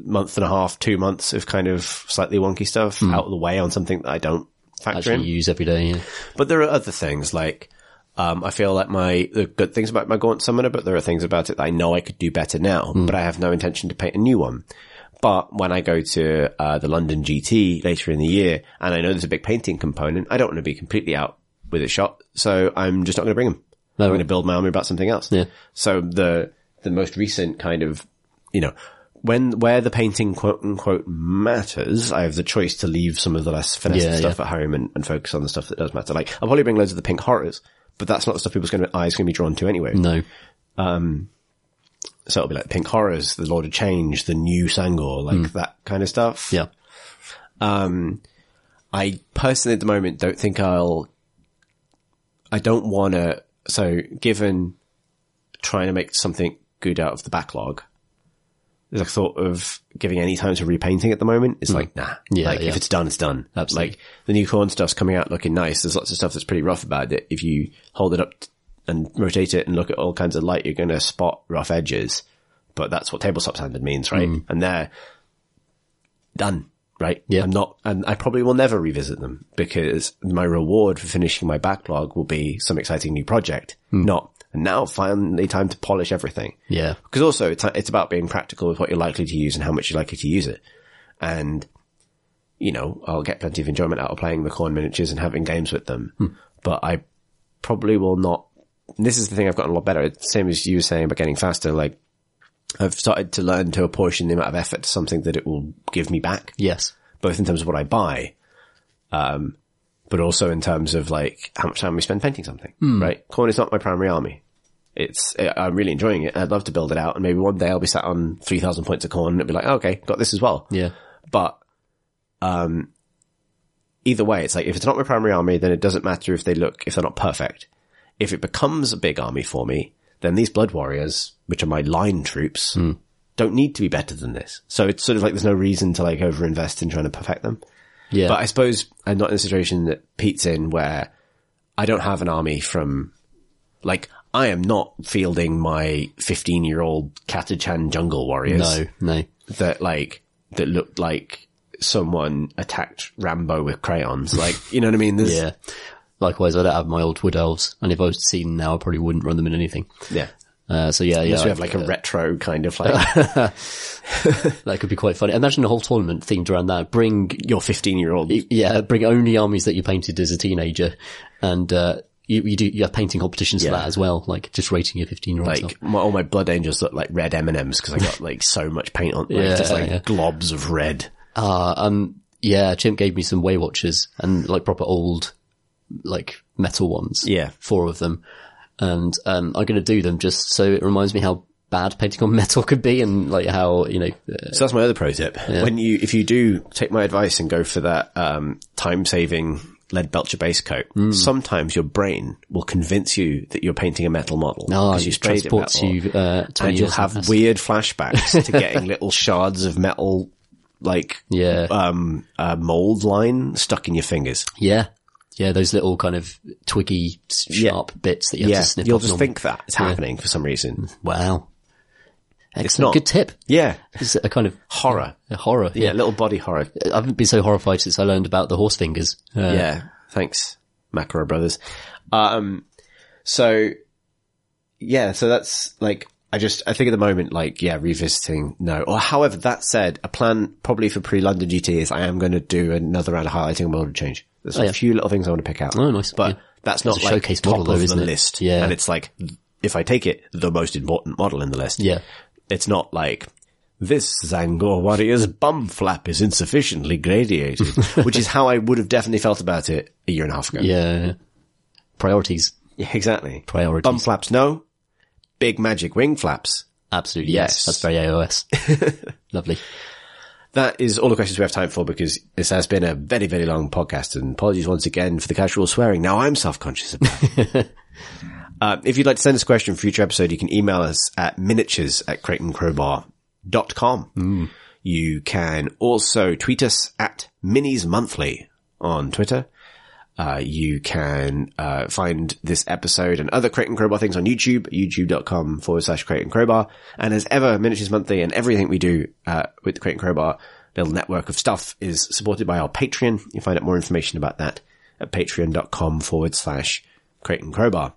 A: month and a half, two months of kind of slightly wonky stuff out of the way on something that I don't factor
B: Hmm. actually
A: in.
B: use every day. Yeah.
A: But there are other things like um, I feel like my the good things about my Gaunt Summoner, but there are things about it that I know I could do better now,
B: Hmm.
A: but I have no intention to paint a new one. But when I go to uh, the London GT later in the year, and I know there's a big painting component, I don't want to be completely out with a shot, so I'm just not going to bring them. I'm going to build my army about something else.
B: Yeah.
A: So the the most recent kind of you know when where the painting quote unquote matters, I have the choice to leave some of the less finesse
B: Yeah,
A: stuff at home and, and focus on the stuff that does matter. Like I'll probably bring loads of the pink horrors, but that's not the stuff people's going to eyes going to be drawn to anyway.
B: No.
A: So it'll be like pink horrors, the Lord of Change, the new Sangor, like that kind of stuff.
B: Mm. Yeah.
A: I personally at the moment don't think I'll. I don't want to. So given trying to make something good out of the backlog, the thought of giving any time to repainting at the moment is like nah.
B: Mm. Yeah,
A: like if
B: yeah.
A: it's done, it's done.
B: Absolutely.
A: Like the new corn stuff's coming out looking nice. There's lots of stuff that's pretty rough about it. If you hold it up t- and rotate it and look at all kinds of light, you're going to spot rough edges. But that's what tabletop sanded means, right? And they're done, right?
B: Mm. Yeah.
A: I'm not, and I probably will never revisit them because my reward for finishing my backlog will be some exciting new project,
B: Mm.
A: not and now finally time to polish everything.
B: Yeah.
A: Because also it's, it's about being practical with what you're likely to use and how much you're likely to use it. And, you know, I'll get plenty of enjoyment out of playing the corn miniatures and having games with them, but I probably will not. This is the thing I've gotten a lot better. at, Same as you were saying about getting faster. Like I've started to learn to apportion the amount of effort to something that it will give me back,
B: Yes.
A: both in terms of what I buy, um, but also in terms of like how much time we spend painting something, right? Corn is not my primary army. It's, I- I'm really enjoying it. and I'd love to build it out and maybe one day I'll be sat on 3000 points of corn and it'll be like, "Oh, okay, got this as well.
B: Yeah.
A: But, um, either way, it's like, if it's not my primary army, then it doesn't matter if they look, if they're not perfect. If it becomes a big army for me, then these blood warriors, which are my line troops,
B: Hmm.
A: don't need to be better than this. So it's sort of like there's no reason to like overinvest in trying to perfect them.
B: Yeah.
A: But I suppose I'm not in a situation that Pete's in where I don't have an army from, like, I am not fielding my 15 year old Katachan jungle warriors
B: no. No.
A: that like that looked like someone attacked Rambo with crayons. Like, you know what I mean? There's,
B: Yeah. Likewise, I don't have my old wood elves, and if I was seen now, I probably wouldn't run them in anything.
A: yeah.
B: Uh, so yeah, yeah,
A: So we have like a retro kind of like
B: that could be quite funny. Imagine a whole tournament themed around that. Bring
A: your 15 year old.
B: yeah, bring only armies that you painted as a teenager, and uh, you, you do you have painting competitions for
A: Yeah.
B: that as well, like just rating your fifteen year old.
A: Like my, all my blood angels look like red M and M's because I got like so much paint on, like,
B: Yeah,
A: just like
B: yeah.
A: globs of red.
B: Uh, um, yeah, Chimp gave me some Waywatchers and like proper old, like metal ones.
A: Yeah.
B: Four of them. And, um, I'm going to do them just so it reminds me how bad painting on metal could be and like how, you know, uh,
A: So that's my other pro tip. When you, if you do take my advice and go for that, um, time saving lead belcher base coat,
B: Hmm.
A: sometimes your brain will convince you that you're painting a metal model
B: oh,
A: because
B: you
A: you sprayed it
B: transports
A: metal.
B: you, uh, 20
A: and you'll
B: years
A: have
B: past.
A: weird flashbacks to getting little shards of metal, like
B: Yeah.
A: um, uh, mold line stuck in your fingers.
B: yeah. Yeah. Those little kind of twiggy, s-
A: Yeah.
B: sharp bits that you have to snip
A: you'll
B: off
A: just
B: normally.
A: think that it's happening for some reason.
B: Wow. Excellent.
A: not.
B: Good tip.
A: Yeah.
B: It's a kind of
A: Horror.
B: a horror.
A: Yeah, little body horror.
B: I haven't been so horrified since I learned about the horse fingers. Uh,
A: yeah. Thanks, Macro Brothers. Um, so yeah, so that's like, I just, I think at the moment, like, yeah, revisiting, no. Or however, that said, a plan probably for pre-London GT is I am going to do another round of highlighting and model change. There's
B: Oh, yeah.
A: a few little things I want to pick out.
B: Oh, nice.
A: But
B: Yeah.
A: that's not
B: a
A: like
B: showcase
A: top
B: model, though,
A: of
B: isn't
A: the
B: it?
A: list.
B: Yeah.
A: And it's like, if I take it, the most important model in the list.
B: Yeah.
A: It's not like this Zangor warrior's bum flap is insufficiently gradiated, which is how I would have definitely felt about it a year and a half ago.
B: Yeah. Priorities.
A: Yeah, exactly.
B: Priorities.
A: Bum flaps, no. Big magic wing flaps.
B: Absolutely.
A: Yes.
B: Yes. That's very AOS. Lovely.
A: That is all the questions we have time for because this has been a very, very long podcast and apologies once again for the casual swearing. Now I'm self-conscious about it. uh, if you'd like to send us a question for future episode, you can email us at miniatures at creightoncrowbar.com. You can also tweet us at minis monthly on Twitter. Uh, you can uh, find this episode and other Crate and Crowbar things on YouTube, youtube.com forward slash Crate and Crowbar. And as ever, Miniatures Monthly and everything we do uh, with the Crate and Crowbar little network of stuff is supported by our Patreon. You find out more information about that at patreon.com forward slash Crate and Crowbar.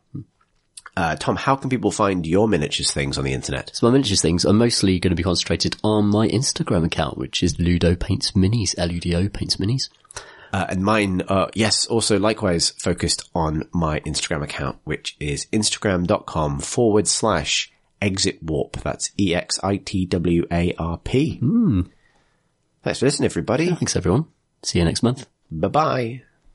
A: Uh, Tom, how can people find your miniatures things on the internet?
B: So my miniatures things are mostly going to be concentrated on my Instagram account, which is Ludo Paints Minis. L-U-D-O Paints Minis.
A: Uh, and mine, uh, yes, also likewise focused on my Instagram account, which is instagram.com forward slash exit warp. That's E E-X-I-T-W-A-R-P. Thanks for listening, everybody.
B: Thanks everyone. See you next month.
A: Bye bye.